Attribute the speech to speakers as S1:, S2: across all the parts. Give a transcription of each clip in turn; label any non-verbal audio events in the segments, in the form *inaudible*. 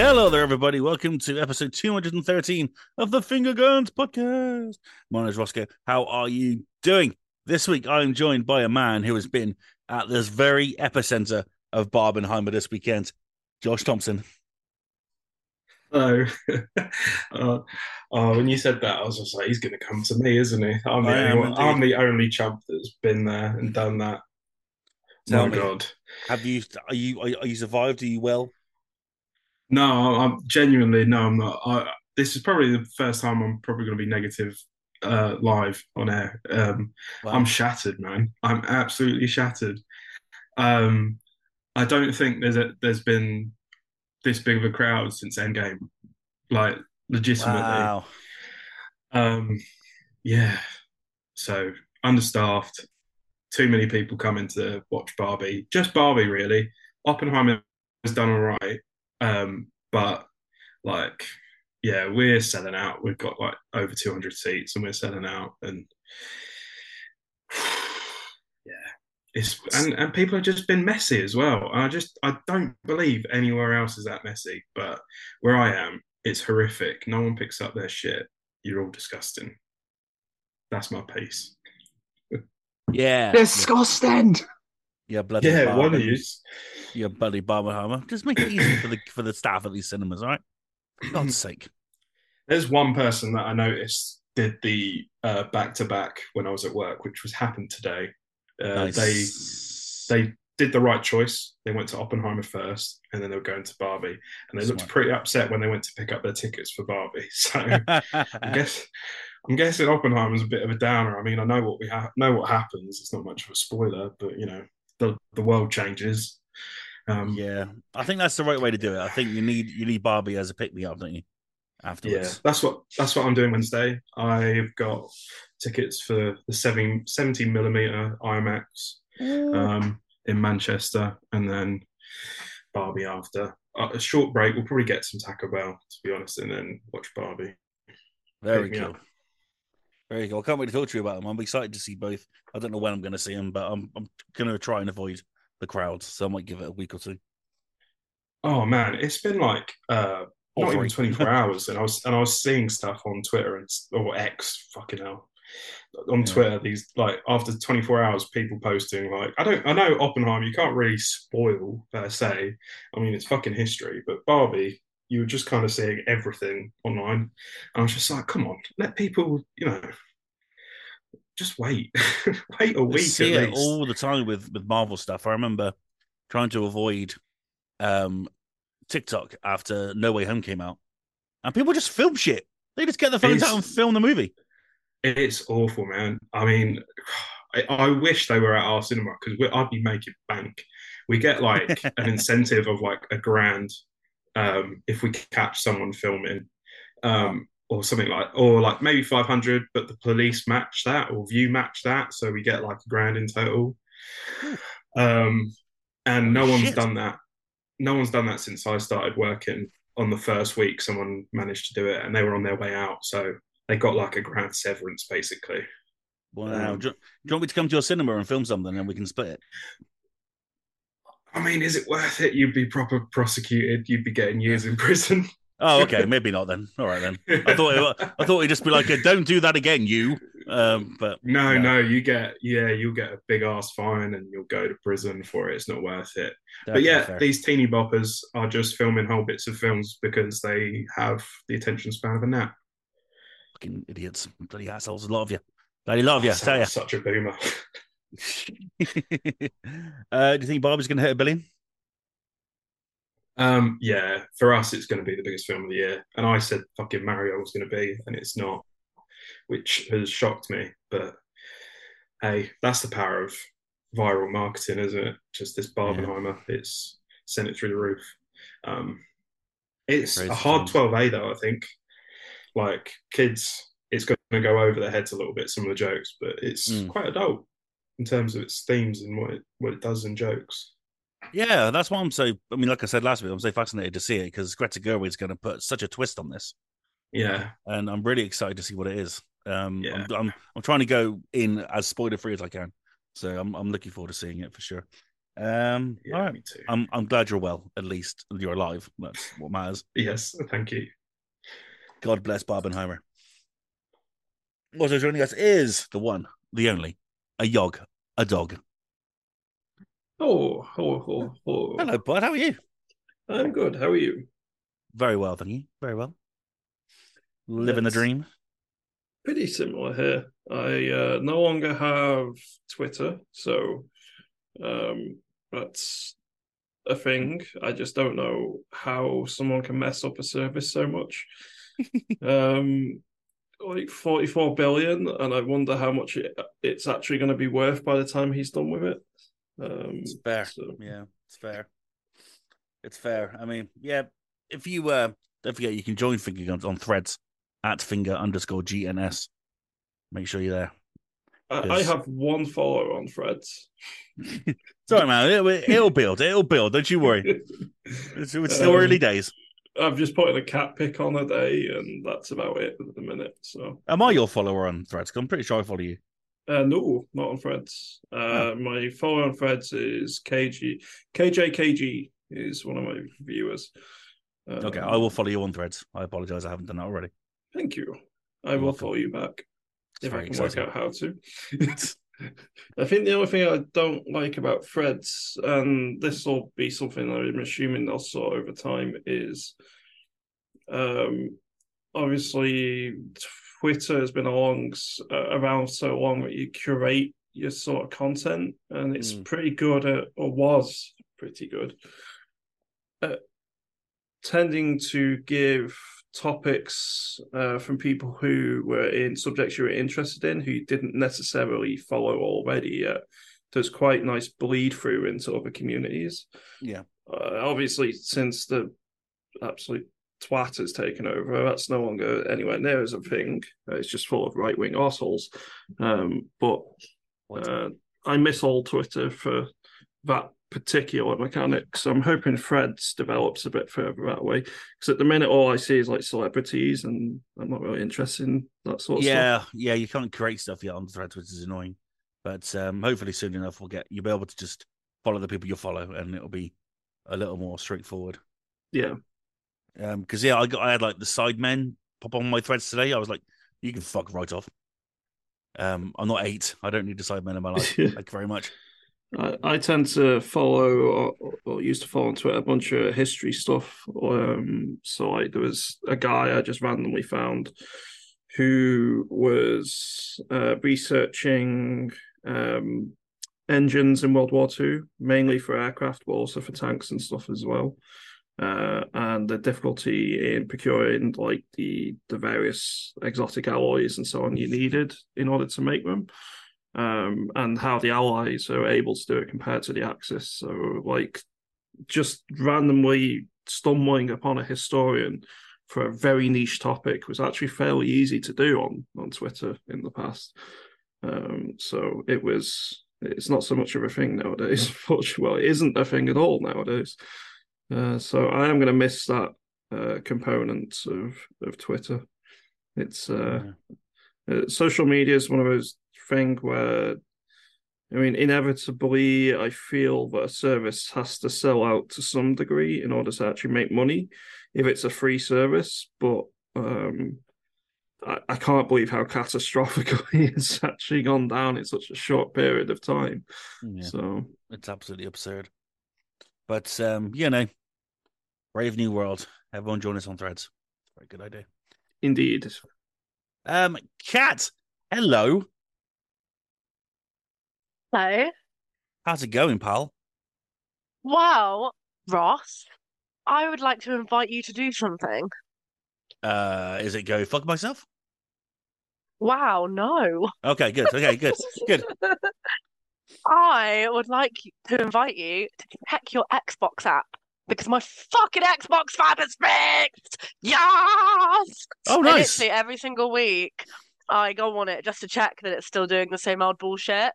S1: everybody. Welcome to episode 213 of the Finger Guns Podcast. My name is Roscoe. How are you doing? This week, I am joined by a man who has been at this very epicenter of Barbenheimer this weekend, Josh Thompson.
S2: No. *laughs* uh, oh, when you said that, I was just like, he's going to come to me, isn't he? I'm the,
S1: I am
S2: only, one, I'm
S1: indeed.
S2: the only chump that's been there and done that.
S1: Tell
S2: my
S1: me.
S2: God.
S1: Have you are you are you- are you survived? Are you well?
S2: No, I'm genuinely, no, I'm not. I, this is probably the first time I'm probably going to be negative uh, live on air. Um,
S1: Wow.
S2: I'm shattered, man. I'm absolutely shattered. Um, I don't think there's a, there's been this big of a crowd since Endgame, like legitimately.
S1: wow.
S2: Um, yeah. So understaffed. Too many people coming to watch Barbie. Just Barbie, really. Oppenheimer has done all right. Um, but like, yeah, we're selling out. We've got like over 200 seats and we're selling out. And *sighs* yeah, it's and, and people have just been messy as well. And I just I don't believe anywhere else is that messy. But where I am, it's horrific. No one picks up their shit you're all disgusting. That's my piece.
S1: Yeah.
S3: Disgusting.
S1: Yeah, bloody
S2: Yeah,
S1: Barben-
S2: one of you.
S1: Your bloody Barbenheimer. Just make it easy for the for the staff at these cinemas, all right? For God's
S2: *laughs*
S1: sake. *laughs*
S2: There's one person that I noticed did the uh, back-to-back when I was at work, which was happened today. Uh, They
S1: Nice.
S2: they did the right choice. They went to Oppenheimer first, and then they were going to Barbie, and they
S1: Smart.
S2: looked pretty upset when they went to pick up their tickets for Barbie. *laughs* So I
S1: Uh,
S2: guess I'm guessing Oppenheimer's a bit of a downer. I mean, I know what we ha- know what happens. It's not much of a spoiler, but you know, the the world changes. Um,
S1: yeah, I think that's the right way to do it. I think you need you need Barbie as a pick me up, don't you?
S2: Yeah,
S1: Afterwards,
S2: that's what that's what I'm doing Wednesday. I've got tickets for the 70, 70 millimeter IMAX
S1: Hmm. Uh,
S2: um, in Manchester, and then Barbie after uh, a short break. We'll probably get some Taco Bell to be honest, and then watch Barbie.
S1: very
S2: pick me
S1: cool,
S2: up.
S1: very cool. I can't wait to talk to you about them. I'm excited to see both. I don't know when I'm going to see them, but I'm I'm going to try and avoid the crowds, so I might give it a week or two.
S2: Oh man, it's been like uh,
S1: Or
S2: not even
S1: three. *laughs*
S2: 24 hours, and I was and I was seeing stuff on Twitter and s- or X, fucking hell, on
S1: Yeah.
S2: Twitter. These like after 24 hours, people posting like I don't I know Oppenheimer. You can't really spoil per se. I mean, it's fucking history, but Barbie. You were just kind of seeing everything online, and I was just like, "Come on, let people, you know, just wait, *laughs* wait a
S1: We
S2: week
S1: see
S2: at
S1: it
S2: least."
S1: all the time with with Marvel stuff. I remember trying to avoid um TikTok after No Way Home came out, and people just film shit. They just get their phones
S2: It's-
S1: out and film the movie.
S2: It's awful, man. I mean, I, I wish they were at our cinema because I'd be making bank. We get like an incentive of like a grand um, if we catch someone filming, um, or something like, or like maybe 500, but the police match that or view match that. So we get like a grand in total. Um, and no one's
S1: Shit.
S2: done that. No one's done that since I started working on the first week. Someone managed to do it and they were on their way out. So they got like a grand severance basically.
S1: Wow.
S2: Um,
S1: do, you- do you want me to come to your cinema and film something and we can split it?
S2: I mean, is it worth it? You'd be proper prosecuted. You'd be getting years in prison.
S1: Oh,
S2: *laughs*
S1: okay. maybe not then. All right then. I thought it, wa- I thought it'd just be like, a, "Don't do that again, you." Um, but
S2: No,
S1: No.
S2: no, you get yeah, you'll get a big ass fine and you'll go to prison for it. It's not worth it. but
S1: okay,
S2: yeah,
S1: fair.
S2: these teeny boppers are just filming whole bits of films because they have the attention span of a gnat.
S1: fucking idiots, bloody assholes, a lot of you, bloody lot of you. I
S2: That
S1: Oh, Tell *laughs*
S2: sounds such a boomer. *laughs*
S1: you. uh, do you think Barbie's gonna hit a billion?
S2: Um, yeah, for us, it's going to be the biggest film of the year, and I said fucking Mario was going to be, and it's not, which has shocked me. But hey, that's the power of viral marketing, isn't it? Just this Barbenheimer, it's sent it through the roof. Um, it's
S1: Crazy
S2: a hard
S1: times.
S2: 12A though, I think. Like kids, it's going to go over their heads a little bit, some of the jokes, but it's
S1: Mm.
S2: quite adult in terms of its themes and what it what it does in jokes.
S1: Yeah, that's why I'm so. I mean, like I said last week, I'm so fascinated to see it because Greta Gerwig's going to put such a twist on this,
S2: Yeah,
S1: and I'm really excited to see what it is. Um,
S2: Yeah.
S1: I'm, I'm I'm trying to go in as spoiler free as I can, so I'm I'm looking forward to seeing it for sure. Um,
S2: Yeah,
S1: all right.
S2: me too.
S1: I'm I'm glad you're well. At least you're alive. That's what matters.
S2: yes, thank you.
S1: God bless Barbenheimer. Also joining us is the one, the only, a yog, a dog.
S3: Oh, oh, oh, oh.
S1: Hello, bud. How are you?
S3: I'm good. How are you?
S1: Very well, thank you. Very well. Living
S3: Yes.
S1: the dream.
S3: Pretty similar here. I uh, no longer have Twitter, so um, that's a thing. I just don't know how someone can mess up a service
S2: *laughs*
S3: so much. um, like 44 billion, and I wonder how much it, it's actually going to be worth by the time he's done with it. Um,
S1: It's fair.
S3: so-
S1: Yeah, it's fair. It's fair. I mean, yeah. If you uh, don't forget, you can join Finger Guns on Threads at finger underscore GNS. Make sure you're there.
S3: I, I
S1: Yes.
S3: have one follower on Threads.
S1: Sorry, man. It'll, it'll build. It'll build. Don't you worry. It's, it's still
S3: Um,
S1: early days.
S3: I've just put in a cat pic on a day, and that's about it at the minute. So,
S1: Am I your follower on Threads? 'Cause I'm pretty sure I follow you.
S3: uh, no, not on Threads. Uh,
S1: Oh.
S3: My follower on Threads is KG. KJKG is one of my viewers. Um,
S1: Okay, I will follow you on Threads. I apologize. I haven't done that already.
S3: Thank you. I
S1: You're
S3: will
S1: welcome.
S3: follow you back
S1: It's
S3: if I
S1: very
S3: can
S1: exciting.
S3: work out how to. I think the only thing I don't like about Threads, and this will be something I'm assuming they'll sort over time, is um, obviously Twitter has been along s- uh, around so long that you curate your sort of content, and it's
S1: Mm.
S3: pretty good at, or was pretty good at tending to give topics uh, from people who were in subjects you were interested in who you didn't necessarily follow already uh, yet. There's quite nice bleed through into other communities.
S1: Yeah.
S3: Uh, obviously, since the absolute twat has taken over. That's no longer anywhere near as a thing. Uh, It's just full of right wing arseholes. Um, but
S1: What?
S3: uh, I miss all Twitter for that particular mechanic. So I'm hoping Threads develops a bit further that way. Because at the minute, all I see is like celebrities, and I'm not really interested in that sort of stuff.
S1: yeah, yeah, you can't create stuff yet on Threads, which is annoying. But um, hopefully soon enough, we'll get you'll be able to just follow the people you follow, and it'll be a little more straightforward.
S3: Yeah.
S1: Um, because yeah, I got I had like the sidemen pop on my Threads today. I was like, you can fuck right off. Um, I'm not eight. I don't need the sidemen in my life.
S3: *laughs*
S1: Thank you very much.
S3: I, I tend to follow or, or used to follow on Twitter a bunch of history stuff. Um, so like there was a guy I just randomly found who was uh, researching um, engines in World War II, mainly for aircraft, but also for tanks and stuff as well. Uh, and the difficulty in procuring like the the various exotic alloys and so on you needed in order to make them um, and how the Allies are able to do it compared to the Axis. So, like, just randomly stumbling upon a historian for a very niche topic was actually fairly easy to do on on Twitter in the past. Um, so it was. It's not so much of a thing nowadays. *laughs* Which, well, it isn't a thing at all nowadays. Uh, so I am going to miss that uh, component of of Twitter. It's uh,
S1: Yeah.
S3: uh, social media is one of those things where i mean inevitably i feel that a service has to sell out to some degree in order to actually make money if it's a free service but um I, I can't believe how catastrophically *laughs* it's actually gone down in such a short period of time.
S1: Yeah.
S3: So
S1: It's absolutely absurd. But um, you know, Brave New World. Everyone join us on threads. Very good idea.
S3: indeed,
S1: Um, Kat, hello.
S4: So,
S1: How's it going, pal?
S4: wow, Ross, I would like to invite you to do something.
S1: Uh, is it go fuck myself?
S4: Wow, no.
S1: Okay, good. Okay, good.
S4: *laughs*
S1: Good.
S4: I would like to invite you to check your Xbox app because my fucking Xbox fab is fixed. Yes.
S1: Oh,
S4: And
S1: nice.
S4: Literally every single week, I go on it just to check that it's still doing the same old bullshit.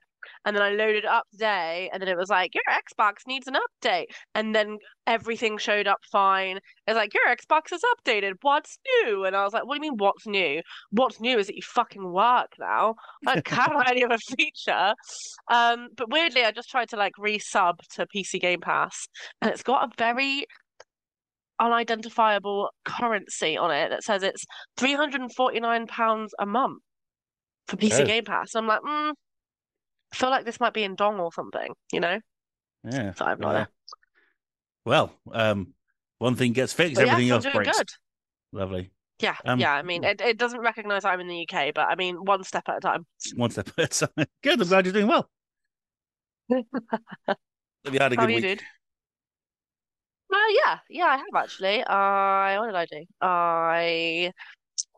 S4: And then I loaded it up today, and then it was like, your Xbox needs an update. And then everything showed up fine. It's like, your Xbox is updated. What's new? And I was like, what do you mean, what's new? What's new is that you fucking work now.
S1: *laughs*
S4: I can't have any other feature. Um, but weirdly, I just tried to like resub to PC Game Pass, and it's got a very unidentifiable currency on it that says it's three hundred and forty nine pounds a month for PC
S1: Oh.
S4: Game Pass. And I'm like, mm, I feel like this might be in Dong or something, you know?
S1: Yeah.
S4: So I'm not
S1: yeah. Well, um, one thing gets fixed,
S4: But yeah,
S1: everything
S4: I'm
S1: else
S4: doing
S1: breaks.
S4: good.
S1: Lovely.
S4: Yeah,
S1: Um,
S4: yeah. I mean, it, it doesn't recognize I'm in the UK, but I mean, one step at a time.
S1: One step at a *laughs* time. Good. I'm glad you're doing well. Have you had a
S4: How
S1: good
S4: are you,
S1: week?
S4: dude? Uh, yeah, yeah, I have actually. I what did I do? I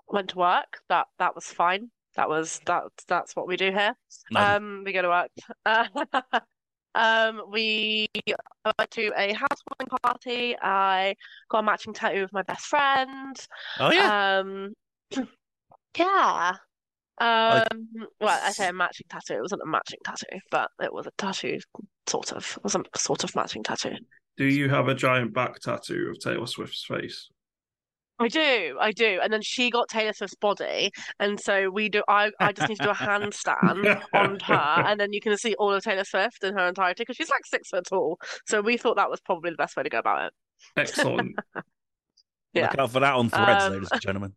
S4: went to work. That that was fine. That was that that's what we do here.
S1: Nice.
S4: Um, we go to work. *laughs* Uh, um, we I went to a housewarming party. I got a matching tattoo with my best friend.
S1: oh yeah.
S4: Um, *clears throat* yeah.
S1: I-
S4: Um, well, I say a matching tattoo. It wasn't a matching tattoo, but it was a tattoo, sort of. It was a sort of matching tattoo.
S3: Do you have a giant back tattoo of Taylor Swift's face?
S4: I do, I do. And then she got Taylor Swift's body, and so we do. I, I just need to do a handstand on her, and then you can see all of Taylor Swift in her entirety because she's like six foot tall. So we thought that was probably the best way to go about it. *laughs*
S3: Excellent.
S4: yeah.
S1: Look out for that on threads,
S4: Um,
S1: ladies and gentlemen.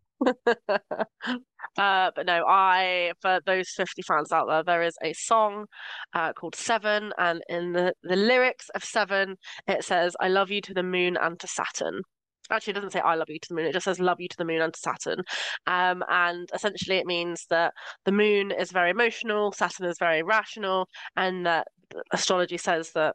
S4: *laughs* Uh, but no, I for those 50 fans out there, there is a song uh, called Seven, and in the, the lyrics of Seven, it says, I love you to the moon and to Saturn. Actually, it doesn't say I love you to the moon, it just says love you to the moon and to Saturn. Um, and essentially, it means that the moon is very emotional, Saturn is very rational, and that astrology says that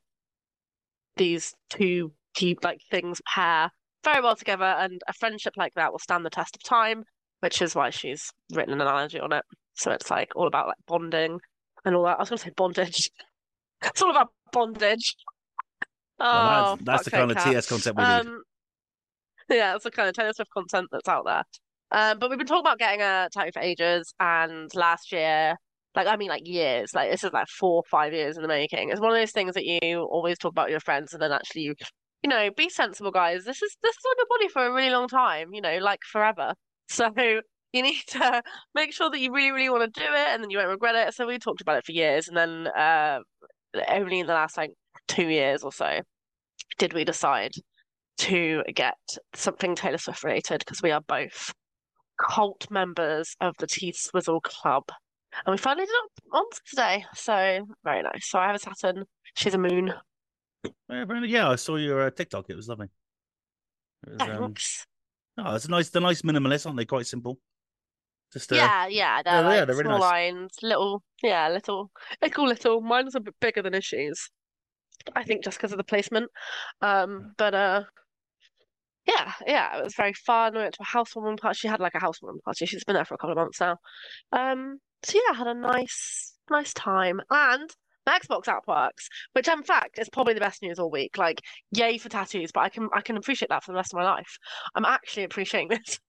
S4: these two deep, like things pair very well together, and a friendship like that will stand the test of time which is why she's written an analogy on it. So it's like all about like bonding and all that. I was going to say bondage. *laughs* It's all about bondage. Oh,
S1: Well, that's, that's the
S4: fuck's
S1: kind of
S4: sake, Kat.
S1: TS concept we need.
S4: Um, *laughs* yeah, that's the kind of Taylor Swift content that's out there. Um, but we've been talking about getting a tattoo for ages, and last year, like I mean, like years, like this is like four or five years in the making. It's one of those things that you always talk about with your friends, and then actually, you, you know, be sensible, guys. This is this is on your body for a really long time, you know, like forever. *laughs* So you need to *laughs* make sure that you really, really want to do it, and then you won't regret it. So we talked about it for years, and then uh, only in the last like two years or so did we decide to get something Taylor Swift related because we are both cult members of the Tea Swizzle Club. And we finally did it on today. So very nice. So I have a Saturn. She's a moon.
S1: Yeah, Brandon, yeah, I saw your uh, TikTok. It was lovely. It was, um,
S4: Thanks.
S1: oh, it's a nice. They're nice minimalist, aren't they? Quite simple. Just uh,
S4: yeah, yeah. They're
S1: yeah, they
S4: like
S1: are, they're really
S4: small
S1: nice.
S4: lines, little, yeah, little, little, little. Mine is a bit bigger than issues. I think just because of the placement. Um, but uh, yeah, yeah, it was very fun. We went to a housewarming party. She had like a housewarming party. She's been there for a couple of months now. Um, so yeah, I had a nice, nice time. And my Xbox app works, which in fact is probably the best news all week. Like, yay for tattoos, but I can I can appreciate that for the rest of my life. I'm actually appreciating *laughs* this.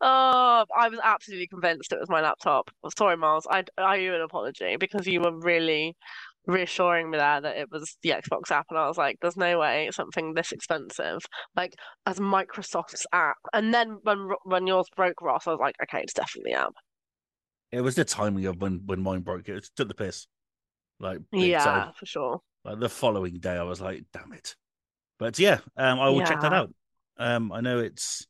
S4: Oh, I was absolutely convinced it was my laptop. Sorry, Miles. I I owe you an apology because you were really reassuring me there that it was the Xbox app, and I was like, "There's no way it's something this expensive, like as Microsoft's app." And then when Ro- when yours broke, Ross, I was like, "Okay, it's definitely the app."
S1: it was the timing of when when mine broke. It took the piss. Like big
S4: Yeah,
S1: time.
S4: for sure.
S1: Like the following day, I was like, "Damn it!" But yeah, um, I will check that
S4: Yeah.
S1: out. Um, I know it's,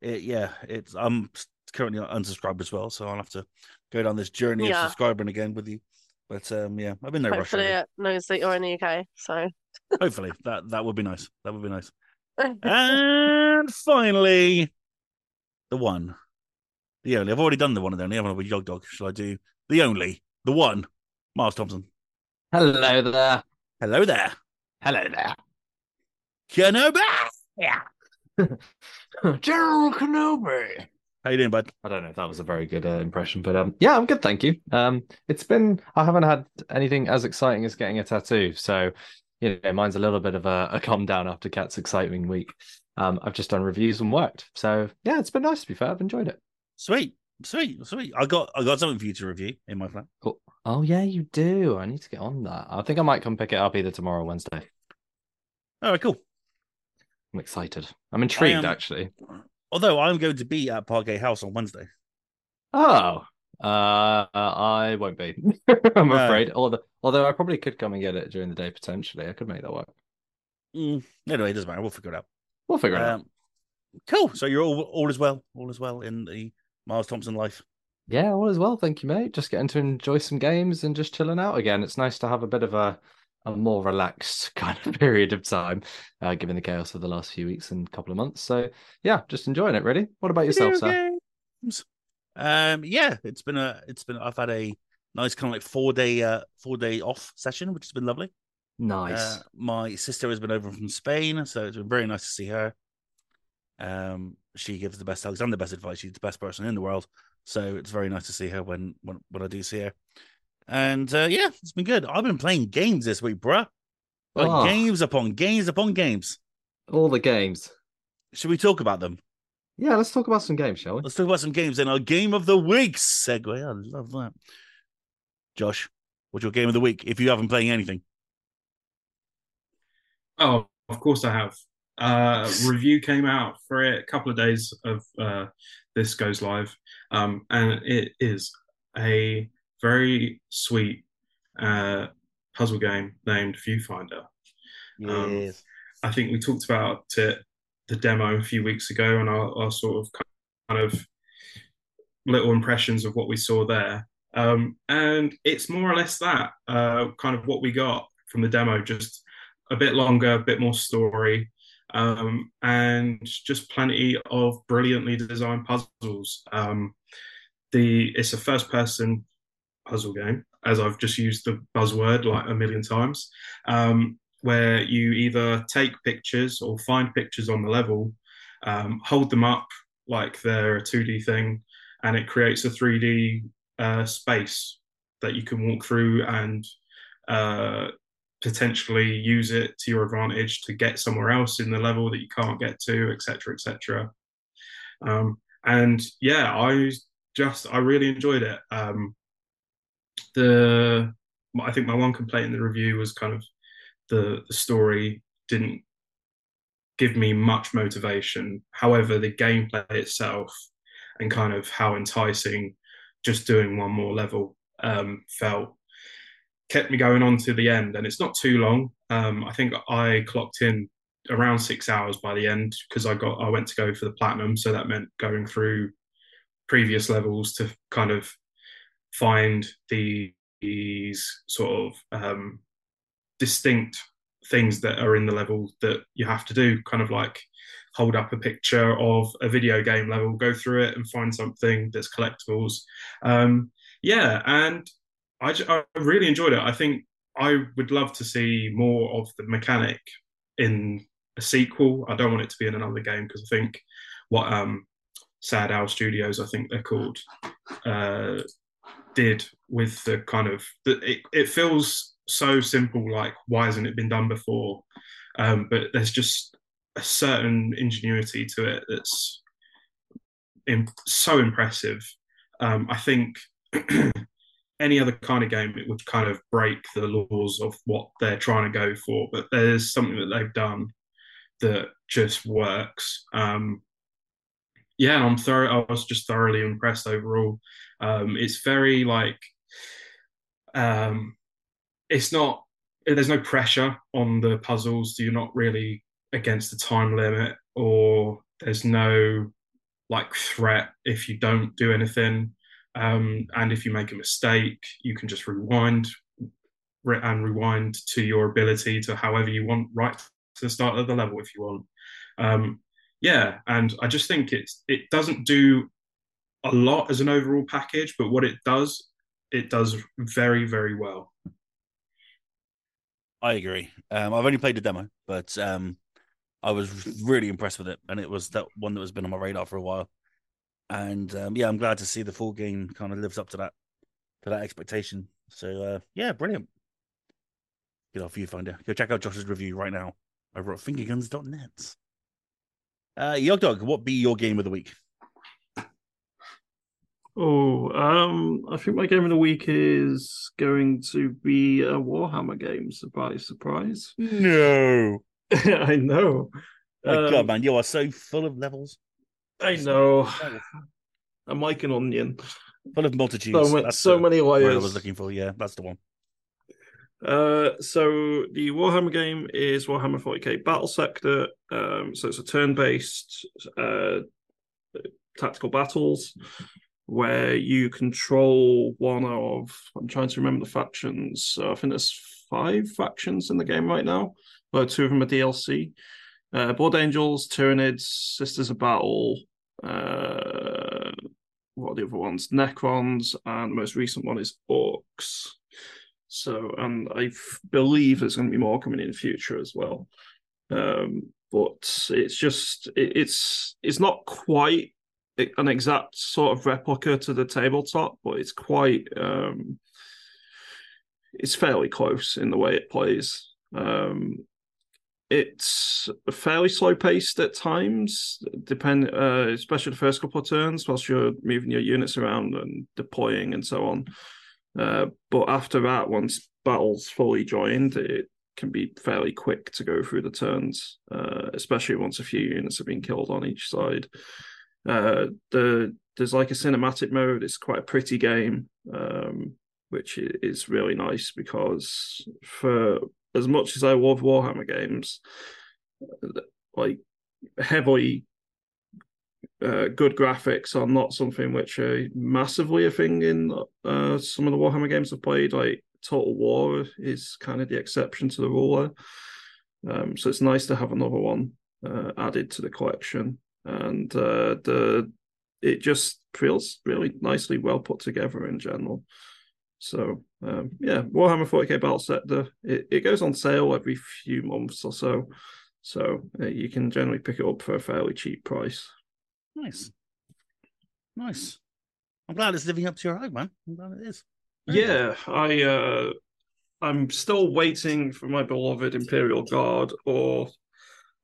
S1: it yeah, it's I'm currently unsubscribed as well, so I'll have to go down this journey
S4: Yeah.
S1: of subscribing again with you. But um, yeah, I've been no rush.
S4: Hopefully,
S1: really.
S4: it knows that you're in the UK. So,
S1: Hopefully, that that would be nice. That would be nice. Ah, And finally, the one, the only. I've already done the one and only. I'm with Yog Dog. Shall I do the only, the one, Miles Thompson?
S5: Hello there.
S1: Hello there,
S5: Hello there. *laughs*
S1: Kenobi.
S5: General Kenobi.
S1: How you doing, bud?
S5: I don't know if that was a very good uh, impression, but um, yeah, I'm good, thank you. Um, it's been I haven't had anything as exciting as getting a tattoo, so you know mine's a little bit of a, a calm down after Cat's exciting week. Um, I've just done reviews and worked, so yeah, it's been nice to be fair. I've enjoyed it.
S1: Sweet. Sweet, sweet. I got I got something for you to review in my flat.
S5: Oh yeah, you do. I need to get on that. I think I might come pick it up either tomorrow or Wednesday.
S1: All right, cool.
S5: I'm excited. I'm intrigued
S1: am-
S5: actually.
S1: Although I'm going to be at Parkgate House on Wednesday.
S5: Oh. Uh, I won't be. *laughs* I'm
S1: No.
S5: afraid. Although, although I probably could come and get it during the day potentially. I could make that work.
S1: Mm, anyway, it doesn't matter. We'll figure it out.
S5: We'll figure it out.
S1: Um, cool. So you're all all is well, all is well in the Miles Thompson life.
S5: Yeah, all is well, thank you, mate. Just getting to enjoy some games and just chilling out again. It's nice to have a bit of a a more relaxed *laughs* kind of period of time, uh, given the chaos of the last few weeks and couple of months. So yeah, just enjoying it. Really. What about yourself, sir?
S1: Video games. Um, yeah, it's been a it's been I've had a nice kind of like four day uh four day off session, which has been lovely.
S5: Nice.
S1: Uh, my sister has been over from Spain, so it's been very nice to see her. Um, she gives the best hugs and the best advice. She's the best person in the world, so it's very nice to see her when when, when I do see her. And uh, yeah, it's been good. I've been playing games this week, bruh. Like
S5: Oh.
S1: games upon games upon games.
S5: All the games.
S1: Should we talk about them?
S5: Yeah, let's talk about some games, shall we?
S1: Let's talk about some games in our game of the week segue. I love that. Josh, what's your game of the week? If you haven't playing anything,
S2: Oh, of course I have. Uh, review came out for it a couple of days of uh, this goes live, um, and it is a very sweet uh, puzzle game named Viewfinder. Um, Yes. I think we talked about it, the demo a few weeks ago and our, our sort of kind of little impressions of what we saw there. Um, and it's more or less that uh, kind of what we got from the demo, just a bit longer, a bit more story, um, and just plenty of brilliantly designed puzzles. Um, the it's a first person puzzle game, as I've just used the buzzword like a million times. Um, where you either take pictures or find pictures on the level, um, hold them up like they're a 2D thing, and it creates a 3D uh, space that you can walk through and uh, potentially use it to your advantage to get somewhere else in the level that you can't get to, etc., etc. Um, and yeah, I just I really enjoyed it. Um, the I think my one complaint in the review was kind of the, the story didn't give me much motivation. However, the gameplay itself and kind of how enticing just doing one more level um, felt kept me going on to the end. And it's not too long. Um, I think I clocked in around six hours by the end because I got I went to go for the platinum, so that meant going through previous levels to kind of find the, these sort of um, distinct things that are in the level that you have to do kind of like hold up a picture of a video game level go through it and find something that's collectibles um yeah and i, ju- I really enjoyed it i think i would love to see more of the mechanic in a sequel i don't want it to be in another game because i think what um sad owl studios i think they're called uh did with the kind of the, it, it feels so simple like why hasn't it been done before um, but there's just a certain ingenuity to it that's im- so impressive um, i think any other kind of game it would kind of break the laws of what they're trying to go for but there's something that they've done that just works um, yeah i'm thorough i was just thoroughly impressed overall um, it's very like um, it's not there's no pressure on the puzzles you're not really against the time limit or there's no like threat if you don't do anything um, and if you make a mistake you can just rewind re- and rewind to your ability to however you want right to the start of the level if you want um, yeah and i just think it's it doesn't do a lot as an overall package, but what it does, it does very, very well.
S1: I agree. Um, I've only played the demo, but um, I was really impressed with it, and it was that one that has been on my radar for a while. And um, yeah, I'm glad to see the full game kind of lives up to that to that expectation. So uh, yeah, brilliant. Get off viewfinder. Go check out Josh's review right now over at fingerguns.net. Uh, Yog Dog, what be your game of the week?
S3: Oh, um, I think my game of the week is going to be a Warhammer game. Surprise, surprise. *laughs*
S1: No.
S3: I know.
S1: My Oh, God,
S3: Um,
S1: man, you are so full of levels,
S3: I know. I'm like an onion.
S1: full of multitudes.
S3: So, ma-
S1: That's
S3: so
S1: the
S3: many
S1: word I
S3: layers.
S1: was looking for. Yeah, that's the one.
S3: Uh, so the Warhammer game is Warhammer 40k Battle Sector. Um, so it's a turn-based uh, tactical battles where you control one of. I'm trying to remember the factions. So I think there's five factions in the game right now. But two of them are DLC. Uh, Blood Angels, Tyranids, Sisters of Battle. Uh, what are the other ones? Necrons, and the most recent one is Orcs. So, and I f- believe there's going to be more coming in the future as well. Um, but it's just it, it's it's not quite i- an exact sort of replica to the tabletop, but it's quite um, it's fairly close in the way it plays. Um, it's fairly slow paced at times, depend uh, especially the first couple of turns, whilst you're moving your units around and deploying and so on. Uh, but after that, once battle's fully joined, it can be fairly quick to go through the turns, uh, especially once a few units have been killed on each side. Uh, the there's like a cinematic mode. It's quite a pretty game, um, which i- is really nice because for as much as I love Warhammer games, th- like heavily uh, good graphics are not something which are massively a thing in uh, some of the Warhammer games I've played. Like Total War is kind of the exception to the rule. there. Um, so it's nice to have another one uh, added to the collection, and uh, the it just feels really nicely well put together in general. So um, yeah, Warhammer 40k Battle Sector. It, it goes on sale every few months or so, so uh, you can generally pick it up for a fairly cheap price.
S1: Nice, nice. I'm glad it's living up to your hype, man. I'm glad it is. Very good.
S3: Yeah, I uh I'm still waiting for my beloved Imperial Guard or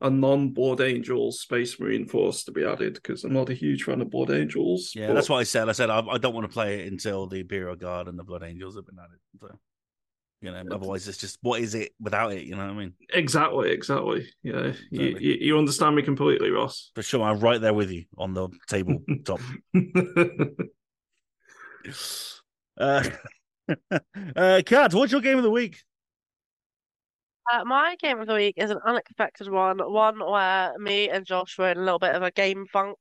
S3: a non-Board Angels Space Marine force to be added because I'm not a huge fan of Board Angels.
S1: Yeah,
S3: but-
S1: that's what I said. I said I, I don't want to play it until the Imperial Guard and the Blood Angels have been added. So, you know, otherwise it's just what is it without it? You know what I mean?
S3: exactly, exactly. Yeah, you,
S1: Exactly.
S3: you you understand me
S1: *laughs*
S3: completely, Ross.
S1: For sure, I'm right there with you on the table
S3: *laughs*
S1: top. Uh, *laughs* uh, Kat, what's your game of the week?
S4: Uh, my game of the week is an unexpected one, one where me and Josh were in a little bit of a game funk.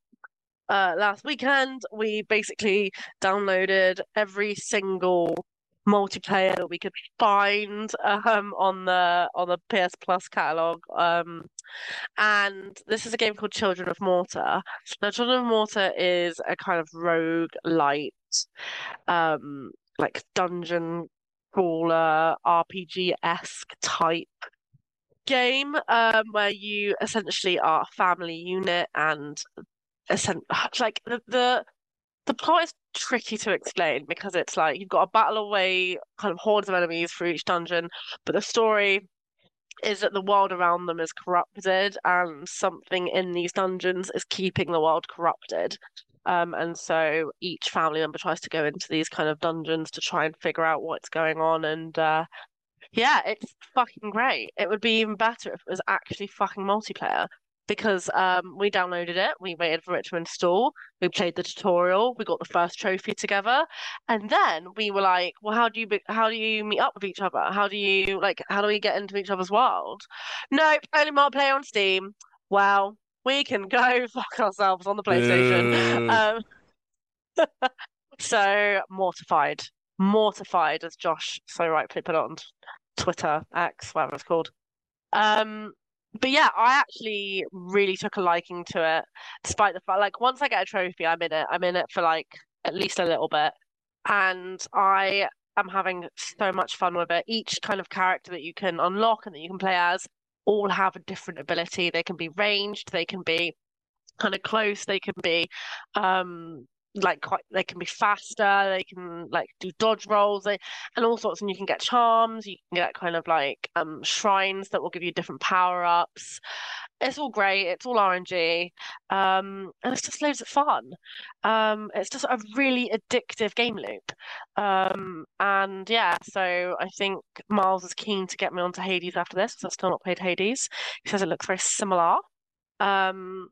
S4: Uh, last weekend, we basically downloaded every single multiplayer that we could find um, on the on the PS Plus catalog. Um, and this is a game called Children of Mortar. Now, Children of Mortar is a kind of rogue light, um, like dungeon brawler RPG esque type game um, where you essentially are a family unit and essen- *sighs* like the, the the plot is tricky to explain because it's like you've got a battle away kind of hordes of enemies for each dungeon, but the story is that the world around them is corrupted and something in these dungeons is keeping the world corrupted. Um, and so each family member tries to go into these kind of dungeons to try and figure out what's going on. And uh, yeah, it's fucking great. It would be even better if it was actually fucking multiplayer because um, we downloaded it, we waited for it to install, we played the tutorial, we got the first trophy together, and then we were like, well, how do you be- how do you meet up with each other? How do you like how do we get into each other's world? Nope, only multiplayer on Steam. Well, we can go *laughs* fuck ourselves on the PlayStation.
S3: Uh,
S4: Um, *laughs* so mortified, mortified, as Josh so rightfully put on Twitter, X, whatever it's called. Um, but yeah, I actually really took a liking to it, despite the fact, like, once I get a trophy, I'm in it. I'm in it for like at least a little bit, and I am having so much fun with it. Each kind of character that you can unlock and that you can play as all have a different ability. They can be ranged, they can be kind of close, they can be um like quite they can be faster they can like do dodge rolls they, and all sorts and you can get charms you can get kind of like um shrines that will give you different power ups it's all great it's all rng um and it's just loads of fun um it's just a really addictive game loop um and yeah so i think miles is keen to get me onto hades after this because i've still not played hades he says it looks very similar um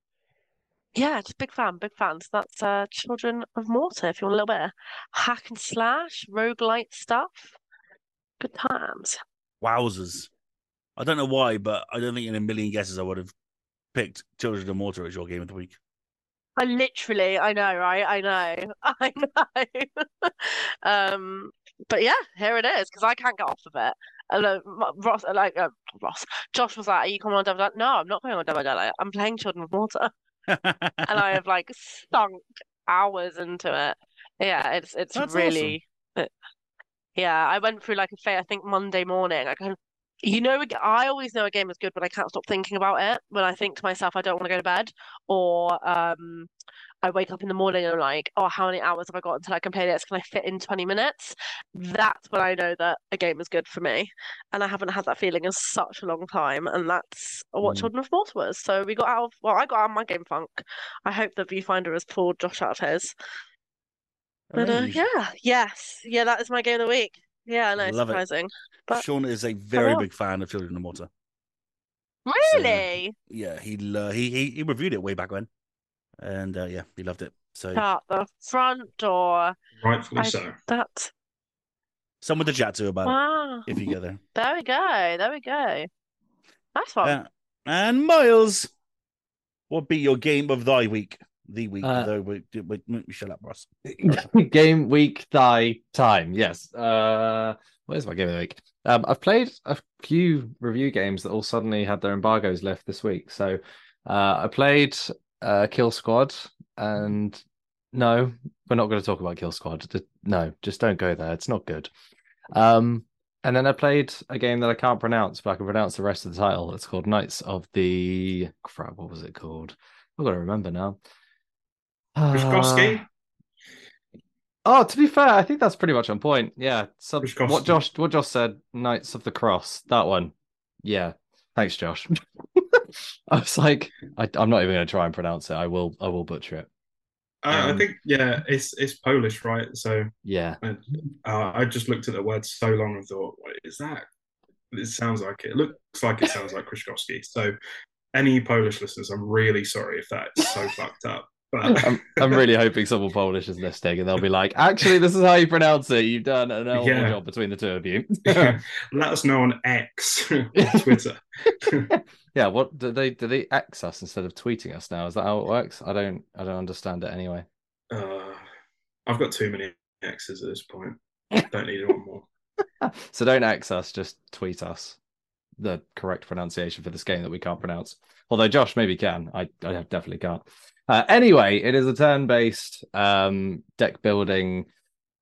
S4: yeah, just big fan, big fan. So that's uh, Children of Mortar if you want a little bit of hack and slash, roguelite stuff. Good times.
S1: Wowzers. I don't know why, but I don't think in a million guesses I would have picked Children of Mortar as your game of the week.
S4: I literally, I know, right? I know, *laughs* I know. *laughs* um, but yeah, here it is because I can't get off of it. And uh, M- Ross, uh, like uh, Ross, Josh was like, "Are you coming on Double Dare?" No, I'm not going on Double Dare. I'm playing Children of Mortar, *laughs* and
S1: *laughs*
S4: I have like sunk hours into it. Yeah, it's it's
S1: That's
S4: really, it- yeah. I went through like a phase. I think Monday morning, I kind of, you know, a g- I always know a game is good when I can't stop thinking about it. When I think to myself, I don't want to go to bed, or um, I wake up in the morning and I'm like, oh, how many hours have I got until I can play this? Can I fit in 20 minutes? That's when I know that a game is good for me. And I haven't had that feeling in such a long time. And that's what
S5: Mm.
S4: Children of Mortar was. So we got out of, well, I got out of my game funk. I hope the viewfinder has pulled Josh out of his. But uh,
S1: Amazing.
S4: yeah, yes. Yeah, that is my game of the week. Yeah, I know,
S1: Love it.
S4: surprising. but-
S1: Sean is a very
S4: on.
S1: big fan of Children of Mortar.
S4: Really?
S1: Yeah, he lo- he, he he reviewed it way back when, and uh, yeah, he loved it. So
S4: Out the front door.
S2: Rightfully
S4: I-
S2: so.
S4: That's,
S1: someone to chat to about
S4: wow.
S1: it if you go there.
S4: There we go. There we go. Nice one.
S1: Uh, and Miles, what be your game of thy week? The week,
S5: Uh,
S1: though. We, we, we- shut up, Ross.
S5: *laughs* game week thy time. Yes. Uh where's my game of the week? Um I've played a few review games that all suddenly had their embargoes left this week. So uh I played uh Kill Squad and no, we're not going to talk about Kill Squad. Th- No, just don't go there. It's not good. Um and then I played a game that I can't pronounce, but I can pronounce the rest of the title. It's called Knights of the crap, what was it called? I've got to remember now. Uh,
S2: Rushkovsky?
S5: Oh, to be fair, I think that's pretty much on point. Yeah. Sub-
S2: Which costume?
S5: what Josh what Josh said, Knights of the Cross, that one. Yeah. Thanks, Josh. *laughs* I was like, I, I'm not even going to try and pronounce it. I will. I will butcher it.
S2: Uh,
S5: Um,
S2: I think yeah, it's it's Polish, right? So
S5: Yeah.
S2: uh, uh, I just looked at the word so long and thought, what is that? It sounds like it looks like it sounds like Krzyzkowski. So any Polish listeners, I'm really sorry if that's so fucked up. But
S5: I'm, I'm really hoping someone Polish is listening and they'll be like, actually, this is how you pronounce it. You've done an awful
S2: Yeah.
S5: job between the two of you. *laughs*
S2: *laughs* let us know on X or Twitter. *laughs*
S5: yeah. What do they do? They X us instead of tweeting us now. Is that how it works? I don't. I don't understand it anyway.
S2: Uh, I've got too many X's at this point. Don't need one more.
S5: so don't ax us, just tweet us the correct pronunciation for this game that we can't pronounce. Although Josh maybe can, I, I definitely can't. Uh, anyway, it is a turn-based um, deck building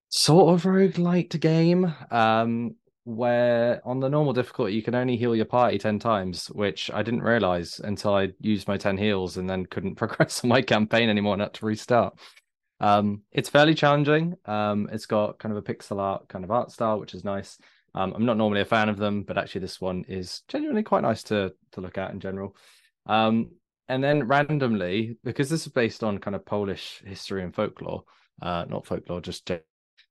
S5: sort of roguelite game um, where on the normal difficulty you can only heal your party 10 times, which I didn't realize until I used my 10 heals and then couldn't *laughs* progress on my campaign anymore and had to restart. Um, it's fairly challenging. Um, it's got kind of a pixel art kind of art style, which is nice. Um, I'm not normally a fan of them, but actually this one is genuinely quite nice to to look at in general. Um, and then randomly, because this is based on kind of Polish history and folklore, uh, not folklore, just gen-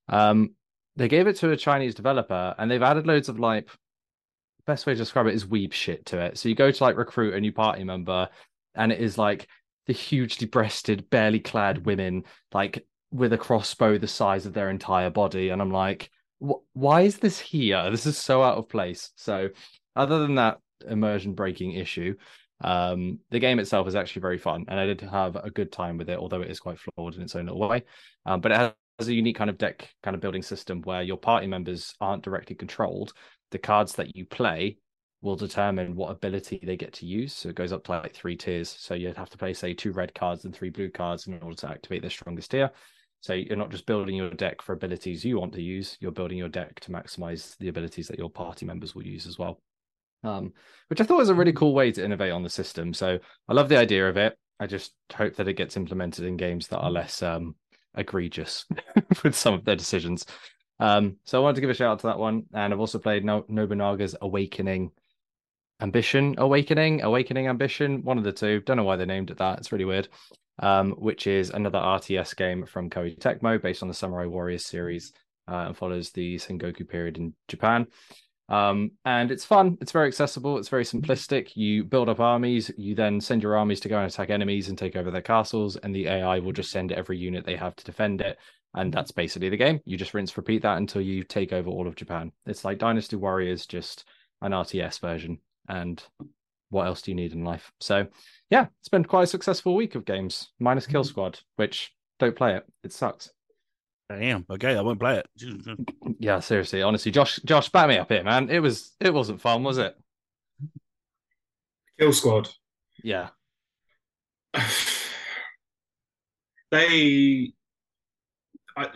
S5: um, they gave it to a Chinese developer, and they've added loads of like best way to describe it is weeb shit to it. So you go to like recruit a new party member, and it is like the hugely breasted, barely clad women, like with a crossbow the size of their entire body, and I'm like wh- why is this here? This is so out of place. So, other than that immersion breaking issue, um, the game itself is actually very fun, and I did have a good time with it, although it is quite flawed in its own little way. Um, but it has a unique kind of deck kind of building system where your party members aren't directly controlled. The cards that you play will determine what ability they get to use. So it goes up to like three tiers. So you'd have to play, say, two red cards and three blue cards in order to activate their strongest tier. So you're not just building your deck for abilities you want to use, you're building your deck to maximize the abilities that your party members will use as well. Um, which I thought was a really cool way to innovate on the system. So I love the idea of it. I just hope that it gets implemented in games that are less um egregious *laughs* with some of their decisions. Um, so I wanted to give a shout out to that one, and I've also played no- Nobunaga's Awakening, Ambition, Awakening, Awakening, Ambition. One of the two. Don't know why they named it that. It's really weird. Um, which is another RTS game from Koei Tecmo, based on the Samurai Warriors series, uh, and follows the Sengoku period in Japan. Um, and it's fun. It's very accessible. It's very simplistic. You build up armies. You then send your armies to go and attack enemies and take over their castles. And the AI will just send every unit they have to defend it. And that's basically the game. You just rinse, repeat that until you take over all of Japan. It's like Dynasty Warriors, just an RTS version. And what else do you need in life? So, yeah, it's been quite a successful week of games, minus
S2: Mm-hmm.
S5: Kill Squad, which don't play it. It sucks.
S1: Damn. Okay, I won't play it.
S5: Yeah, seriously, honestly, Josh, Josh, back me up here, man. It was, it wasn't fun, was it?
S2: Kill Squad.
S5: Yeah,
S2: *sighs* they I,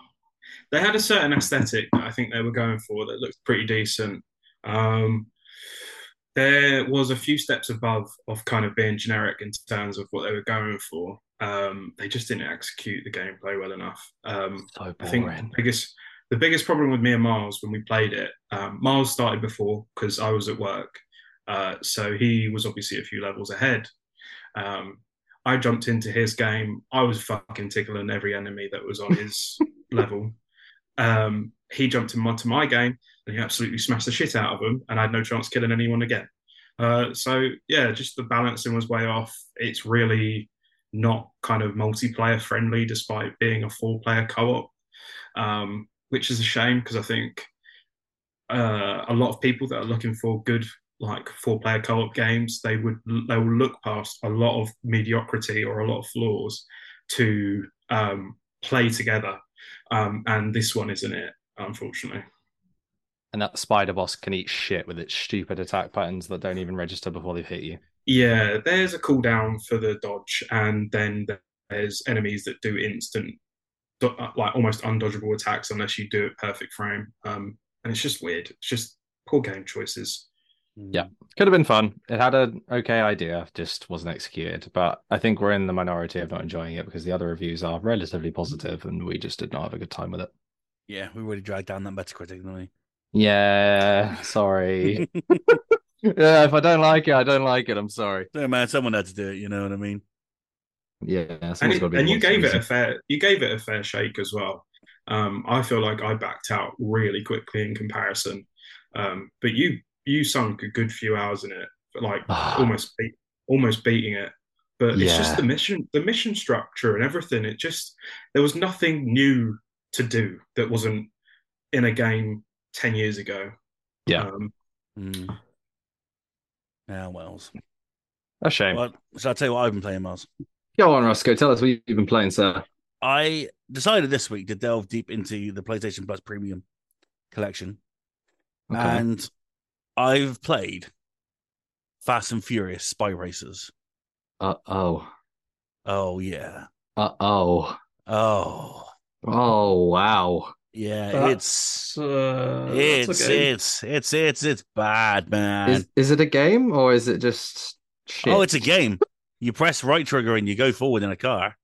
S2: *sighs* they had a certain aesthetic that I think they were going for that looked pretty decent. Um, there was a few steps above of kind of being generic in terms of what they were going for. Um, they just didn't execute the gameplay well enough. Um,
S5: so
S2: I think the biggest the biggest problem with me and Miles when we played it, um, Miles started before because I was at work, uh, so he was obviously a few levels ahead. Um, I jumped into his game. I was fucking tickling every enemy that was on his level. Um, he jumped in onto my game and he absolutely smashed the shit out of him, and I had no chance killing anyone again. Uh, so yeah, just the balancing was way off. It's really not kind of multiplayer friendly, despite being a four-player co-op, um, which is a shame because I think uh, a lot of people that are looking for good like four player co-op games they would they will look past a lot of mediocrity or a lot of flaws to um, play together um, and this one isn't it unfortunately
S5: And that spider boss can eat shit with its stupid attack patterns that don't even register before they've hit you.
S2: yeah there's a cooldown for the dodge and then there's enemies that do instant do- uh, like almost undodgeable attacks unless you do it perfect frame um, and it's just weird it's just poor game choices
S1: Mm,
S5: Yeah. Could have been fun. It had an okay idea, just wasn't executed. But I think we're in the minority of not enjoying it because the other reviews are relatively positive, and we just did not have a good time with it.
S1: Yeah, we really dragged down that Metacritic, didn't we?
S5: Yeah, sorry. yeah, if I don't like it, I don't like it. I'm sorry.
S1: No man, someone had to do it. You know what I mean?
S5: Yeah, someone's
S2: and, it-
S5: gotta be the
S2: and you
S5: one to
S2: gave
S5: lose
S2: it a fair you gave it a fair shake as well um i feel like i backed out really quickly in comparison um but you you sunk a good few hours in it but like almost beat, almost beating it but it's
S5: Ah. Yeah.
S2: just the mission the mission structure and everything it just there was nothing new to do that wasn't in a game 10 years ago
S5: Yeah.
S2: um,
S1: Mm. Now, Ah, Wells.
S5: A shame.
S1: Well, so I'll tell you what I've been playing, Miles.
S5: Go on, Roscoe. Tell us what you've been playing, sir.
S1: I decided this week to delve deep into the PlayStation Plus Premium collection,
S5: Okay.
S1: and I've played Fast and Furious Spy Racers.
S5: Uh oh.
S1: Oh yeah.
S5: Uh oh.
S1: Oh
S5: Oh wow.
S1: yeah. it's
S3: That's, uh, that's
S1: it's
S3: okay.
S1: it's it's it's it's bad, man.
S5: Is is it a game or is it just shit?
S1: Oh, it's a game. You press right trigger and you go forward in a car.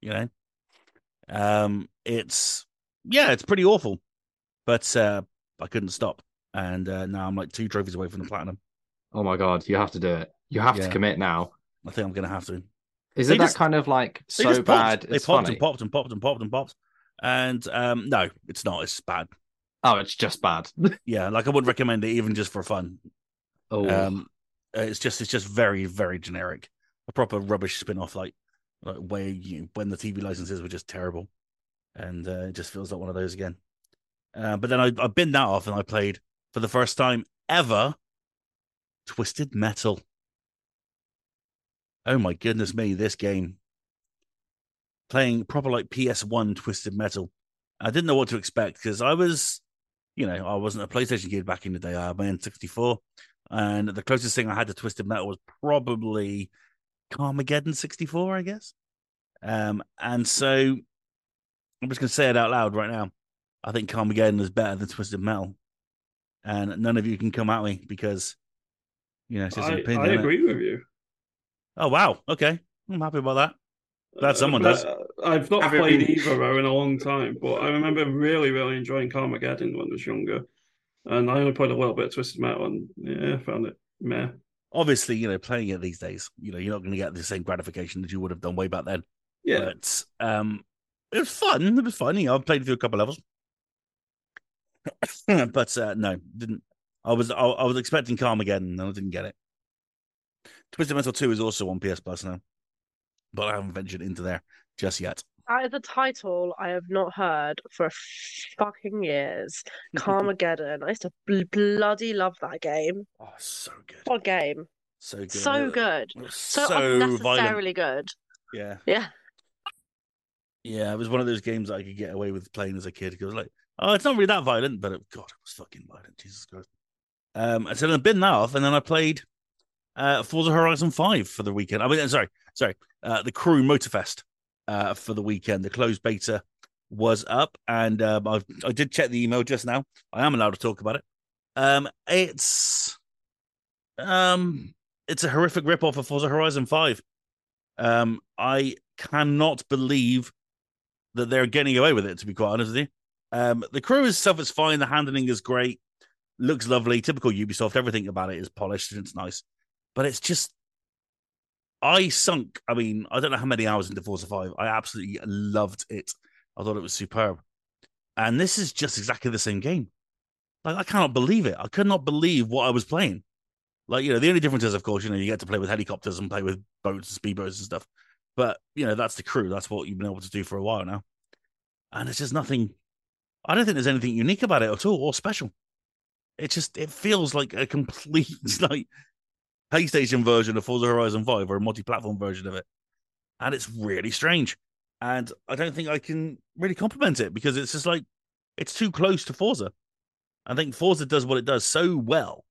S1: You know, um, it's yeah, it's pretty awful, but uh, I couldn't stop, and uh, now I'm like two trophies away from the platinum.
S5: Oh my god, you have to do it. You have
S1: Yeah.
S5: to commit now.
S1: I think I'm gonna have to.
S5: Is
S1: They
S5: it that
S1: just-
S5: kind of like
S1: They
S5: so
S1: just popped.
S5: bad?
S1: They
S5: It's
S1: popped
S5: funny.
S1: and popped and popped and popped and popped, and um, no, it's not. It's bad.
S5: Oh, it's just bad.
S1: Yeah, like I would recommend it even just for fun.
S5: oh,
S1: Um, uh, it's just it's just very very generic, a proper rubbish spin off like like where you when the TV licenses were just terrible, and uh, it just feels like one of those again. Uh, but then I I binned that off and I played for the first time ever, Twisted Metal. Oh my goodness me, this game. Playing proper like PS1 Twisted Metal. I didn't know what to expect because I was, you know, I wasn't a PlayStation kid back in the day. I had my N64 and the closest thing I had to Twisted Metal was probably Carmageddon 64, I guess. Um, and so I'm just going to say it out loud right now. I think Carmageddon is better than Twisted Metal. And none of you can come at me because, you know, it's just an
S3: I,
S1: opinion.
S3: I
S1: innit?
S3: agree with you.
S1: Oh, wow. Okay. I'm happy about that. Glad someone
S3: but,
S1: does.
S3: uh, I've not
S2: Have it
S3: played
S2: been-
S3: either in a long time, but I remember really, really enjoying Carmageddon when I was younger. And I only played a little bit of Twisted Metal and yeah, I found it meh.
S1: Obviously, you know, playing it these days, you know, you're not going to get the same gratification that you would have done way back then.
S3: Yeah.
S1: But um, it was fun. It was fun. You know, I've played through a couple levels, *coughs* but uh, no, didn't. I was I, I was expecting Calm again, and I didn't get it. Twisted Metal Two is also on PS Plus now, but I haven't ventured into there just yet.
S4: That is a title I have not heard for
S1: *laughs*
S4: fucking years. Carmageddon. I used to bl- bloody love that game.
S1: Oh, so good,
S4: What a game?
S1: so good,
S4: So good.
S1: It was so
S4: So,
S1: violent.
S4: unnecessarily good.
S1: Yeah,
S4: Yeah.
S1: yeah. It was one of those games that I could get away with playing as a kid. 'cause It was like, oh, it's not really that violent, but it, God, it was fucking violent. Jesus Christ. Um, and so I bit that off, and then I played uh, Forza Horizon Five for the weekend. I mean, sorry, sorry, uh, the Crew Motorfest uh, for the weekend. The closed beta was up, and um, I I did check the email just now. I am allowed to talk about it. Um, it's um, it's a horrific rip off of Forza Horizon Five. Um, I cannot believe that they're getting away with it. To be quite honest with you, um, the crew itself is fine. The handling is great, looks lovely. Typical Ubisoft. Everything about it is polished and it's nice, but it's just. I sunk. I mean, I don't know how many hours into Forza Five. I absolutely loved it. I thought it was superb, and this is just exactly the same game. Like I cannot believe it. I could not believe what I was playing. Like you know, the only difference is, of course, you know, you get to play with helicopters and play with boats and speedboats and stuff. But you know, that's the crew. That's what you've been able to do for a while now. And it's just nothing. I don't think there's anything unique about it at all or special. It just it feels like a complete *laughs* like PlayStation version of Forza Horizon Five or a multi-platform version of it, and it's really strange. And I don't think I can really compliment it because it's just like it's too close to Forza. I think Forza does what it does so well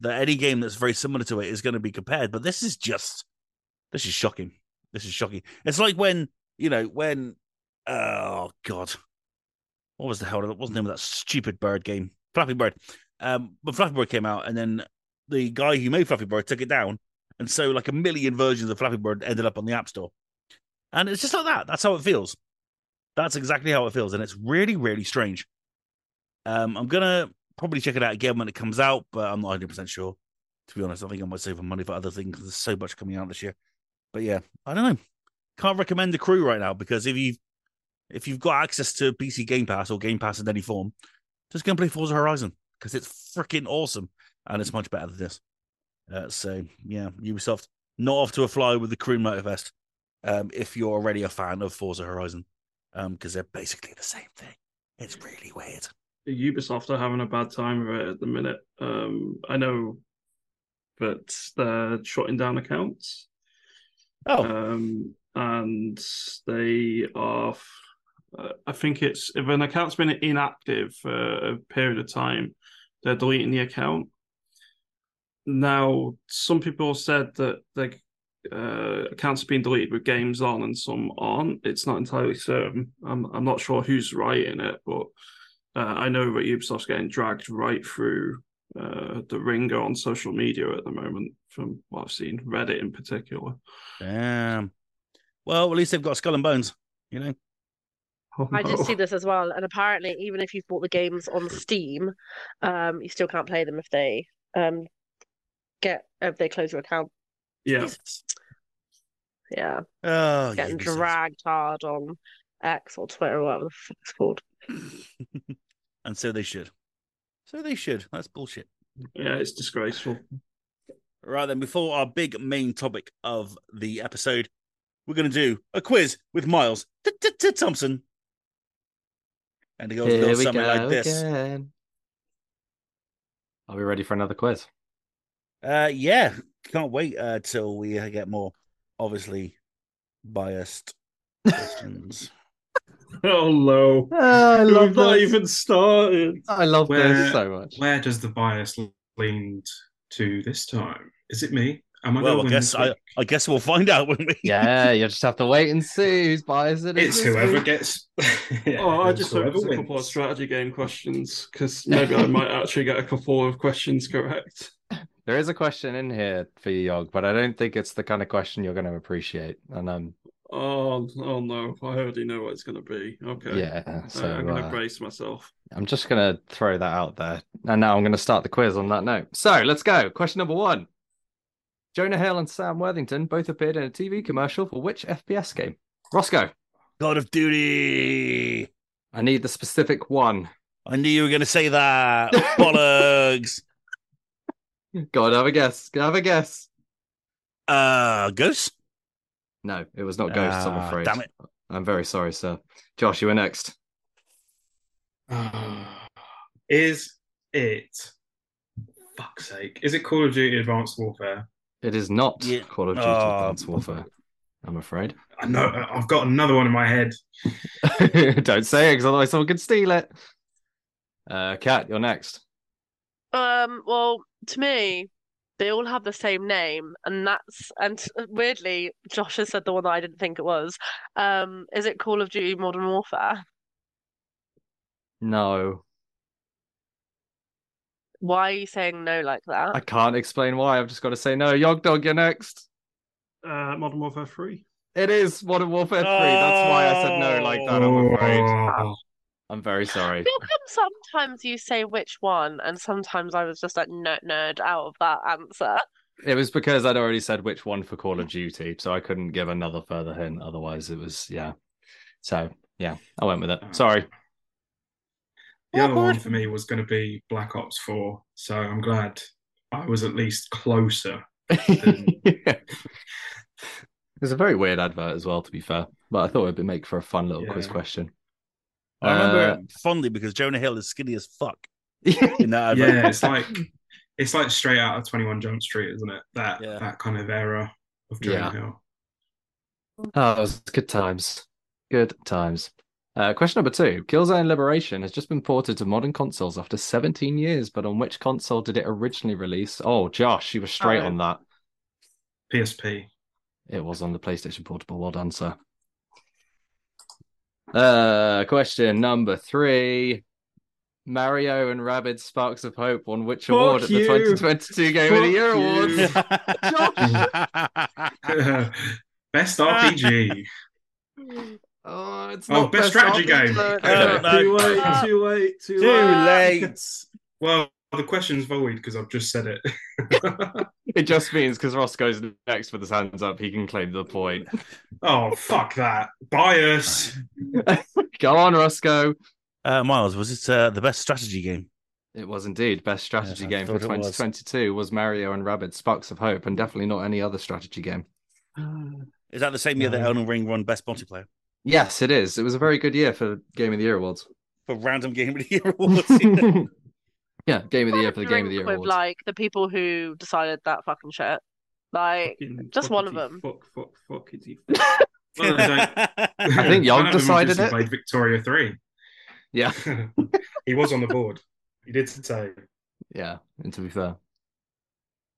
S1: that any game that's very similar to it is going to be compared. But this is just this is shocking. This is shocking. It's like when you know when oh god, what was the hell? What was the name of that stupid bird game? Flappy Bird. Um, but Flappy Bird came out, and then the guy who made Flappy Bird took it down, and so like a million versions of Flappy Bird ended up on the App Store, and it's just like that. That's how it feels. That's exactly how it feels, and it's really really strange. Um, I'm gonna probably check it out again when it comes out, but I'm not 100 percent sure. To be honest, I think I might save my money for other things. 'cause There's so much coming out this year, but yeah, I don't know. Can't recommend the crew right now because if you if you've got access to PC Game Pass or Game Pass in any form, just go and play Forza Horizon because it's freaking awesome and it's much better than this. Uh, so yeah, Ubisoft not off to a fly with the crew Motorfest. Um, if you're already a fan of Forza Horizon, um, because they're basically the same thing. It's really weird.
S3: Ubisoft are having a bad time of it at the minute. Um, I know that they're shutting down accounts.
S1: Oh,
S3: Um, and they are, f- uh, I think it's if an account's been inactive for a period of time, they're deleting the account. Now, some people said that the uh, accounts have been deleted with games on and some aren't. It's not entirely certain. I'm, I'm not sure who's right in it, but uh, I know that Ubisoft's getting dragged right through uh, the ringer on social media at the moment, from what I've seen, Reddit in particular.
S1: damn. Well, at least they've got Skull and Bones. You know,
S3: Oh,
S4: I did
S3: no. *laughs*
S4: see this as well, and apparently, even if you've bought the games on Steam, um, you still can't play them if they um get if they close your account.
S3: Yeah,
S4: Yeah,
S1: oh,
S4: getting
S1: Ubisoft.
S4: dragged hard on X or Twitter or whatever the fuck it's called.
S1: *laughs* and so they should. So they should. That's bullshit.
S3: yeah, it's disgraceful. *laughs*
S1: Right then, before our big main topic of the episode, we're going to do a quiz with Miles Thompson. And it goes a
S5: Here
S1: little
S5: we
S1: something like
S5: go
S1: this.
S5: again. Are we ready for another
S1: *laughs*
S5: quiz?
S1: Uh, yeah, can't wait uh, till we uh, get more obviously
S5: *laughs*
S1: biased questions.
S3: Oh no,
S5: I
S3: we've not even started.
S5: I love
S2: Where-
S5: this so much.
S2: Where does the bias lean to this time? Is it me? Am I
S1: well, I
S2: going to
S1: guess I, I guess we'll find out, won't we?
S5: yeah, you just have to wait and see who's buys it.
S2: It's
S5: this
S2: whoever
S5: week.
S2: gets. *laughs* Yeah,
S3: oh, I
S2: it's
S3: just
S2: whoever
S3: hope there's a couple of
S2: wins.
S3: strategy game questions because maybe I might actually get a couple of questions correct.
S5: There is a question in here for you, Yog, but I don't think it's the kind of question you're going to appreciate. And um,
S3: Oh, oh no! I already know what it's going to be. Okay.
S5: Yeah.
S3: Uh,
S5: So
S3: I'm going to
S5: uh,
S3: brace myself.
S5: I'm just going to throw that out there. And now I'm going to start the quiz on that note. So let's go. Question number one Jonah Hill and Sam Worthington both appeared in a TV commercial for which FPS game? Roscoe,
S1: *laughs* God of Duty.
S5: I need the specific one.
S1: I knew you were going to say that.
S5: *laughs*
S1: Bollocks.
S5: God, have a guess. Have a guess.
S1: Uh, Ghost?
S5: No, it was not Ghosts, I'm
S1: Ah,
S5: afraid.
S1: Damn it.
S5: I'm very sorry, sir. Josh, you were next.
S2: *sighs* is it? Fuck's sake! Is it Call of Duty Advanced Warfare?
S5: It is not
S1: Yeah.
S5: Call of Duty
S1: Oh.
S5: Advanced Warfare, I'm afraid. *laughs*
S2: I know I- I've got another one in my head.
S5: Don't say it, because otherwise someone could steal it. Uh, Kat, you're next.
S4: Um, well, to me, they all have the same name, and that's and weirdly, Josh has said the one that I didn't think it was. Um, is it Call of Duty Modern Warfare?
S5: No,
S4: Why are you saying no like that?
S5: I can't explain why. I've just got to say no. Yog Dog, you're next.
S3: Uh, Modern Warfare Three.
S5: It is Modern Warfare 3. That's why I said no like that, I'm afraid.
S2: Oh,
S5: I'm very sorry.
S4: How come sometimes you say which one, and sometimes I was just like nerd nerd out of that answer?
S5: It was because I'd already said which one for Call of Duty, so I couldn't give another further hint. Otherwise, it was, yeah. So, yeah, I went with it. Sorry.
S2: the other one for me was going to be Black Ops Four, so I'm glad I was at least closer.
S5: *laughs* It's a very weird advert as well, to be fair. But I thought it would make for a fun little quiz
S2: Yeah.
S5: question.
S1: I remember
S5: Uh,
S1: it fondly because Jonah Hill is skinny as fuck
S5: *laughs*
S1: in that advert.
S2: Yeah, it's like it's like straight out of Twenty One Jump Street, isn't it? That
S1: Yeah.
S2: that kind of era of Jonah
S5: Yeah.
S2: Hill.
S5: Oh, it was good times. Good times. Uh, question number two Killzone Liberation has just been ported to modern consoles after 17 years, but on which console did it originally release? Oh, Josh, you were straight
S4: Oh.
S5: on that.
S2: PSP.
S5: It was on the PlayStation Portable. Well done, sir. Uh, question number three Mario and Rabbids Sparks of Hope won which
S2: Fuck
S5: award at the
S2: you.
S5: 2022 Game of the
S2: Fuck you.
S5: Year
S2: *laughs*
S5: Awards?
S2: *laughs* best RPG. *laughs*
S5: Oh, it's
S2: Oh,
S5: not
S2: best strategy
S5: RPG,
S2: game.
S5: though.
S1: Oh, no.
S3: Too late.
S5: Uh,
S4: Ah.
S3: Too late. Too
S1: Too
S3: late.
S1: late.
S2: well, the question's void because I've just said it.
S5: *laughs*
S2: *laughs*
S5: It just means because Roscoe's next with his hands up, he can claim the point.
S2: oh fuck that bias.
S5: Go on, Roscoe.
S1: Uh, Miles, was it uh, the best strategy game?
S5: It was indeed best strategy
S1: Yes, I
S5: game for
S1: thought it was.
S5: 2022 was. Mario and Rabbids Sparks of Hope, and definitely not any other strategy game.
S1: Is that the same year that
S2: No.
S1: Elden Ring won Best Multiplayer
S5: Yes, it is. It was a very good year for Game of the Year
S4: *laughs*
S5: awards.
S1: for Random Game of the *laughs* Year awards?
S5: yeah, Game of the Year for the
S4: Fucking
S5: Game of the Year
S4: drink with
S5: awards.
S4: like the people who decided that fucking shit. Like,
S3: Fucking
S4: Just one of
S3: fuckity
S4: them.
S3: Fuck, fuck,
S5: *laughs*
S3: fuckity fuck.
S2: One of them don't-
S5: I think Young
S2: One of them
S5: decided
S2: obviously
S5: it.
S2: Played Victoria
S5: *laughs*
S2: Three.
S5: Yeah,
S2: he was on the board. He did say.
S5: yeah. And to be fair,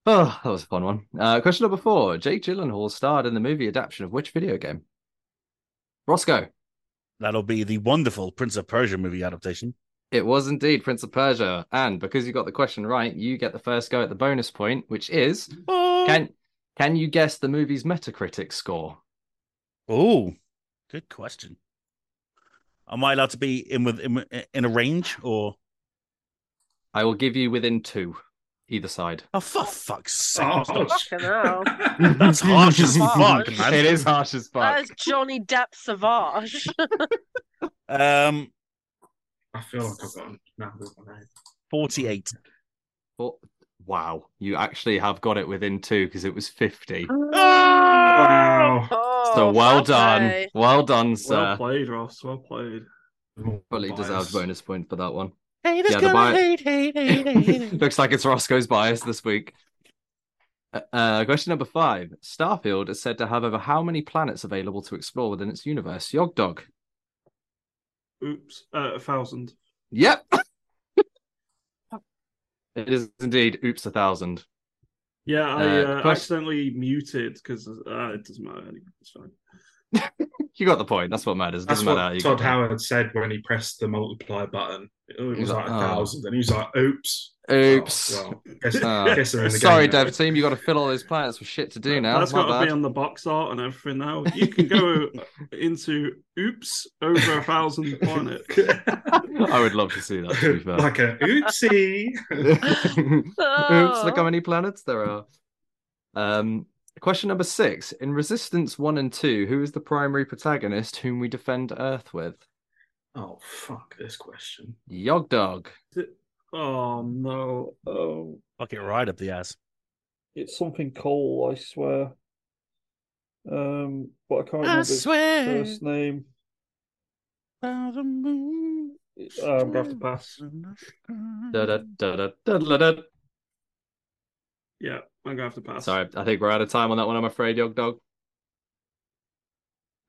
S5: oh, that was a fun one. Uh, question number four: Jake Gyllenhaal starred in the movie adaptation of which video game? Roscoe.
S1: *laughs* That'll be the wonderful Prince of Persia movie adaptation.
S5: It was indeed Prince of Persia. And because you got the question right, you get the first go at the bonus point, which is can can you guess the movie's Metacritic score?
S1: Oh, good question. Am I allowed to be in with in, in a range or?
S5: I will give you within two, either side.
S1: Oh, for fuck's sake!
S2: Oh, *laughs*
S4: fucking hell.
S1: That's harsh *laughs* as fuck, man.
S5: It is harsh as
S4: That
S5: fuck.
S4: is Johnny Depp Savage. *laughs*
S1: Um,
S2: I feel like I've got a number in my head.
S1: forty-eight.
S5: Oh, wow, you actually have got it within two because it was fifty.
S2: Wow.
S5: so
S4: Oh,
S5: well
S4: fair
S5: done,
S4: play.
S5: well done,
S3: well
S5: sir.
S3: played, Ross. Well played.
S5: Fully deserved bonus point for that one. *laughs*
S1: Haters
S5: Yeah, the bi-
S1: hate, hate,
S4: *laughs*
S5: *laughs* Looks like it's Roscoe's bias this week. Uh, Uh, question number five. Starfield is said to have over how many planets available to explore within its universe? Yog Dog.
S3: Oops. Uh, a thousand.
S5: Yep. *laughs* it is indeed Oops a Thousand.
S3: Yeah, I
S5: Uh,
S3: uh,
S5: question-
S3: accidentally muted because uh, it doesn't matter. Anyway, it's fine.
S5: You got the point. That's what matters.
S2: That's
S5: Doesn't
S2: what
S5: matter. how you
S2: Todd
S5: got
S2: Howard said when he pressed the multiply button. It was
S5: He's
S2: like
S5: like,
S2: a
S5: "Oh."
S2: thousand, and he was like, "Oops."
S5: Oops.
S2: Oh, well,
S5: *laughs*
S2: guess,
S5: Ah.
S2: guess they're in the
S5: Sorry,
S2: game now. *laughs*
S5: Dev *laughs* Team, you got to fill all those planets with shit to do now.
S3: That's
S5: My
S3: got to
S5: bad.
S3: be on the box art and everything now. You can
S5: *laughs*
S3: go uh, into oops over a thousand
S5: *laughs*
S3: planets.
S5: I would love to see that.
S2: *laughs*
S5: To be *laughs* fair.
S2: like a oopsie.
S5: *laughs* Oops, look how
S4: Oh.
S5: many planets there are. Um, question number six. In Resistance 1 and 2, who is the primary protagonist whom we defend Earth with?
S2: oh fuck this question.
S5: Yogdog.
S3: Oh no! Oh,
S1: Fuck it right up the ass.
S3: it's something coal. I swear. Um, but I can't remember
S1: I
S3: his
S1: swear
S3: first name.
S1: by the moon.
S3: Uh, I'm gonna have to pass.
S5: Da, da,
S4: Hmm.
S5: da, da, da, da, da.
S3: Yeah, I'm gonna have to pass.
S5: Sorry, I think we're out of time on that one, I'm afraid, Yogdog.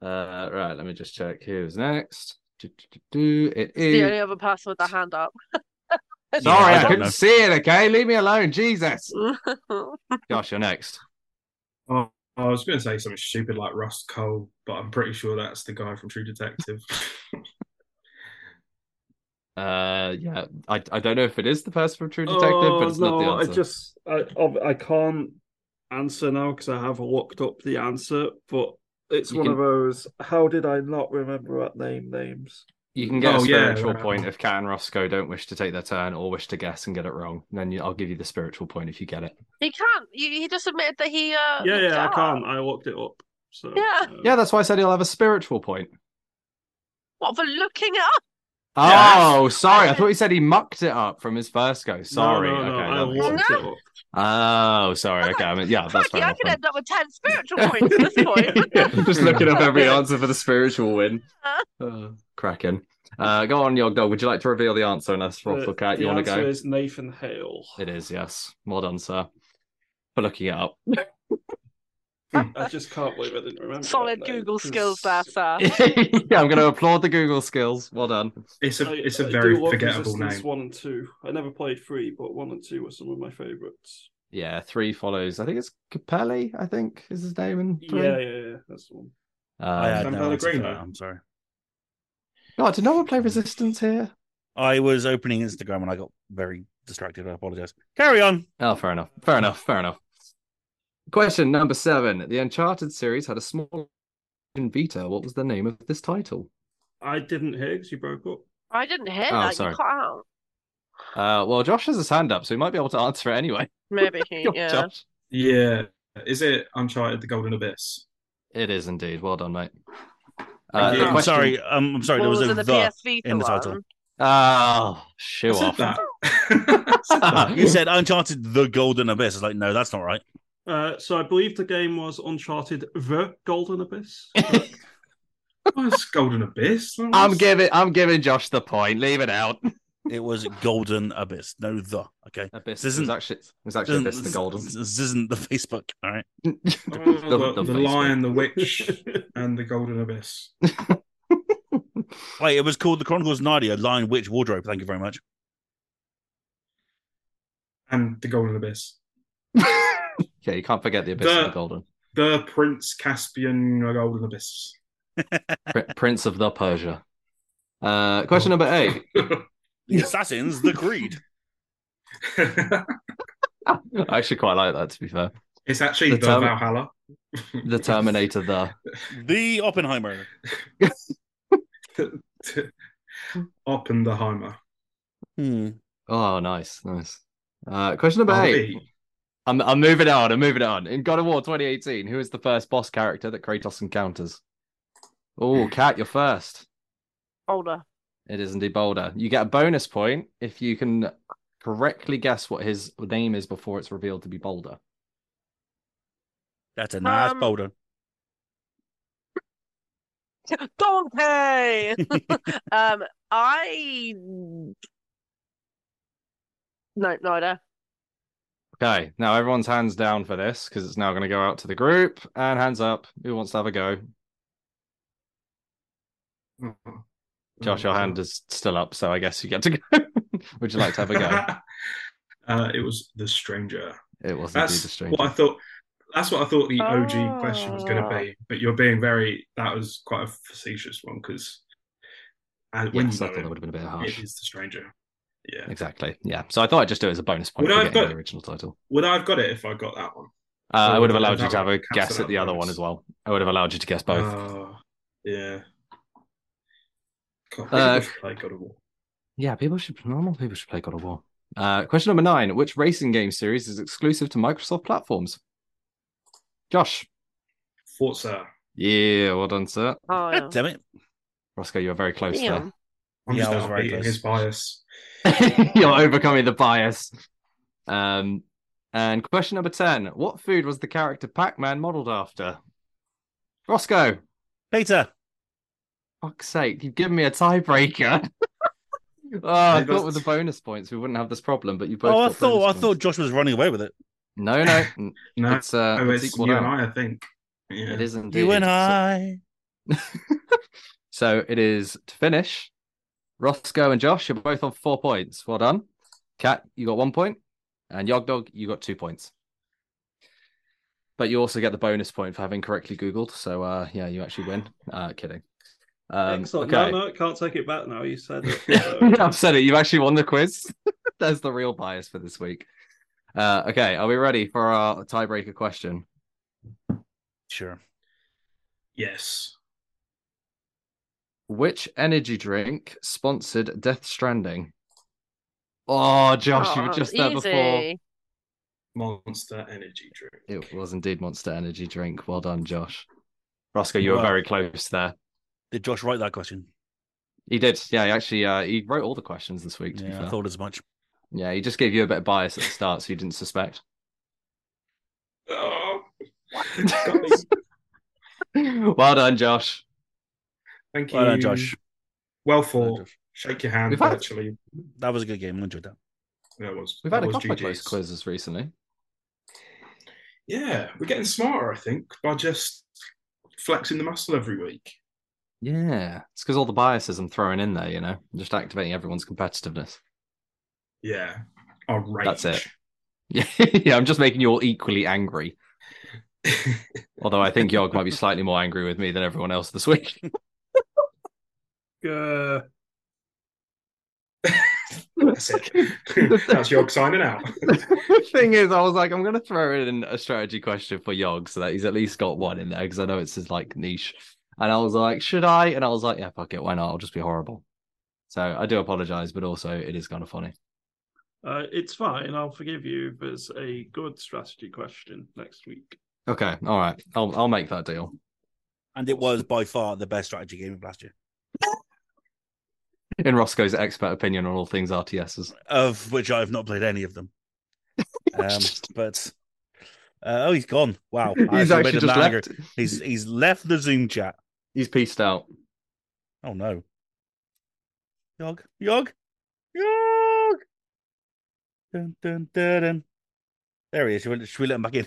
S5: Uh, right, let me just check who's next. Do, do, do, do. It
S4: The
S5: is.
S4: only other person with their hand up.
S5: Eh. *laughs* Sorry,
S1: Yeah, I
S5: I
S1: don't
S5: couldn't
S1: know.
S5: see it, okay? Leave me alone, Jesus.
S4: oh,
S5: Josh, you're next.
S2: Oh, I was going to say something stupid like Rust Cole, but I'm pretty sure that's the guy from True Detective. *laughs*
S5: Uh, yeah, I, I don't know if it is the person from True Detective,
S3: Oh,
S5: but it's
S3: no,
S5: not the answer.
S3: I just I ob- I can't answer now because I have looked up the answer, but it's
S5: You
S3: one
S5: can-
S3: of those. How did I not remember that name? Names.
S5: You can get a
S2: Oh, yeah,
S5: spiritual
S2: right.
S5: point if Cat and Roscoe don't wish to take their turn or wish to guess and get it wrong. Then you, I'll give you the spiritual point if you get it.
S4: *laughs* he can't. You, he just admitted that he. Uh,
S3: Yeah,
S4: looked it
S3: yeah, I
S4: up.
S3: can't. I looked it up. So
S4: Yeah.
S3: uh,
S5: Yeah, that's why I said he'll have a spiritual point.
S4: What for looking it up?
S3: Yeah.
S5: Oh, sorry. I thought he said he mucked it up from his first go. Sorry.
S3: No, no, no,
S5: okay,
S3: I
S5: that makes
S3: looked
S5: sense.
S3: it up.
S5: Oh, sorry. Okay. I mean, yeah, that's
S4: Crikey,
S5: fair.
S4: I
S5: enough
S4: could
S5: then.
S4: end up with ten spiritual
S5: *laughs*
S4: points at this
S3: *laughs*
S4: point.
S5: Just looking up every answer for the spiritual win. *laughs* Uh, cracking. Uh, go on, Yog Dog. Would you like to reveal the answer? And that's Ruffle Cat.
S3: Uh, the
S5: You want to
S3: answer
S5: go?
S3: is Nathan
S4: *laughs*
S3: Hale.
S5: It is, yes. Well done, sir, for looking it up.
S3: I just can't believe I didn't remember.
S4: Solid
S3: that name,
S4: Google
S3: 'cause
S4: skills there, sir.
S5: *laughs* *laughs* yeah, I'm going to applaud the Google skills. Well done.
S2: It's a
S3: I-
S2: it's a
S3: I
S2: very
S3: do love
S2: forgettable
S3: Resistance
S2: name.
S3: One and two. I never played three, but one and two were some of my favorites.
S5: Yeah, three follows. I think it's Capelli. I think is his name in three.
S3: Yeah, yeah, yeah. That's the one.
S1: I
S5: Um,
S1: had
S2: San
S1: no answer for
S2: Pellegrino.
S1: that, I'm sorry.
S5: God, did no one play Resistance here?
S1: I was opening Instagram and I got very distracted. I apologize. Carry on.
S5: Oh, fair enough. Fair enough. Fair enough. Question number seven: The Uncharted series had a small in Vita. What was the name of this title?
S3: I didn't hear because you broke up.
S4: I didn't hear
S5: Oh,
S4: that.
S5: sorry.
S4: You cut out.
S5: Uh, well, Josh has his hand up, so he might be able to answer it anyway. *laughs*
S4: Maybe he.
S5: Go on,
S4: yeah.
S5: Josh.
S2: Yeah, is it Uncharted: The Golden Abyss?
S5: It is indeed. Well done, mate.
S2: Thank you.
S5: Uh, the
S1: I'm
S5: question-
S1: sorry. Um, I'm sorry.
S4: Well,
S1: there was,
S4: was
S1: a
S4: it the
S1: the.
S4: PS Vita
S1: in the title.
S4: one?
S5: Oh,
S2: I
S5: shoo
S2: said
S5: off.
S2: that. *laughs* I
S5: *laughs*
S2: said that.
S1: Ah, You said Uncharted: The Golden Abyss. It's like no, that's not right.
S3: Uh, so I believe the game was Uncharted: The Golden Abyss.
S2: Oh, it's Golden Abyss. Oh,
S5: *laughs* I'm
S2: it's-
S5: giving. I'm giving Josh the point. Leave it out.
S1: It
S4: *laughs*
S1: was Golden Abyss. No, the. Okay.
S5: *laughs* Abyss.
S1: This
S5: It was
S1: isn't-
S5: actually, it was actually Abyss and the
S1: This-
S5: Golden. *laughs*
S1: This isn't the *laughs* Facebook. All right.
S2: Oh,
S5: The-
S2: the,
S5: the
S2: the
S5: face
S2: Lion, the Witch, and the Golden Abyss.
S1: Wait, it was called The Chronicles of Narnia: Lion Witch Wardrobe. Thank you very
S4: *laughs*
S1: much.
S2: And the Golden Abyss.
S5: yeah, you can't forget the Abyss and
S2: The-
S5: the Golden.
S2: The Prince Caspian Golden Abyss. *laughs*
S5: Pri- Prince of the Persia. Uh, question number eight.
S1: The Assassins: The Creed.
S5: I actually quite like that, to be fair.
S2: it's actually
S5: The
S2: the,
S5: Term-
S2: Valhalla. *laughs*
S5: The Terminator, the.
S1: The Oppenheimer.
S2: *laughs* Oppenheimer.
S1: Hmm.
S5: Oh, nice, nice. Uh, question number
S2: I'll
S5: eight.
S2: be-
S5: I'm, I'm moving on. I'm moving on. In God of War 2018, who is the first boss character that Kratos encounters?
S2: *laughs*
S5: Oh, Cat, you're first.
S4: Older.
S5: It is indeed Boulder. You get a bonus point if you can correctly guess what his name is before it's revealed to be Boulder.
S1: That's a nice
S4: Um,
S1: boulder.
S4: *laughs* Donkey.
S1: *laughs*
S4: um, I. No, no idea.
S5: Okay, now everyone's hands down for this because it's now going to go out to the group and hands up. Who wants to have a go?
S2: oh.
S5: Josh, your
S2: *laughs*
S5: hand is still up, so I guess you get to *laughs* go. Would you like to have a go?
S2: *laughs* uh, it was The Stranger.
S5: It was indeed
S2: That's
S5: a stranger.
S2: what I thought. That's what I thought the OG question was going to
S4: Ah.
S2: be. But you're being very. That was quite a facetious one because. And when
S5: yes,
S2: you
S5: I
S2: know
S5: thought that
S2: it,
S5: would have been a bit
S2: it
S5: harsh.
S2: is the stranger. Yeah.
S5: Exactly. Yeah. So I thought I'd just do it as a bonus point
S2: Would
S5: for
S2: I
S5: getting
S2: have got-
S5: the original title.
S2: Would I have got it if I got that one?
S5: Uh, I
S2: would
S5: would have
S2: I
S5: allowed
S2: have
S5: you to
S2: that
S5: have
S2: one?
S5: a
S2: Cancel
S5: guess at
S2: that
S5: the other
S2: bonus.
S5: one as well. I would have allowed you to guess both.
S2: Oh, yeah. God,
S5: Uh,
S2: I should play God of War.
S5: Yeah, people should normal people should play God of War. Uh, question number nine: Which racing game series is exclusive to Microsoft platforms? Josh.
S2: Forza.
S5: Yeah, well done, sir.
S4: Oh, yeah.
S1: God damn it.
S5: Roscoe, you're very close
S4: Damn.
S2: I'm
S1: Yeah,
S2: just
S1: I was
S2: out
S1: very
S2: beating
S1: close.
S2: his bias.
S5: there. *laughs* you're overcoming the bias. Um, and question number ten: What food was the character Pac-Man modeled after? Roscoe,
S1: Peter.
S5: fuck's sake, you've given me a tiebreaker. *laughs* oh, I
S2: Hey,
S5: thought
S2: but-
S5: with the bonus points we wouldn't have this problem, but you both.
S1: Oh, I
S5: got
S1: thought I
S5: bonus
S1: thought
S5: points.
S1: Josh was running away with it.
S5: No, *laughs* no, n-
S2: No,
S5: it's uh,
S2: oh,
S5: it's
S2: it's
S5: equal
S2: you and
S5: now.
S2: I, I think. Yeah.
S5: It is indeed.
S1: You and
S5: So-
S1: I.
S5: So it is to finish. Roscoe and Josh, you're both on four points. Well done. Kat, you got one point. And Yog Dog, you got two points. But you also get the bonus point for having correctly Googled. So uh, yeah, you actually win. Uh, kidding. Um,
S3: Excellent.
S5: okay.
S3: No,
S5: *laughs*
S3: no, can't take it back now. You said it.
S5: I've said it. You actually won the quiz. *laughs* There's the real bias for this week. Uh, okay, are we ready for our tiebreaker question?
S1: Sure.
S2: Yes.
S5: Which energy drink sponsored Death Stranding? Oh, Josh, you were
S4: Oh,
S5: just there before.
S4: easy.
S2: Monster energy drink.
S5: It was indeed Monster Energy drink. Well done, Josh. Roscoe, you were
S1: Well-
S5: very close there.
S1: Did Josh write that question?
S5: He did. Yeah, he actually uh, he wrote all the questions this week. To be
S1: Yeah, I
S5: fair.
S1: thought as much.
S5: yeah, he just gave you a bit of bias at the start, so you didn't suspect. *laughs*
S2: Oh, got me.
S5: well done, Josh.
S2: Thank you.
S1: Well done, Josh.
S2: Well
S1: Well done,
S2: thought.
S1: Josh.
S2: Shake your hand
S5: We've had-
S2: virtually.
S1: That was a good game. I enjoyed that.
S2: That was.
S5: We've
S2: that
S5: had a
S2: was
S5: couple of
S2: GG's.
S5: close quizzes recently.
S2: Yeah, we're getting smarter, I think, by just flexing the muscle every week.
S5: Yeah, it's because all the biases I'm throwing in there, you know, I'm just activating everyone's competitiveness. *laughs*
S2: Yeah. Our rage.
S5: That's it. Yeah, yeah, I'm just making you all equally angry. Although I think Yog might be slightly more angry with me than everyone else this week. *laughs*
S3: Uh,
S2: *laughs* That's
S5: *laughs*
S2: it. That's York signing out.
S5: the thing is, I was like, I'm gonna throw in a strategy question for Yog so that he's at least got one in there because I know it's his like niche. And I was like, should I? And I was like, yeah, fuck it, why not? I'll just be horrible. So I do apologize, but also it is kind of funny.
S3: uh, it's fine. I'll forgive you. There's a good strategy question next week.
S5: Okay, all right, I'll I'll make that deal.
S1: And it was by far the best strategy game of last year,
S5: In Roscoe's expert opinion on all things RTSs.
S1: of which I've not played any
S5: *laughs*
S1: of them. Um, but uh, oh, he's gone. Wow, I
S5: *laughs* he's
S1: made
S5: actually
S1: him
S5: just
S1: angry.
S5: left.
S1: He's he's left the Zoom chat.
S5: He's peaced out.
S1: Oh no. Yog, yog, yog. Dun, dun, dun, dun. There he is. Should we, should we let him back in?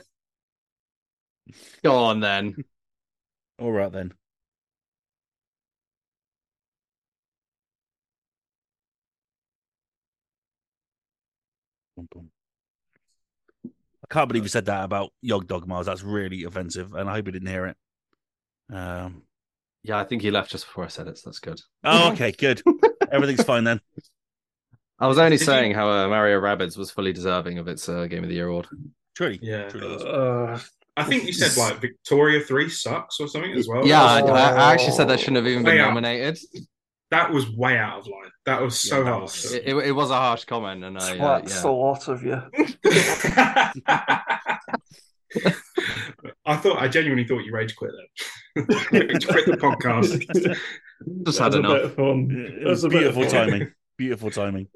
S5: Go on then.
S1: All right then. Boom, boom. I can't believe you said that about Yog Dog Miles. That's really offensive, and I hope you didn't hear it. Um.
S5: Yeah, I think he left just before I said it, so that's good.
S1: Oh, okay, *laughs* good. Everything's fine then.
S5: I was only
S2: Did you-
S5: saying how uh, Mario Rabbids was fully deserving of its uh, Game of the Year award.
S1: Truly,
S2: Yeah.
S1: truly. is.
S3: Uh,
S2: I think you said like Victoria 3 sucks or something as well.
S5: yeah, I,
S2: That was,
S5: I actually said that shouldn't have even been
S2: Yeah.
S5: nominated.
S2: that was way out of line. That was so
S1: Yeah, that
S2: harsh.
S1: was-
S5: It, it, it was a harsh comment, and I, uh,
S3: that's a
S5: yeah.
S3: lot of
S5: *laughs*
S3: you.
S2: *laughs* I thought I genuinely thought you rage quit then. *laughs* quit the podcast.
S5: just
S3: That
S5: had
S3: was a bit
S5: enough.
S3: of fun.
S1: It
S3: That
S1: was
S3: a bit of
S1: beautiful
S3: *laughs* fun.
S1: timing. Beautiful timing.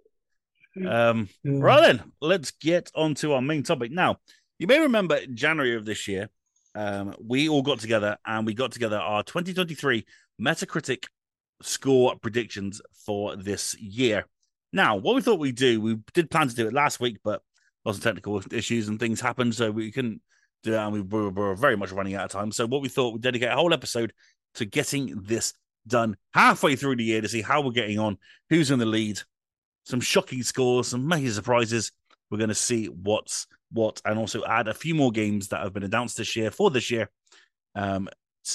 S1: Um.
S3: Yeah.
S1: Right then, let's get on to our main topic. Now, you may remember in January of this year, um, we all got together and we got together our 2023 Metacritic score predictions for this year. Now, what we thought we'd do, we did plan to do it last week, but lots of technical issues and things happened, so we couldn't do it, and we were, we were very much running out of time. So, what we thought we'd dedicate a whole episode to getting this done halfway through the year to see how we're getting on, who's in the lead, some shocking scores, some major surprises. We're going to see what's what, and also add a few more games that have been announced this year for this year um,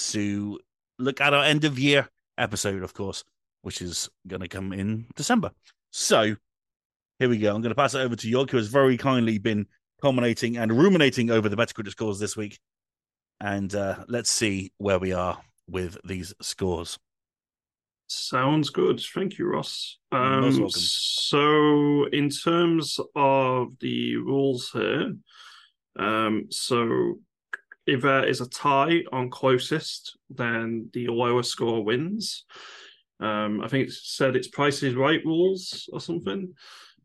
S1: to look at our end of year episode, of course, which is going to come in December. So Here we go. I'm going to pass it over to York, who has very kindly been culminating and ruminating over the Betacrit scores this week. And uh, let's see where we are with these scores.
S3: Sounds good. Thank you, Ross.
S1: You're most
S3: Um,
S1: welcome.
S3: so, in terms of the rules here, um, so if there is a tie on closest, then the lower score wins. Um, I think it said it's Price is Right rules or something.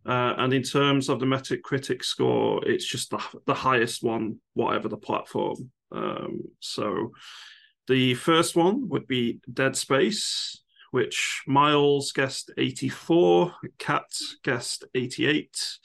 S3: Uh, and in terms of the Metacritic score, it's just the, the highest one, whatever the platform. Um, so the first one would be Dead Space, which Miles guessed 84, Kat guessed 88,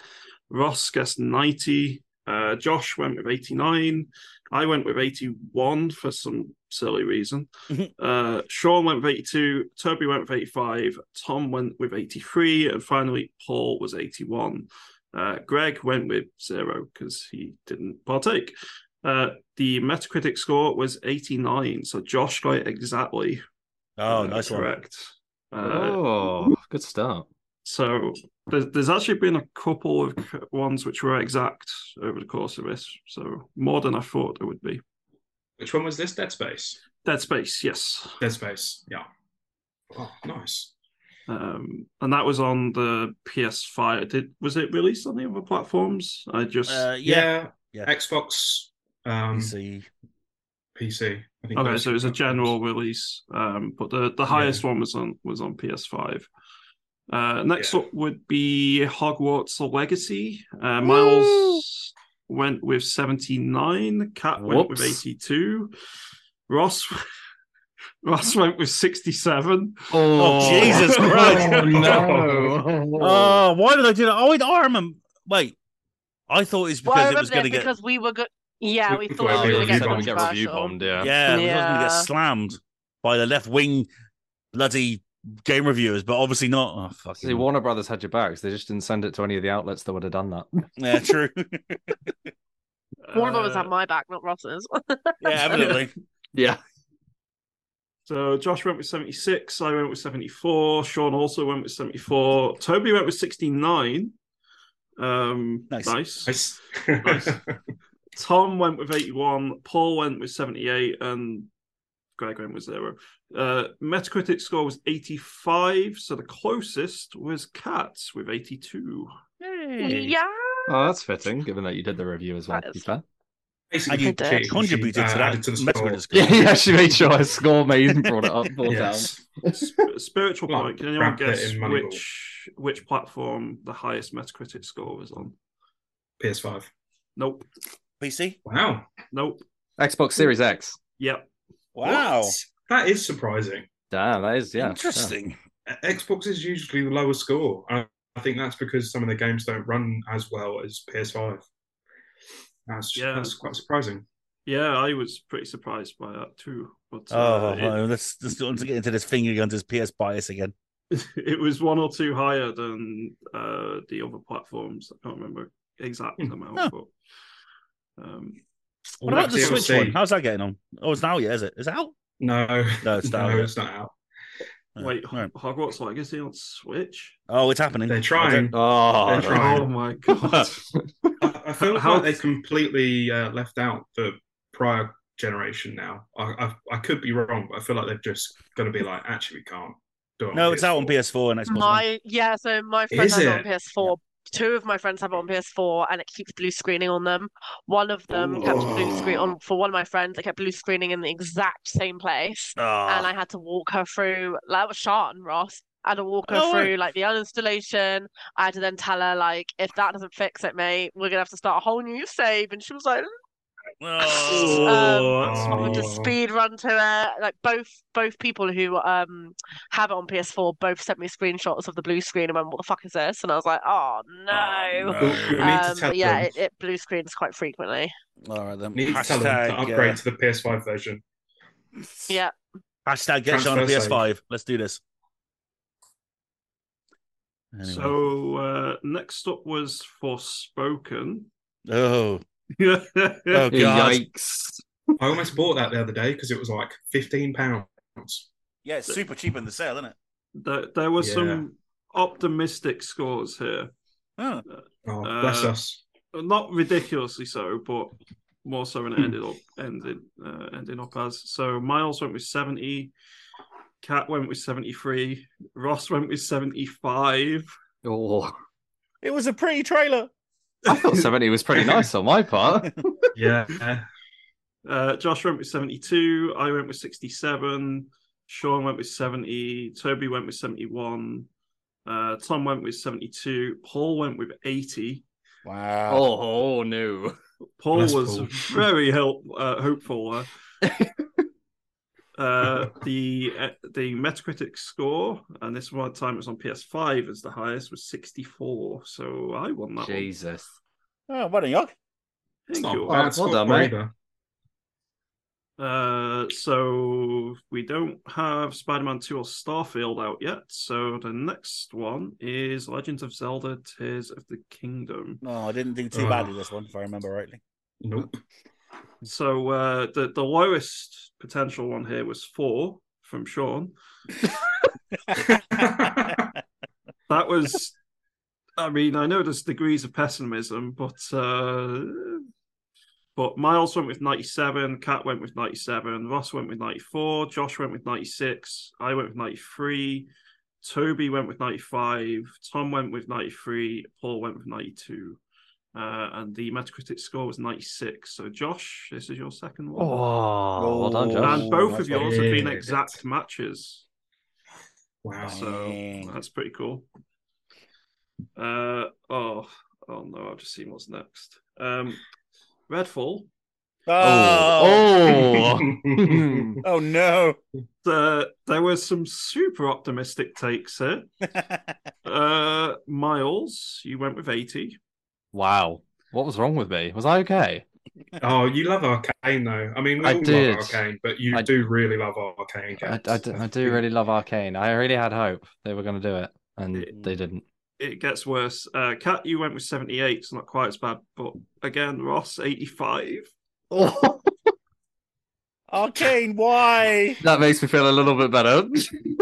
S3: Ross guessed 90, uh, Josh went with 89, I went with 81 for some silly reason.
S1: Mhm.
S3: uh, Sean went with 82, Toby went with 85, Tom went with 83, and finally Paul was 81. Uh, Greg went with zero because he didn't partake. Uh, the Metacritic score was 89, so Josh got it exactly.
S1: Oh,
S3: uh,
S1: nice one.
S3: correct. Uh,
S5: oh, good start.
S3: So there's, there's actually been a couple of c- ones which were exact over the course of this, so more than I thought there would be.
S2: Which one was this? Dead Space.
S3: Dead Space, yes,
S2: Dead Space. Yeah. Oh, nice.
S3: um, and that was on the PS5. Did was it released on the other platforms? I just
S1: Uh, yeah.
S2: Yeah.
S1: Yeah.
S2: Xbox. Um, PC.
S1: PC.
S2: I think
S3: okay,
S2: those
S3: so it was a
S2: platforms.
S3: general release, um, but the the highest one was on was on PS5. Uh, next
S2: Yeah.
S3: up would be Hogwarts Legacy. Uh, Miles went with 79. Cat went with
S5: Whoops.
S3: 82. Ross *laughs* Ross went with 67.
S1: Oh,
S5: *laughs*
S1: Jesus Christ.
S5: Oh, no.
S1: Oh, why did I do that? Oh, wait, I remember. Wait, I thought it's
S4: Well, I
S1: because it
S4: remember
S1: was going to
S4: that
S1: get.
S4: because we were good. Yeah, we
S2: Because
S4: thought
S2: we
S4: we were
S2: were
S4: going to get
S2: gonna
S5: oh, get review
S4: controversial.
S5: bombed.
S1: Yeah,
S5: Yeah.
S1: yeah. going to get
S4: Yeah.
S1: slammed by the left wing bloody game reviewers, but obviously not. Oh,
S5: See,
S1: fucking.
S5: Warner Brothers had your backs. They just didn't send it to any of the outlets that would have done that.
S1: Yeah, true.
S4: One of us
S3: Uh,
S4: had my back, not Ross's. *laughs*
S1: yeah,
S5: *laughs*
S1: evidently.
S5: Yeah.
S3: So Josh went with 76, I went with 74, Sean also went with 74, Toby went with 69. Um
S1: Nice.
S3: nice.
S2: Nice.
S3: Nice. Tom went with 81, Paul went with 78, and Greg went with zero. Uh Metacritic score was 85, so the closest was Cats with 82.
S4: yeah.
S5: *laughs* Oh, that's fitting, given that you did the review as well.
S4: That
S5: to be
S4: is-
S5: fair.
S2: *laughs* Basically,
S1: And you
S4: did.
S2: she-
S1: contributed
S2: she, uh,
S1: to that
S2: added to the
S1: Metacritic
S2: score.
S1: score.
S5: *laughs* *laughs* Yeah, he actually made sure I score made and brought it up, *laughs* brought
S2: Yes.
S3: Sp- Spiritual
S2: Like
S3: point. Can anyone
S2: Brad Pitt
S3: guess
S2: in Moneyball.
S3: which which platform the highest Metacritic score was on?
S2: PS5.
S3: Nope.
S1: PC?
S2: Wow.
S3: Nope.
S5: down. Xbox Series X.
S3: Yep.
S1: Wow.
S2: What? That is surprising.
S5: Damn, that is yeah.
S1: Interesting.
S2: Xbox is usually the lower score. I I think that's because some of the games don't run as well as PS5. That's,
S3: Yeah.
S2: that's quite surprising.
S3: Yeah, I was pretty surprised by that too. But
S1: Oh,
S3: uh,
S1: well, let's, let's not get into this finger guns, this PS bias again.
S3: it, *laughs* it was one or two higher than uh, the other platforms. I can't remember exact
S2: Hmm.
S3: amount,
S1: Huh.
S3: but um,
S1: What about the
S2: That's
S1: Switch
S2: DLC.
S1: one? How's that getting on? Oh, it's now, yeah, is it? Is it out?
S2: No,
S1: No, it's down.
S2: *laughs* no, it's not out.
S1: Oh,
S3: wait,
S1: all right.
S3: Hogwarts Legacy on Switch?
S1: Oh, it's happening.
S2: They're trying.
S5: Oh,
S2: They're trying.
S3: Oh
S1: *laughs*
S3: my god!
S2: I, I feel
S3: How-
S2: like they completely uh, left out the prior generation now. I, I I could be wrong, but I feel like they've just got to be like, actually, we can't do it.
S1: No, it's out on PS4
S2: PS4.
S1: and Xbox. One.
S4: My yeah, so my friend
S2: Is
S4: has it on
S2: it?
S4: PS4. Two of my friends have it on PS4 and it keeps blue screening on them. One of them kept blue screen on for one of my friends, it kept blue screening in the exact same place.
S1: Ah.
S4: And I had to walk her through that was Sean Ross. I had to walk her
S1: Oh, right.
S4: through like the uninstallation. I had to then tell her like if that doesn't fix it, mate, we're gonna have to start a whole new save. And she was like,
S1: Oh.
S2: that's
S4: I'm going to
S2: Oh.
S4: speed run to it. Like both both people who um have it on PS4 both sent me screenshots of the blue screen and went, "What the fuck is this?" And I was like, "Oh
S1: Oh,
S4: no."
S1: no.
S2: You'll, you'll need
S4: Um,
S2: to tell
S4: but yeah,
S2: them.
S4: it, it blue screens quite frequently.
S1: *laughs* All right, then.
S2: need to tell them to
S1: Hashtag,
S2: upgrade
S1: uh,
S2: to the PS5 version.
S4: Yeah,
S1: Hashtag get Sean on
S2: Transfer
S1: PS5. Let's do this. Anyway.
S3: So uh, next up was Forspoken. *laughs*
S1: oh, oh
S3: Spoken.
S1: god,
S5: Yikes.
S2: I almost bought that the other day because it was like fifteen pounds.
S1: yeah, it's super cheap in the sale, isn't it?
S3: There, there were
S2: Yeah.
S3: some optimistic scores here.
S1: Oh,
S2: Oh, bless
S3: Uh,
S2: us.
S3: not ridiculously so, but more so than
S5: Hmm.
S3: it ended up ended uh, ending up as. So Miles went with seventy, Cat went with seventy three, Ross went with seventy five.
S5: Oh,
S1: it was a pretty trailer.
S5: I thought 70 was pretty nice on my
S1: *laughs*
S5: part.
S2: Yeah.
S3: *laughs* Uh, Josh went with seventy two. I went with sixty seven. Sean went with seventy. Toby went with seventy one. Uh, Tom went with seventy two. Paul went with eighty.
S1: Wow.
S5: *laughs* Oh, no.
S3: Paul
S2: Bless
S3: was
S2: Paul.
S3: *laughs* very help, uh, hopeful.
S2: *laughs*
S3: uh. uh, the uh, the Metacritic score, and this one time it was on PS5, is the highest was 64. So I won that
S5: Jesus.
S1: Oh, what a yuck.
S3: one.
S2: It's
S3: Thank
S2: not
S3: you.
S2: a bad
S5: Well
S2: score
S5: done, mate.
S2: either.
S3: Uh, so we don't have Spider-Man 2 or Starfield out yet. So the next one is Legend of Zelda: Tears of the Kingdom.
S1: No, I didn't do too
S2: Oh.
S1: badly this one, if I remember rightly.
S3: *laughs*
S2: Nope. *laughs*
S3: So uh, the the lowest potential one here was four from Sean. That was, I mean, I know there's degrees of pessimism, but uh, but Miles went with 97, Kat went with 97, Ross went with 94, Josh went with 96, I went with 93, Toby went with 95, Tom went with 93, Paul went with 92. Uh, and the Metacritic score was 96. So, Josh, this is your second one.
S5: Oh, well done, Josh.
S3: and both of
S1: that's
S3: yours have been
S2: good.
S3: exact matches.
S2: wow.
S5: *laughs*
S3: So
S1: Dang.
S3: that's pretty cool. Uh oh, oh no, I've just seen what's next. Um Redfall.
S1: Oh,
S5: Oh. *laughs* Hmm.
S1: oh *laughs* no.
S3: Uh, there were some super optimistic takes here. Uh Miles, you went with 80.
S5: Wow. What was wrong with me? Was I okay?
S2: *laughs* oh, you love Arcane though. I mean, we
S5: I
S2: all
S5: did.
S2: love Arcane, but you
S5: I-
S2: do really love Arcane.
S5: I,
S2: Games.
S5: I d- I do really love Arcane. I really had hope they were going to do it, and
S3: It-
S5: they didn't.
S3: It gets worse. Uh Kat, you went with 78, it's not quite as bad, but again, Ross 85.
S5: Oh,
S1: Arcane, why?
S5: *laughs* that makes me feel a little bit better.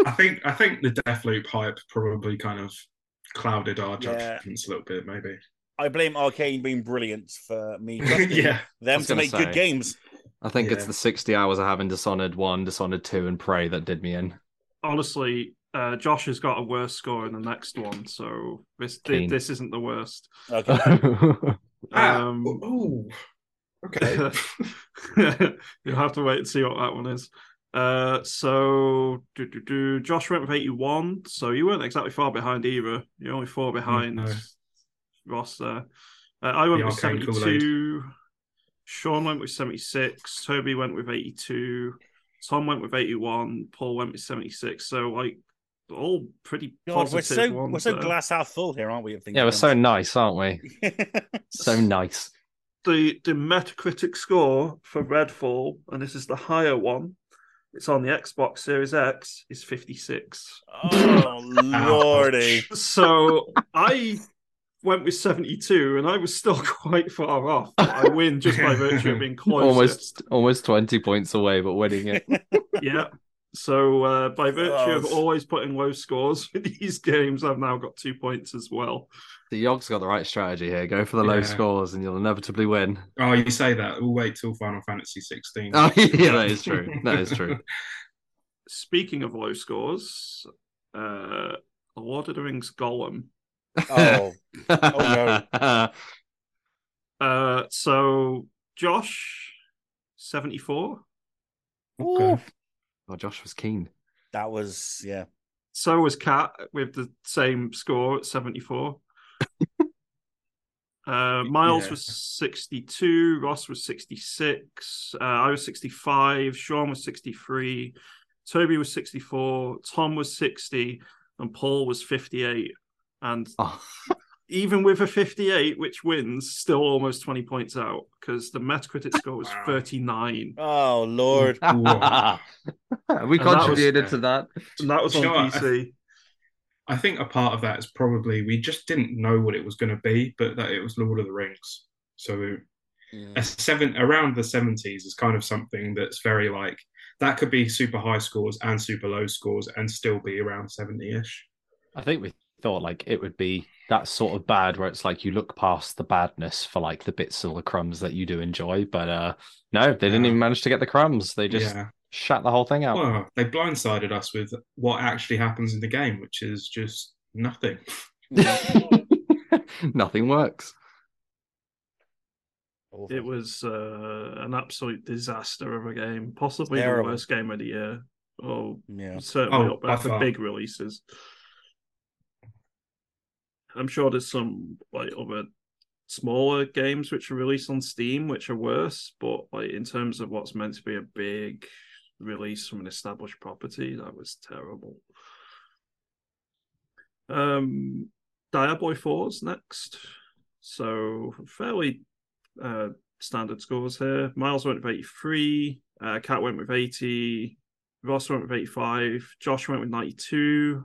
S2: I think I think the Deathloop hype probably kind of clouded our
S1: Yeah.
S2: judgments a little bit, maybe.
S1: I blame Arcane being brilliant for
S2: *laughs*
S1: me. trusting
S2: yeah.
S5: I
S1: Them
S5: was
S1: to
S5: gonna
S1: make
S5: say.
S1: good games.
S5: I think it's
S2: Yeah.
S5: the 60 hours I have in Dishonored 1, Dishonored 2, and Prey that did me in. *laughs*
S3: Honestly, uh, Josh has got a worse score in the next one, so this
S5: Keen.
S3: this isn't the worst.
S2: *laughs*
S1: Okay.
S5: oh,
S2: Ah,
S3: Um,
S2: oh. Okay.
S3: *laughs* You'll have to wait and see what that one is. Uh, so do, do, do. Josh went with 81, so you weren't exactly far behind either. You're only four behind
S2: no.
S3: Ross there. Uh, I went
S2: The
S3: with
S2: arcane
S3: 72.
S2: Kool-Aid.
S3: Sean went with 76. Toby went with 82. Tom went with 81. Paul went with 76. So, like, all pretty
S1: God, we're
S3: positive
S1: so
S3: ones
S1: we're so
S3: there.
S1: glass half full here, aren't we? of things
S5: yeah, we're
S1: like
S5: so nice, aren't we?
S1: *laughs* that?
S5: So nice.
S3: the the Metacritic score for Redfall, and this is the higher one. It's on the Xbox Series X. Is fifty six.
S1: oh lordy.
S3: So I went with seventy two, and I was still *laughs* quite far off. But I win just by virtue of being close.
S5: Almost almost 20 points away, but winning it.
S3: yeah. So uh, by virtue of
S1: Oh.
S3: always putting low scores *laughs* for these games, I've now got two points as well.
S5: *laughs* The Yogg's got the right strategy here. Go for the low
S2: Yeah.
S5: scores, and you'll inevitably win.
S2: Oh, you say that. We'll wait till Final Fantasy 16.
S5: Oh, *laughs* yeah, that is true. That is true.
S3: Speaking of low scores, uh, The Lord of the Rings Gollum
S1: Oh
S5: *laughs*
S1: no.
S3: Uh, so Josh, seventy-four.
S1: Ooh.
S5: Oh, Josh was keen.
S1: that was yeah.
S3: So was Kat with the same score
S2: *laughs*
S3: at seventy-four. uh, Miles
S2: Yeah.
S3: was sixty-two. Ross was sixty-six. Uh, I was sixty-five. Sean was sixty-three. Toby was sixty-four. Tom was sixty, and Paul was fifty-eight. And
S5: Oh, *laughs*
S3: even with a 58, which wins, still almost 20 points out because the Metacritic score was
S2: Wow.
S3: 39.
S1: Oh
S5: *laughs*
S1: lord.
S2: Whoa.
S5: we
S3: And that was-
S5: contributed to that.
S3: And that was on
S2: Sure, I-
S3: PC.
S2: I think a part of that is probably we just didn't know what it was going to be, but that it was Lord of the Rings. So a
S1: Mm.
S2: seven around the 70s is kind of something that's very like that could be super high scores and super low scores and still be around 70 ish.
S5: I think we thought like it would be that sort of bad where it's like you look past the badness for like the bits or the crumbs that you do enjoy. But uh no, they didn't
S2: Yeah.
S5: even manage to get the crumbs. They just
S2: yeah.
S5: shat the whole thing out.
S2: Well, they blindsided us with what actually happens in the game, which is just nothing.
S1: Mm.
S5: *laughs* Nothing works.
S1: *laughs* Awful.
S3: It was uh, an absolute disaster of a game, possibly
S1: Terrible.
S3: the worst game of the year. Oh,
S1: yeah.
S3: certainly
S2: Oh,
S3: up
S2: by
S3: there for
S2: far.
S3: big releases. I'm sure there's some like other smaller games which are released on Steam which are worse, but like in terms of what's meant to be a big release from an established property, that was terrible. Um, Diablo 4's next, so fairly uh standard scores here. Miles went with 83, uh, Kat went with 80, Ross went with 85, Josh went with 92,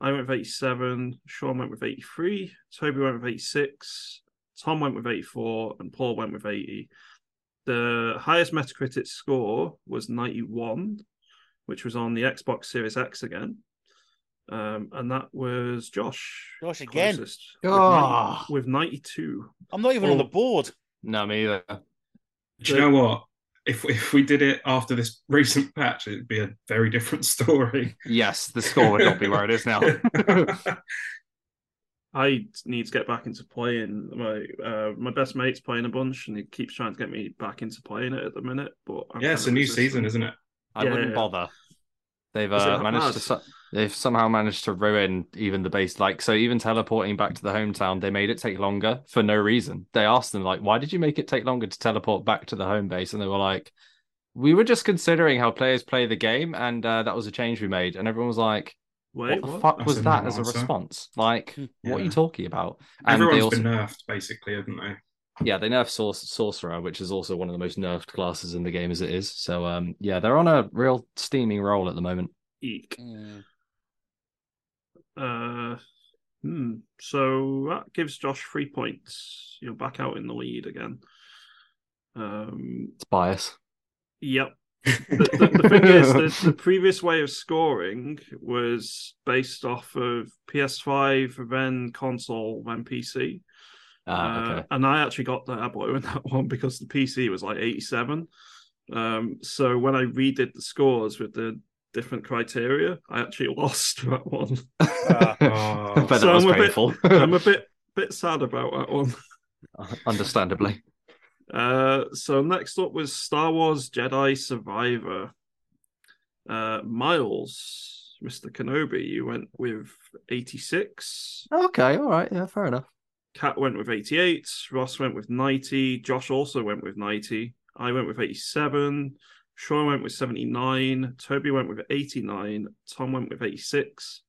S3: I went with 87, Sean went with 83, Toby went with 86, Tom went with 84, and Paul went with 80. The highest Metacritic score was 91, which was on the Xbox Series X again. Um, and that was Josh.
S1: Josh again.
S3: closest,
S5: Ah.
S3: with, 90 with 92.
S1: I'm not even on the
S3: Oh.
S1: board.
S5: No, me either.
S2: Do you know what? If if we did it after this recent patch, it'd be a very different *laughs* story.
S5: Yes, the score would not be where it is
S3: *laughs*
S5: now.
S3: I need to get back into playing. My uh, my best mate's playing a bunch, and he keeps trying to get me back into playing it at the minute. But I'm
S2: yeah, it's a
S3: kind of
S2: new
S3: resistant.
S2: season, isn't it?
S5: I
S3: Yeah,
S5: wouldn't
S3: yeah.
S5: bother. They've
S3: Is it
S5: uh,
S3: not
S5: managed
S3: bad?
S5: to su- they've somehow managed to ruin even the base. Like so, even teleporting back to the hometown, they made it take longer for no reason. They asked them like, "Why did you make it take longer to teleport back to the home base?" And they were like, "We were just considering how players play the game, and uh, that was a change we made." And everyone was like,
S3: Wait,
S5: "What the
S3: what?
S5: fuck
S2: That's
S5: was
S2: a
S5: that?"
S2: new
S5: As a
S2: answer.
S5: response, like, what are
S2: Yeah.
S5: you talking about? And
S2: Everyone's
S5: they also
S2: been nerfed, basically, haven't they?
S5: yeah, they nerfed Sor- Sorcerer, which is also one of the most nerfed classes in the game as it is. So um, yeah, they're on a real steaming roll at the moment.
S3: Eek. Uh, hmm. So that gives Josh three points. You're back out in the lead again. Um.
S5: It's bias.
S3: Yep. the, the, the thing is, the, the previous way of scoring was based off of PS5, then console, then PC.
S5: Ah,
S3: Uh,
S5: okay.
S3: and I actually got Diablo in *laughs* that one because the PC was like 87. Um, so when I redid the scores with the different criteria, I actually *laughs* lost that
S5: *laughs*
S3: one.
S2: Oh,
S5: but
S3: uh, so
S5: that was
S3: I'm a bit-
S5: painful.
S3: *laughs* I'm a bit bit sad about that one.
S5: *laughs* Understandably.
S3: Uh, so next up was Star Wars Jedi Survivor. Uh, Miles, Mr. Kenobi, you went with 86.
S5: Okay, all right. Yeah, fair enough.
S3: Kat went with 88. Ross went with 90. Josh also went with 90. I went with 87. Sean went with 79. Toby went with 89. Tom went with 86.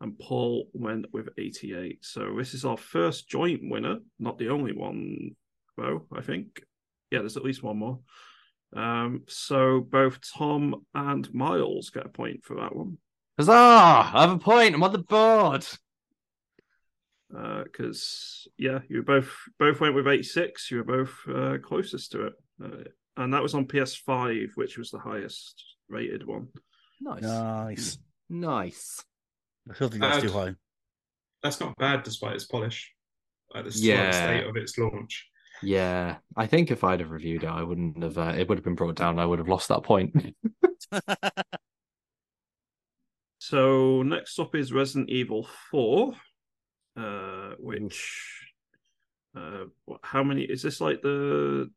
S3: And Paul went with 88. So this is our first joint winner, not the only one, though, I think. Yeah, there's at least one more. Um, so both Tom and Miles get a point for that one.
S5: Huzzah! I have a point. I'm on the board.
S3: because Uh, yeah, you were both both went with 86. You were both uh, closest to it, uh, and that was on PS5, which was the highest rated one.
S5: Nice.
S1: Nice.
S5: Nice.
S1: I still think that's
S2: Uh,
S1: too *laughs* high.
S2: *laughs* that's not bad, despite its polish, at the
S5: Yeah.
S2: slight state of its launch.
S5: Yeah, I think if I'd have reviewed it, I wouldn't have. Uh, it would have been brought down. I would have lost that point. *laughs*
S3: So next up is Resident Evil 4, uh, which uh, what- how many is this like the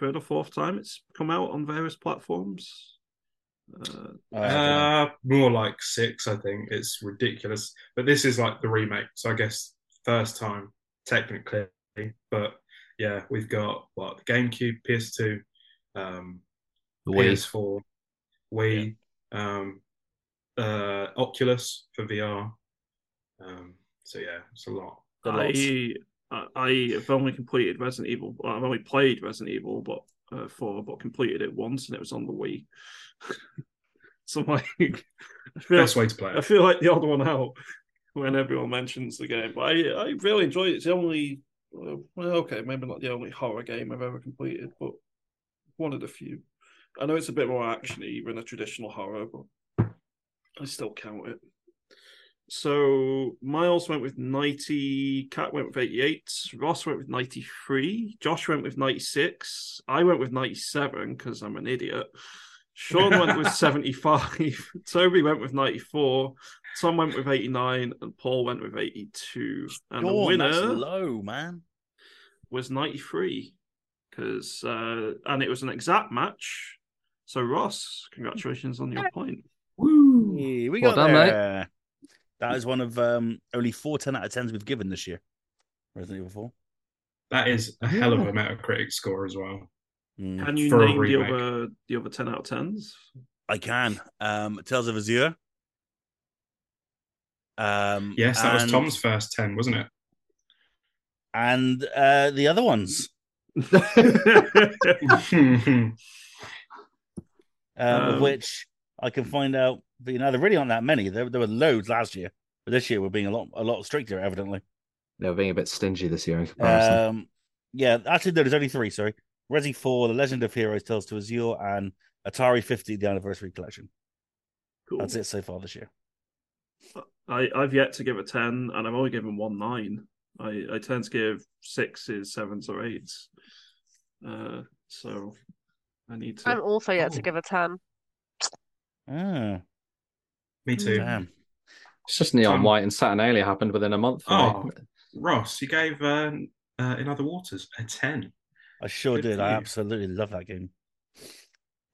S3: third or fourth time it's come out on various platforms? Uh,
S1: Uh,
S2: Uh, more like six, I think. It's ridiculous. But this is like the remake, so I guess first time technically. But yeah, we've got what the GameCube, PS2, um,
S5: The way
S2: PS4, Wii, um, uh, Oculus for VR. Um, so yeah, it's a lot.
S1: the lots.
S3: I, I I have only completed Resident Evil. Well, I've only played Resident Evil, but uh, four, but completed it once, and it was on the Wii. *laughs* so like, *laughs* I feel,
S2: Best way to play
S3: I
S2: it.
S3: feel like the odd one out when everyone mentions the game. But I I really enjoyed it. It's the only uh, well, okay, maybe not the only horror game I've ever completed, but one of the few. I know it's a bit more actiony than a traditional horror, but I still count it. So Miles went with 90, Cat went with 88, Ross went with 93, Josh went with 96, I went with 97 because I'm an idiot. Sean went with 75, *laughs* Toby went with 94, Tom went with 89, and Paul went with 82. And the
S1: Dawn, that's
S3: winner
S1: low, man.
S3: was 93 because uh, and it was an exact match. So Ross, congratulations on your point.
S2: Woo!
S1: Yeah, we got
S5: Well done, mate.
S1: there. That is one of um, only four 10 out of 10s we've given this year. Resident Evil 4.
S2: That is a hell of a Metacritic score as well.
S1: Mm.
S3: Can you
S2: For a
S3: name the
S2: remake.
S3: other the other ten out of tens?
S1: I can. Um, Tales of Azure. Um,
S2: Yes, that
S1: and-
S2: was Tom's first ten, wasn't it?
S1: And uh, the other ones. um, of
S2: Oh.
S3: Um,
S1: which I can find out. But you know, there really aren't that many. There, there were loads last year, but this year we're being a lot, a lot stricter, evidently.
S5: They were being a bit stingy this year in
S2: Oh,
S5: comparison.
S1: Um, yeah, actually, no, there's only three. Sorry, Resi Four, The Legend of Heroes, Tales to Azure, and Atari 50, the Anniversary Collection.
S3: cool.
S1: That's it so far this year.
S3: I, I've yet to give a ten, and I've only given one nine. I, I tend to give sixes, sevens, or eights. Uh, so I need to.
S4: I'm also yet to
S2: Oh.
S4: give a ten.
S1: Ah,
S2: *laughs* Me too.
S1: damn.
S5: it's just neon
S2: Tom-
S5: white and Saturnalia happened within a month. for me.
S2: Ross, you gave uh, uh, In Other Waters a ten.
S1: I sure
S2: Good
S1: did.
S2: for
S1: I
S2: you.
S1: absolutely love that game.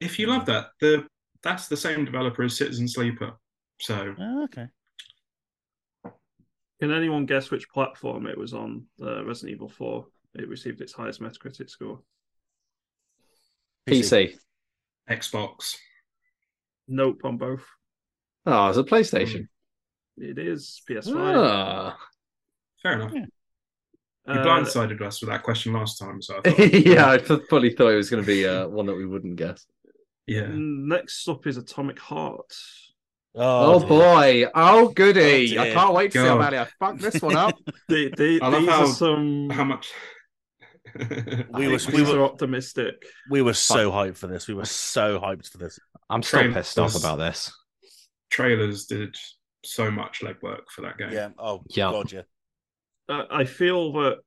S2: If you love that, the that's the same developer as Citizen Sleeper. So
S1: Ah, okay.
S3: Can anyone guess which platform it was on? Uh, Resident Evil Four. It received its highest Metacritic score.
S5: PC.
S2: Xbox.
S3: Nope on both.
S5: Oh, it's a PlayStation.
S3: It is PS5.
S5: Ah. *laughs*
S2: Fair enough. You
S3: Uh,
S2: blindsided us with that question last time, so I thought,
S5: *laughs*
S2: *laughs*
S5: yeah, I fully thought it was going to be uh, one that we wouldn't guess.
S2: yeah.
S3: Next up is Atomic Heart.
S5: Oh,
S1: dear.
S5: boy! Oh goody!
S1: Oh,
S5: I
S1: dear.
S5: can't wait to see
S2: Go.
S5: about it. I fucked this one up.
S3: They, they, these
S2: I love how-
S3: are some.
S2: How much?
S1: We were,
S3: these
S1: we were
S3: are optimistic.
S1: we were so hyped for this. We were so hyped for this.
S5: I'm still
S2: Train
S5: pissed off
S2: was-
S5: about this.
S2: Trailers did so much legwork for that game.
S1: Yeah. Oh,
S5: Yeah.
S1: God, yeah.
S3: I I feel that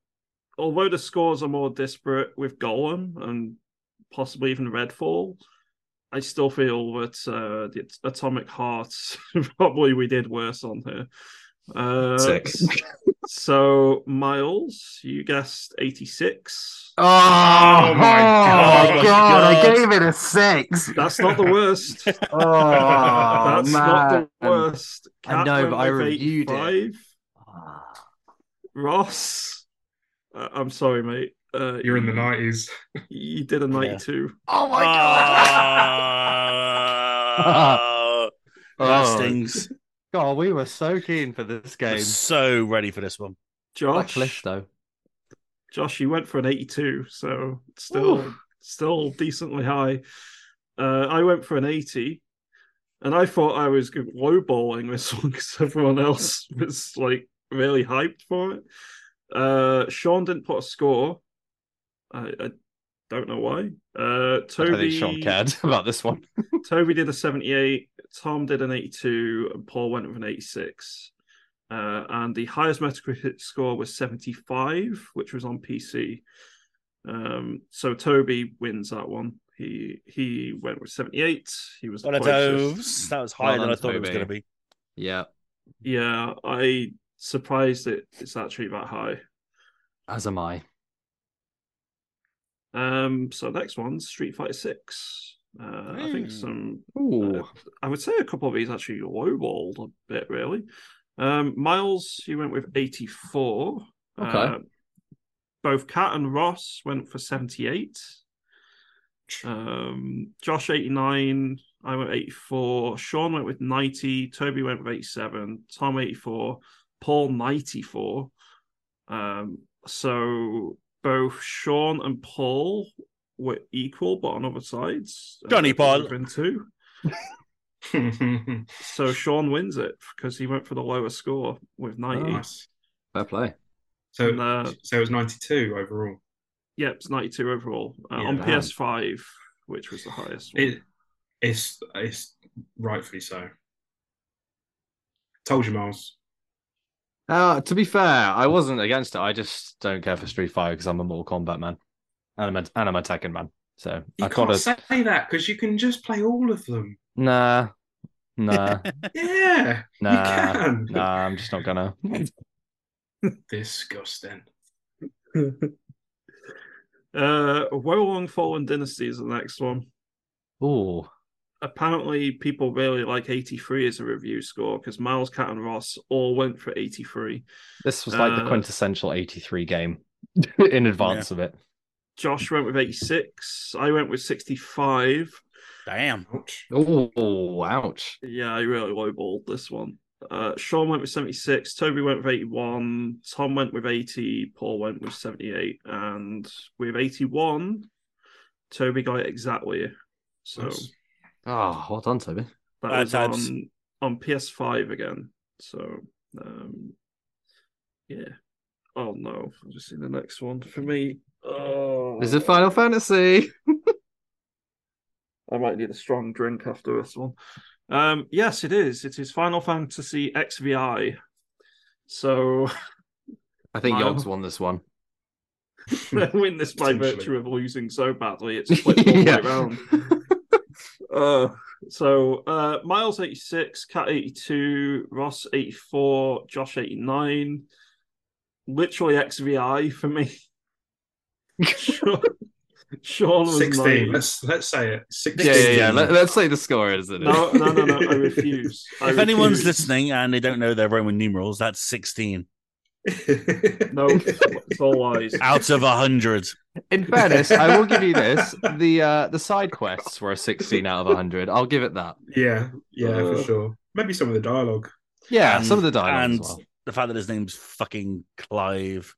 S3: although the scores are more disparate with Golem and possibly even Redfall, I still feel that uh, the Atomic Heart *laughs* probably we did worse on here. Uh,
S5: Six.
S3: So Miles, you guessed eighty-six.
S5: Oh, my
S2: God.
S1: Oh, God.
S5: I gave it
S3: *laughs*
S5: a six.
S2: *laughs*
S3: That's not the worst.
S5: Oh,
S2: Oh,
S3: That's not the worst.
S5: I know,
S3: went
S5: but I
S3: with
S5: reviewed it.
S3: 85. Ross, uh, I'm sorry, mate. Uh,
S2: You're in the nineties. *laughs*
S3: You did a 92.
S5: Oh my
S1: *laughs* Ah. God. that stings.
S5: God, we were so keen for this Oh. game.
S1: So ready for this one.
S5: Like
S3: Josh,
S5: Cliff, though.
S3: Josh, you went for an 82, so still
S5: Oof.
S3: still decently high. Uh, I went for an 80, and I thought I was good lowballing this *laughs* one because everyone else was like really hyped for it. Uh, Sean didn't put a score. I, I don't know why. Uh,
S5: I
S3: Toby
S5: don't think Sean cared *laughs* about this one.
S3: Toby did a 78, Tom did an 82, and Paul went with an 86. Uh, and the highest Metacritic score was 75, which was on PC. Um, so Toby wins that one. He he went with 78. He was the
S1: One of
S3: closest.
S1: those. That was higher
S5: Well
S1: than I
S5: done,
S1: thought it was
S5: Toby.
S1: going to be.
S5: Yeah,
S3: Yeah, I surprised it. It's actually that high.
S5: as am I.
S3: Um, so next one, Street Fighter Six. Uh, I think
S1: Hmm.
S3: some
S5: Ooh.
S3: Uh, I would say a couple of these actually lowballed a bit, really. Um, Miles, you went with 84.
S5: Okay.
S3: Uh, both Kat and Ross went for 78. Um, Josh, 89. I went 84. Sean went with 90. Toby went with 87. Tom, 84. Paul, 94. Um, so both Sean and Paul were equal, but on other sides. Uh,
S1: Johnny Paul.
S3: Within two. So Sean wins it because he went for the lower score with 90.
S2: nice.
S5: Fair play.
S2: Ah, So,
S3: And, uh,
S2: so it was ninety-two overall.
S3: Yep, it's 92 overall uh,
S2: Yeah,
S3: on
S5: damn.
S3: PS5, which was the highest. One.
S2: It, it's it's rightfully so. Told you, Miles.
S5: Uh, to be fair, I wasn't against it. I just don't care for Street Fighter because I'm a Mortal Kombat man, and I'm a, and I'm a Tekken man. So
S2: You
S5: I
S2: can't
S5: gotta
S2: say that because you can just play all of them.
S5: nah, *laughs* nah,
S2: Yeah, you
S5: nah,
S2: can.
S5: *laughs* nah. I'm just not gonna.
S2: Disgusting.
S3: *laughs* uh, Wurlong Fallen Dynasty is the next one.
S5: Ooh,
S3: Apparently, people really like 83 as a review score because Miles, Cat, and Ross all went for 83.
S5: this was like the
S3: Uh,
S5: quintessential '83 game *laughs* in advance of it.
S3: Josh went with 86. I went with 65.
S1: *laughs*
S5: Uh,
S1: Damn.
S2: Ouch.
S5: Ooh, ouch.
S3: Yeah, I really lowballed this one. Uh, Sean went with 76, Toby went with 81, Tom went with 80, Paul went with 78, and with 81, Toby got it exactly. So
S2: That's-
S5: Oh, well done, Toby.
S3: that
S1: Bad
S3: was
S1: times.
S3: on, on PS5 again. So, um, yeah. Oh no, I've just seen the next one for me. Oh,
S5: Is it Final Fantasy?
S3: I might need a strong drink after this one. Um, yes, it is. It is Final Fantasy XVI. So *laughs*
S5: I think
S3: Wow.
S5: Yogg's won this one.
S3: win this by
S2: Potentially.
S3: virtue of losing so badly. It's flipped all the way around. Uh, so uh, Miles 86, Cat 82, Ross 84, Josh 89. Literally XVI for me. *laughs* Sean, Sean was
S2: 16.
S3: 9.
S2: Let's let's say it. 16.
S5: yeah, yeah, yeah. Let, us say the score is it.
S3: No, no, no, no. I refuse. I
S1: If anyone's
S3: refuse.
S1: listening and they don't know their Roman numerals, that's 16
S2: *laughs*
S3: No, it's all lies.
S1: out of 100.
S5: In fairness, I will give you this: the uh, the side quests were a sixteen out of hundred. I'll give it that.
S2: yeah, yeah,
S3: Uh,
S2: for sure. Maybe some of the dialogue.
S5: *laughs* Yeah,
S1: And-
S5: some of the dialogue
S1: and
S5: as well.
S1: the fact that his name's fucking Clive.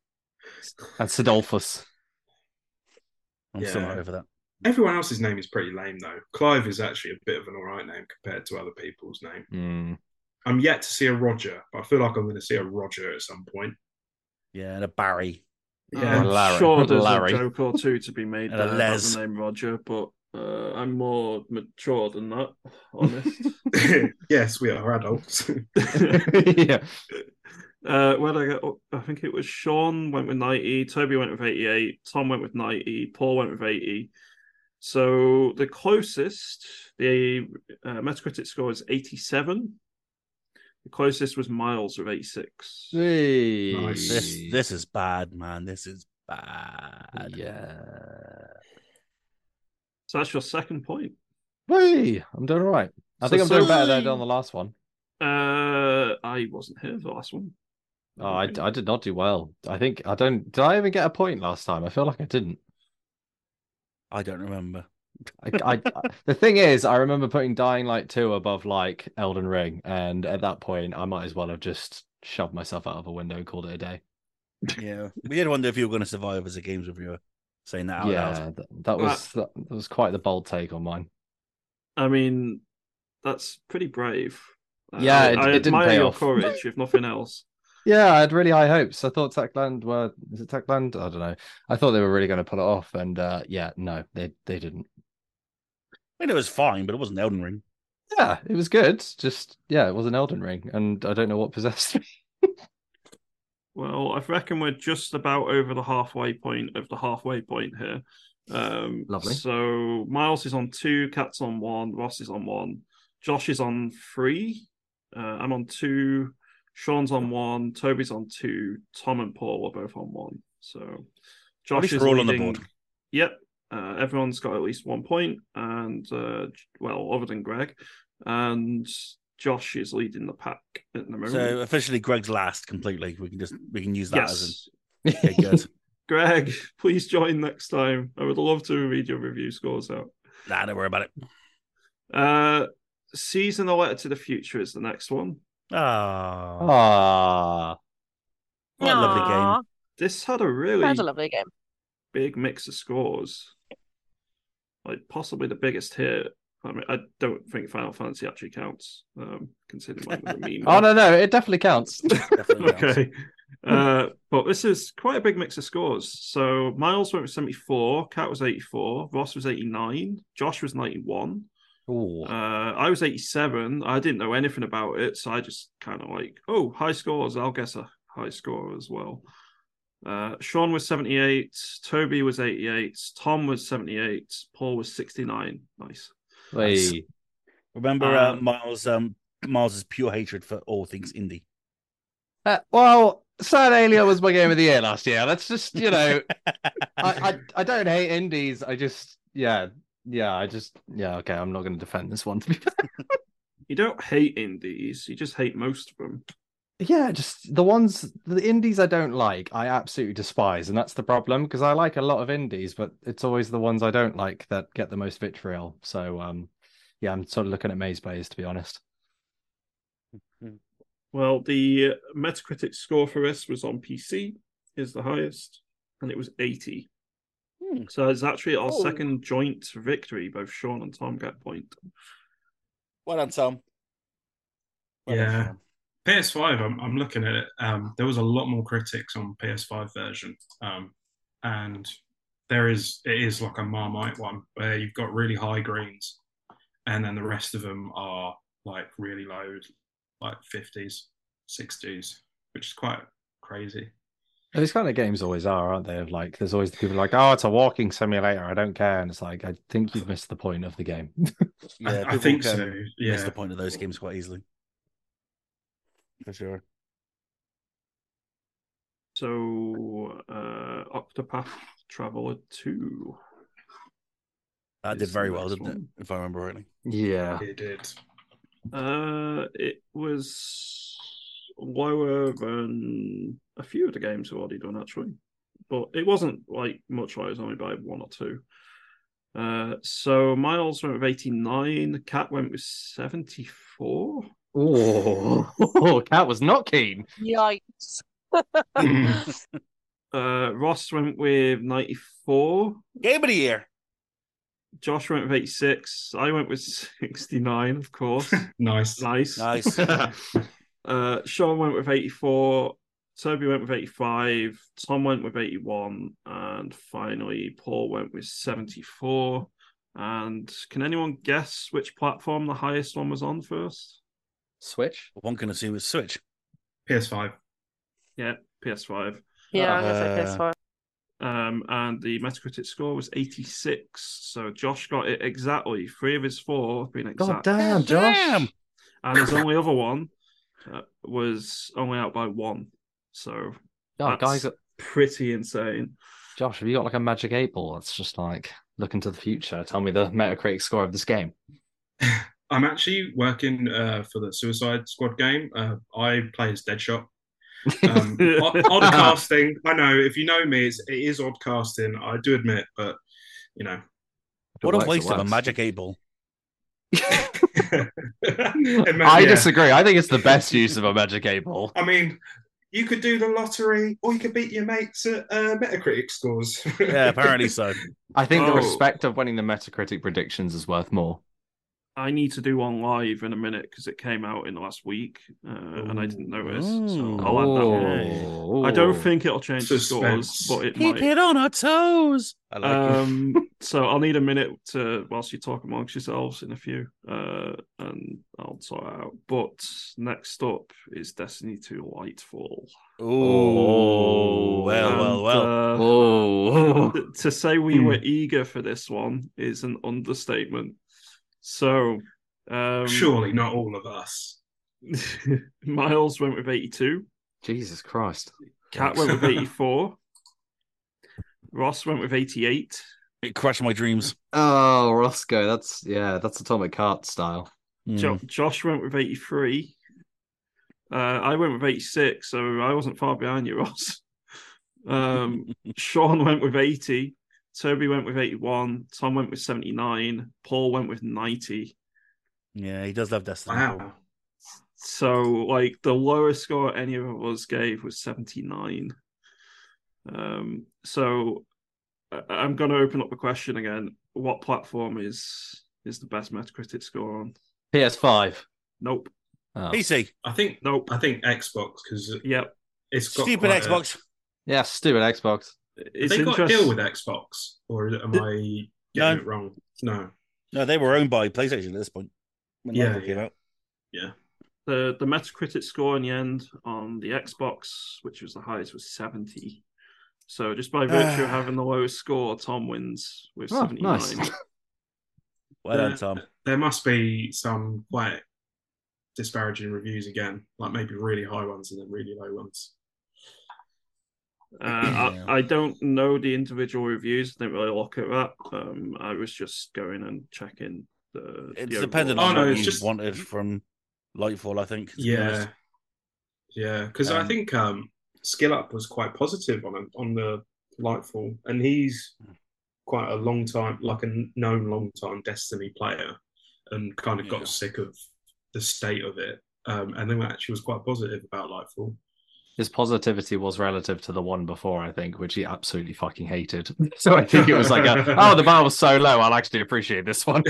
S5: And Sidolphus.
S1: I'm so
S2: Yeah.
S1: not over that.
S2: Everyone else's name is pretty lame though. Clive is actually a bit of an alright name compared to other people's name.
S1: *laughs*
S5: Mm.
S2: I'm yet to see a Roger, but I feel like I'm going to see a Roger at some point.
S1: Yeah, and a Barry.
S5: Yeah.
S3: I'm
S5: Or Larry.
S3: sure there's
S5: Larry.
S3: a joke or two to be made
S1: And a
S3: there about
S1: Les.
S3: the name Roger, but uh, I'm more mature than that, honest. *laughs*
S2: Um, *laughs* yes, we are adults.
S5: yeah.
S3: uh, where did I go? I think it was Sean went with 90, Toby went with 88, Tom went with 90, Paul went with 80. So the closest, the uh, Metacritic score is 87. The closest was Miles with 86.
S2: Nice.
S1: This this is bad, man. This is bad.
S5: Yeah.
S3: So that's your second point.
S5: Whee! I'm doing all right. I
S3: So
S5: think I'm doing better than I did
S3: sorry.
S5: on the last one.
S3: Uh, I wasn't here for the last one.
S5: Oh, I, I did not do well. I think I don't. Did I even get a point last time? I feel like I didn't.
S1: I don't remember.
S5: I, I, I- the thing is, I remember putting Dying Light 2 above like Elden Ring, and at that point, I might as well have just shoved myself out of a window and called it a day.
S1: Yeah. we did wonder if you were going to survive as a games reviewer saying that out loud.
S5: yeah, th- that was that, that was quite the bold take on mine.
S3: I mean, that's pretty brave. Uh,
S5: Yeah,
S3: I,
S5: it-
S3: I
S5: it didn't
S3: admire
S5: pay
S3: your
S5: off. *laughs*
S3: courage, if nothing else.
S5: Yeah, I had really high hopes. I thought Techland were is it Techland? I don't know. I thought they were really going to pull it off, and uh, yeah, no, they they didn't.
S1: I mean, it was fine, but it wasn't Elden Ring.
S5: Yeah, it was good. Just yeah, it was an Elden Ring, and I don't know what possessed me.
S3: Well, I reckon we're just about over the halfway point of the halfway point here. Um,
S5: Lovely.
S3: So Miles is on two, Cat's on one, Ross is on one, Josh is on three, uh, I'm on two, Sean's on one, Toby's on two, Tom and Paul are both on one. So Josh
S1: least
S3: is
S1: we're all on the
S3: leading.
S1: board.
S3: Yep. Uh, everyone's got at least one point, and uh, well, other than Greg, and Josh is leading the pack at the moment.
S1: So officially, Greg's last completely. We can just we can use that as
S3: yes,
S1: a okay, good.
S3: Greg, *laughs* please join next time. I would love to read your review scores out.
S1: nah, don't worry about it.
S3: Uh, season a letter to the future is the next one.
S1: Ah,
S5: *laughs* Ah,
S1: what a lovely game.
S3: This had a really
S4: That's a lovely game.
S3: big mix of scores, like possibly the biggest here. I mean, I don't think Final Fantasy actually counts, um, considering mine
S1: *laughs*
S3: was a meme.
S5: oh no, no, it definitely *laughs* counts.
S1: Definitely counts.
S3: *laughs* okay. Uh, but this is quite a big mix of scores. So Miles went with 74, Cat was 84, Ross was 89, Josh was 91,
S1: Ooh.
S3: Uh, I was 87. I didn't know anything about it, so I just kind of like, oh, high scores. I'll guess a high score as well. Uh, Sean was 78. Toby was 88. Tom was 78. Paul was 69. Nice.
S5: Hey.
S1: Remember uh,
S3: Um,
S1: Miles um Miles's pure hatred for all things indie. *laughs*
S5: Uh, well, Alien was my game of the year last year. That's just you *laughs* know, I, I I don't hate indies. I just yeah yeah I just yeah okay. I'm not going to defend this one *laughs* to be fair.
S3: You don't hate indies, you just hate most of them.
S5: Yeah, just the ones the indies I don't like, I absolutely despise, and that's the problem because I like a lot of indies, but it's always the ones I don't like that get the most vitriol. So um, yeah, I'm sort of looking at Maze Bays to be honest.
S3: Well, the Metacritic score for this was on PC, is the highest, and it was 80.
S1: Hmm.
S3: So it's actually our
S1: Oh.
S3: second joint victory. Both Sean and Tom get point.
S1: Well done, Tom.
S2: Yeah.
S1: um,
S2: PS5, I'm, I'm looking at it. Um, there was a lot more critics on PS5 version, um, and there is it is like a Marmite one where you've got really high greens, and then the rest of them are like really low, like 50s, 60s, which is quite crazy.
S5: These kind of games always are, aren't they? Of like, there's always the people like, oh, it's a walking simulator. I don't care, and it's like, I think you've missed the point of the game.
S2: I- I,
S1: people
S2: think
S1: can
S2: so.
S1: Miss
S2: Yeah,
S1: the point of those games quite easily. For sure.
S3: So uh Octopath Traveler 2.
S1: That
S3: is
S1: did
S3: the
S1: very well,
S3: next
S1: didn't
S3: one.
S1: it? If I remember rightly.
S5: yeah,
S2: it did.
S3: Uh it was lower than a few of the games I've already done actually. But it wasn't like much higher, it was only by one or two. Uh so Miles went with 89, Cat went with 74.
S5: *laughs* oh, *laughs* Cat was not keen.
S4: Yikes.
S3: Uh Ross went with 94.
S1: Game of the year.
S3: Josh went with 86. I went with *laughs* 69, of course.
S1: *laughs*
S2: Nice. *laughs*
S3: nice.
S1: Nice.
S3: Uh, Sean went with 84, Toby went with 85, Tom went with 81, and finally Paul went with 74. And can anyone guess which platform the highest one was on first?
S5: Switch.
S1: One can assume it's Switch.
S2: PS5.
S3: Yeah, PS5.
S4: Yeah, I'm gonna
S1: Uh,
S4: say PS5.
S3: Um, and the Metacritic score was 86. So Josh got it exactly. Three of his four have been
S5: God
S3: exact.
S5: damn, Josh.
S1: Damn.
S3: And his only other one uh, was only out by one. So
S5: Oh, guys,
S3: That's- pretty insane.
S5: Josh, have you got like a magic eight ball that's just like look into the future? Tell me the Metacritic score of
S3: *laughs*
S5: this game.
S2: I'm actually working uh, for the Suicide Squad game. Uh, I play as Deadshot.
S1: *laughs*
S2: Um, o- oddcasting. I know if you know me, it's, it is oddcasting. I do admit, but you know, *laughs*
S1: What a
S5: Works, it
S1: waste of a
S5: works.
S1: magic eight ball.
S2: Ima-
S5: I
S2: yeah.
S5: disagree. I think it's the best use of a magic eight ball.
S2: I mean, you could do the lottery, or you could beat your mates at uh, Metacritic scores.
S1: Yeah,
S2: *laughs*
S1: apparently so.
S5: I think the
S3: Oh.
S5: respect of winning the Metacritic predictions is worth more.
S3: I need to do one live in a minute because it came out in the last week uh, and I didn't notice. So
S1: Ooh.
S3: I'll add that one.
S5: Oh.
S3: I don't think it'll change
S2: Suspense.
S3: the scores, but it
S1: Keep
S3: might.
S1: it on our toes. I like it.
S3: um, so I'll need a minute to whilst you talk amongst yourselves in a few, uh, and I'll sort it out. But next up is Destiny 2 Lightfall.
S1: Oh, well, well,
S3: And,
S1: well.
S3: uh,
S5: Oh.
S3: *laughs* Th- to say we
S2: Hmm.
S3: were eager for this one is an understatement. So, um,
S2: Surely not all of us.
S3: *laughs* Miles went with 82,
S5: Jesus Christ.
S3: Cat went with 84, Ross went with 88,
S1: it crushed my dreams.
S5: Oh, Roscoe, that's yeah, that's Atomic Heart style.
S1: Hmm.
S3: Jo- Josh went with 83, uh, I went with 86, so I wasn't far behind you, *laughs* Ross. Um,
S1: *laughs*
S3: Sean went with 80, Toby went with 81, Tom went with 79, Paul went with 90.
S1: Yeah, he does love Destiny.
S2: Wow.
S3: So, like, the lowest score any of us gave was 79. Um, so I- I'm going to open up the question again. What platform is is the best Metacritic score on?
S5: PS5.
S3: Nope.
S5: Oh.
S1: PC,
S2: I think
S3: Nope.
S2: I think Xbox because
S3: Yep.
S2: it's got
S1: stupid
S2: quite a-
S1: Xbox.
S5: Yeah, stupid Xbox.
S2: Have
S3: It's
S2: they got a
S3: interesting.
S2: deal with Xbox, or am I getting
S1: No.
S2: it wrong? No.
S1: No, they were owned by PlayStation at this point. When
S2: Yeah,
S1: Live came out.
S3: The the Metacritic score in the end on the Xbox, which was the highest, was seventy. So just by virtue
S2: *sighs*
S3: of having the lowest score, Tom wins with
S5: Oh,
S3: seventy nine.
S5: nice.
S1: Well
S2: Yeah.
S1: done, Tom.
S2: There must be some quite disparaging reviews again, like maybe really high ones and then really low ones.
S1: *clears throat*
S3: Uh, I,
S1: Yeah.
S3: I don't know the individual reviews. I didn't really look at that. Um, I was just going and checking the.
S1: It's
S3: the
S1: dependent
S3: overall.
S1: on
S2: Oh, no,
S1: what
S2: it's
S1: you
S2: just-
S1: wanted from Lightfall, I think. to be
S2: Yeah,
S1: honest.
S2: yeah, because I
S1: Um,
S2: think um, Skill Up was quite positive on on the Lightfall, and he's
S1: Hmm.
S2: quite a long time, like a known long time Destiny player, and kind of
S1: Yeah.
S2: got sick of the state of it, um, and then actually was quite positive
S1: *laughs*
S2: about Lightfall. *laughs*
S5: His positivity was relative to the one before, I think, which he absolutely fucking hated. *laughs* So I think it was like, a, oh, the bar was so low. I'll actually appreciate this one.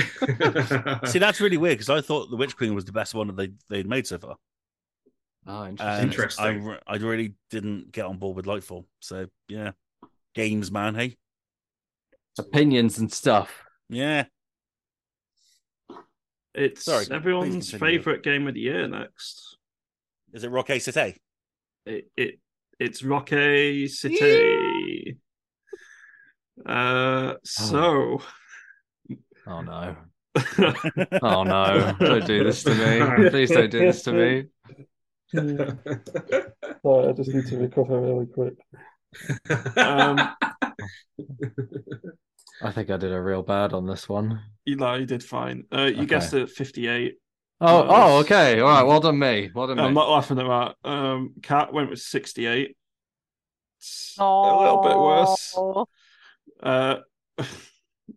S1: See, that's really weird because I thought the Witch Queen was the best one that they they'd made so far.
S5: *laughs* Oh, interesting.
S1: And
S2: Interesting.
S1: I, re- I really didn't get on board with Lightfall. So yeah, games, man. Hey,
S5: Um, Opinions and stuff.
S1: yeah,
S3: It's
S1: Sorry, please
S3: everyone's
S1: continue.
S3: favorite game of the year next.
S1: is it Roque City?
S3: It, it it's Rocky City. Uh, so
S5: Oh, no. Oh, no. Don't do this to me. Please don't do this to me.
S3: Sorry, I just need to recover really quick.
S2: *laughs*
S3: Um,
S5: I think I did a real bad on this one.
S3: you know, you did fine. Uh, you
S5: Okay.
S3: guessed it, fifty-eight.
S5: Oh,
S3: Nice.
S5: oh, okay. All right. Well done, me. Well done, me.
S3: I'm not laughing at that. Um, Cat went with sixty-eight. It's a little bit worse.
S4: Oh.
S3: Uh, *laughs*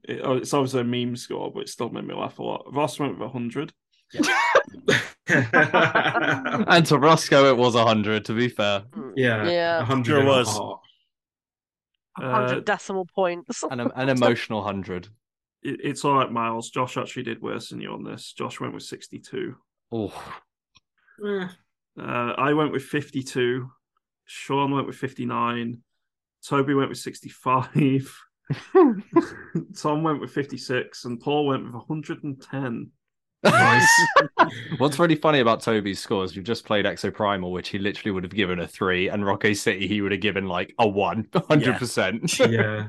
S3: it, oh, it's obviously a meme score, but it still made me laugh a lot. Ross went with hundred.
S2: Um,
S1: *laughs*
S5: And to Roscoe, it was 100, to be fair.
S4: Mm.
S2: yeah,
S4: Yeah.
S2: 100
S1: Sure
S2: and a
S1: was.
S2: half.
S4: 100
S3: Uh,
S4: decimal points. *laughs*
S5: An, an emotional 100.
S3: it, it's all right, Miles. Josh actually did worse than you on this. Josh went with 62.
S5: Oh,
S2: Eh,
S3: Uh, I went with 52. Sean went with 59. Toby went with 65. *laughs* Tom went with 56. And Paul went with 110.
S5: *laughs*
S2: nice.
S5: What's really funny about Toby's scores, you've just played Exo Primal, which he literally would have given a three, and Rocky City, he would have given like a one, *laughs*
S2: *laughs*
S5: 100%.
S2: yeah.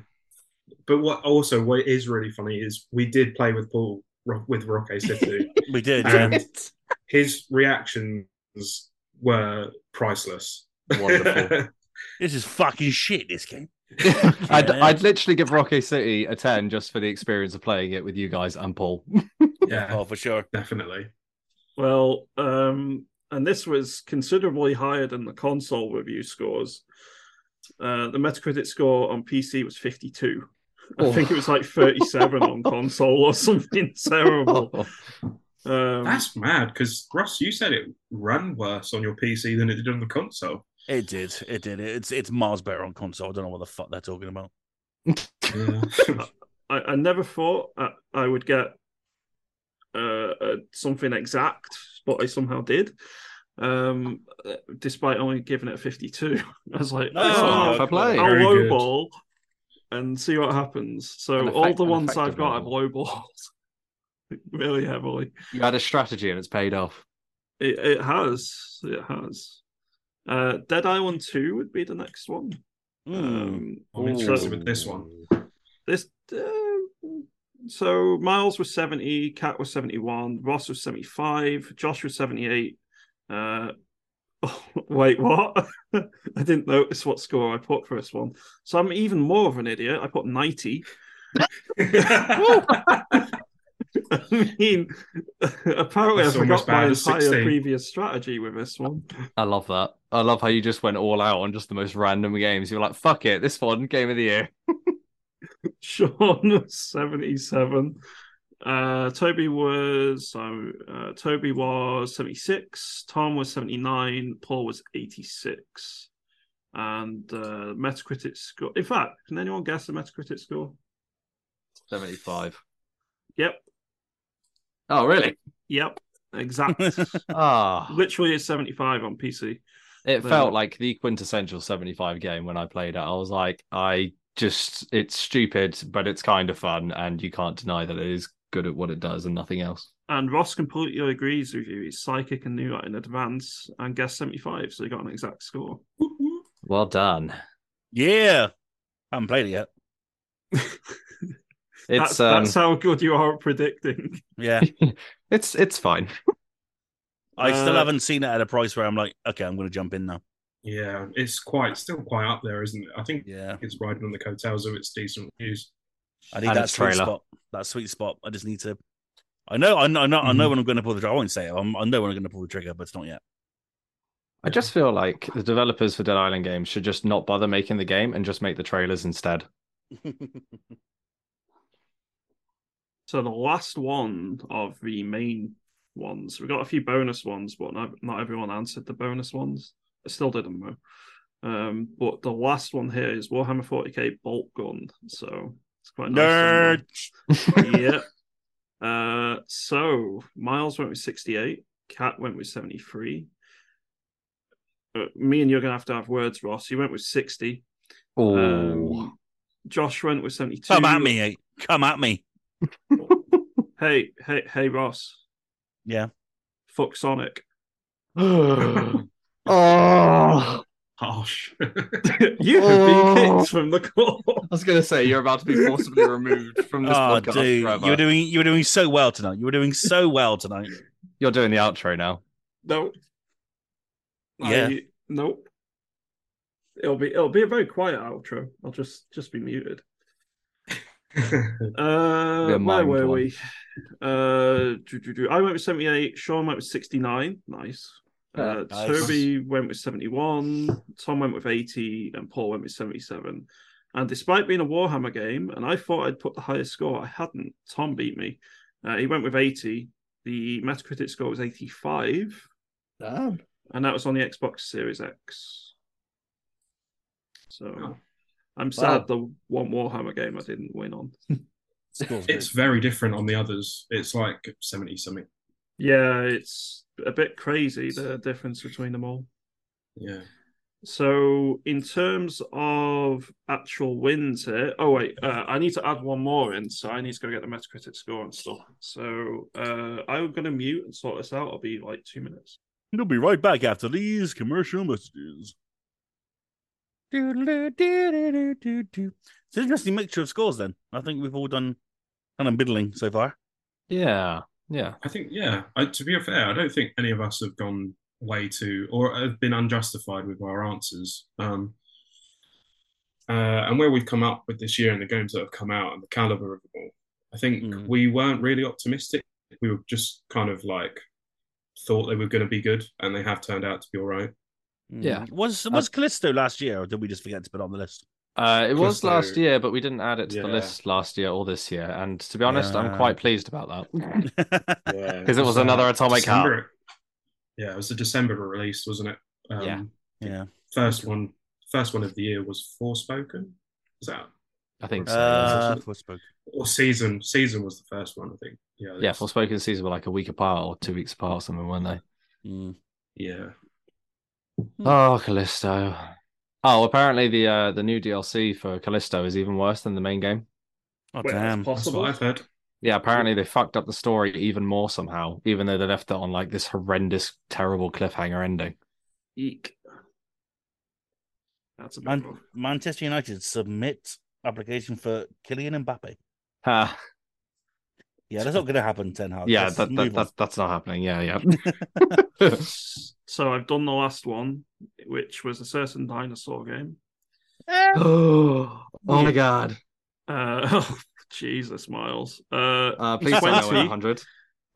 S2: But what also what is really funny is we did play with Paul Ro- with Roque City,
S1: *laughs* We did. yeah.
S2: and his reactions were priceless.
S5: *laughs* Wonderful.
S1: This is fucking shit. This game.
S5: *laughs* I'd,
S1: Yeah.
S5: I'd literally give Rocky City a 10 just for the experience of playing it with you guys and Paul.
S2: *laughs* yeah,
S1: Oh, for sure.
S2: definitely.
S3: Well, um, and this was considerably higher than the console review scores. Uh, the Metacritic score on PC was 52. I
S5: Oh.
S3: think it was like 37 on console or something terrible. Um,
S2: That's mad because Russ, you said it ran worse on your PC than it did on the console.
S1: It did. It did. It's it's Mars better on console. I don't know what the fuck they're talking about.
S2: *laughs* Yeah.
S3: I, I never thought I, I would get uh, uh, something exact, but I somehow did. Um, uh, despite only giving it a 52, *laughs* I was like,
S1: Nice.
S3: "Oh,
S5: Oh, fair play.
S3: I'll
S2: Very good.
S3: lowball and see what happens. So
S5: An
S3: all
S5: effect-
S3: the
S5: an
S3: ones I've
S5: effective
S3: got, I've lowballed *laughs* really heavily.
S5: *laughs* You had a strategy and it's paid off.
S3: It, it has, it has. Uh, Dead Island Two would be the next one.
S1: Hmm.
S3: Um,
S2: I'm interested with this one.
S3: this. Uh, so Miles was seventy, Cat was seventy-one, Ross was seventy-five, Josh was seventy-eight. Uh, *laughs* wait, what? *laughs* I didn't notice what score I put for this one. So I'm even more of an idiot. I put ninety.
S2: *laughs*
S3: *laughs* I mean, apparently
S2: That's
S3: I
S2: almost
S3: forgot my
S2: bad
S3: entire
S2: as 16.
S3: previous strategy with this one. *laughs*
S5: I love that. I love how you just went all out on just the most random games. You were like, fuck it, this one, game of the year.
S3: Sean was 77. Uh, Toby was so uh, Toby was 76, Tom was 79, Paul was 86. And uh, Metacritic score. In fact, can anyone guess the Metacritic score?
S5: 75.
S3: Yep,
S5: Oh, really?
S3: yep,
S2: *laughs*
S3: exact.
S5: Ah.
S3: Literally, it's 75 on PC.
S5: It
S3: But-
S5: felt like the quintessential 75 game when I played it. I was like, I just, it's stupid, but it's kind of fun. And you can't deny that it is good at what it does and nothing else.
S3: And Ross completely agrees with you. He's psychic and knew that in advance and guessed 75, so he got an exact score.
S5: Well done.
S1: Yeah. I haven't played it yet.
S5: It's
S3: that's,
S5: um,
S3: that's uh, how good you are at predicting.
S1: Yeah.
S5: *laughs* it's it's fine.
S1: I still
S3: Uh,
S1: haven't seen it at a price where I'm like, okay, I'm going to jump in now.
S2: *laughs* Yeah, it's quite still quite up there, isn't it? I think
S1: Yeah.
S2: it's riding on the coattails of its decent reviews.
S1: I need
S5: And
S1: that
S5: its
S1: sweet
S5: trailer.
S1: spot. That sweet spot. I just need to. I know, I know, I know, I
S5: Mm-hmm.
S1: know when I'm going to pull the trigger. I won't say it. I'm, I know when I'm going to pull the trigger, but it's
S5: *laughs*
S1: not yet.
S5: I just feel like the developers for Dead Island games should just not bother making the game and just make the trailers instead.
S3: So the last one of the main ones, we got a few bonus ones, but not, not everyone answered the bonus ones. I still did them though. Um, but the last one here is Warhammer 40k bolt gun. So it's quite nice.
S1: Nerd.
S3: yeah. Uh, so Miles went with 68. Cat went with 73. Uh, me and you're gonna have to have words, Ross. You went with 60.
S5: Oh, *laughs*
S3: Um, Josh went with 72.
S1: Come at me. eh? Come at me.
S3: Hey, hey, hey, Ross.
S1: Yeah.
S3: Fuck Sonic. *laughs*
S5: oh.
S2: Harsh. *laughs*
S3: you have been
S5: Oh.
S3: kicked from the call.
S5: I was going to say you're about to be forcibly removed from this
S1: Oh,
S5: podcast
S1: dude,
S5: forever.
S1: you were doing you were doing so well tonight. You were doing
S5: *laughs*
S1: so well tonight.
S5: You're doing the outro now.
S3: *laughs* No.
S1: Yeah.
S3: I- nope. It'll be it'll be a very quiet outro. I'll just just be muted. Uh, where
S5: mimed
S3: were
S5: one.
S3: we? Uh, do, do, do. I went with seventy eight. Sean went with sixty nine. Nice. Uh,
S1: nice.
S3: Toby went with seventy one. Tom went with eighty, and Paul went with seventy seven. And despite being a Warhammer game, and I thought I'd put the highest score, I hadn't. Tom beat me. Uh, he went with eighty. The Metacritic score was eighty five,
S5: Damn.
S3: and that was on the Xbox Series X. So.
S2: Oh.
S3: I'm sad the one Warhammer game I didn't win on.
S1: Scores,
S2: it's very different on the others. It's like seventy something.
S3: Yeah, it's a bit crazy the difference between them all.
S2: Yeah.
S3: So, in terms of actual wins here, oh wait, uh, I need to add one more in, so I need to go get the Metacritic score and stuff. So, uh, I'm gonna mute and sort this out. I'll be like two minutes.
S1: mate. We'll be right back after these commercial messages. Doodle-doo-doo-doo-doo-doo. It's an interesting mixture of scores. Then I think we've all done kind of middling so far.
S5: Yeah. Yeah.
S2: I think yeah. I, to be fair, I don't think any of us have gone way too or have been unjustified with our answers. Um, uh, and where we've come up with this year and the games that have come out and the caliber of them all, I think
S5: Hmm.
S1: Mhm.
S2: we weren't really optimistic. We were just kind of like thought they were going to be good, and they have turned out to be all right.
S5: Yeah.
S1: Mm. Was was Callisto last year, or did we just forget to put it on the list? *laughs*
S5: Uh, it was
S2: Just so-
S5: last year, but we didn't add it to the
S2: Yeah.
S5: list last year or this year. And to be honest, I'm
S1: Yeah.
S5: quite pleased about that.
S2: Yeah,
S5: 'Cause it was another Atomic
S2: December, Yeah, it was a December release, wasn't it? Um,
S5: Yeah.
S1: yeah.
S2: First one, first one of the year was Forspoken. Is that
S5: I think so. yeah.
S1: Uh,
S2: yeah.
S1: Forspoken.
S2: or season? Season was the first one, I think. Yeah,
S5: yeah,
S2: that's-
S5: Forspoken seasons were like a week apart or two weeks apart or something, weren't they?
S1: Mm.
S2: yeah.
S5: Oh, Callisto. Oh, apparently the uh, the new DLC for Callisto is even worse than the main game.
S1: Oh
S3: Wait, that's
S1: damn!
S2: That's what
S3: possible.
S2: I've heard.
S5: Yeah, apparently they fucked up the story even more somehow, even though they left it on like this horrendous, terrible cliffhanger ending.
S3: Eek. That's a bit
S1: Man-
S3: rough.
S1: Manchester United submit application for Kylian Mbappe.
S5: Ha.
S1: Yeah, that's not going to happen. Ten Hag.
S5: yeah,
S1: Let's
S5: that, that,
S1: move on.
S5: that that's not happening. Yeah, yeah.
S3: So I've done the last one, which was a certain dinosaur game.
S5: *gasps* oh, my god.
S3: Uh, *laughs* oh, Jesus, Miles. Uh,
S5: Uh, please tell me I went
S3: 20.
S5: 100.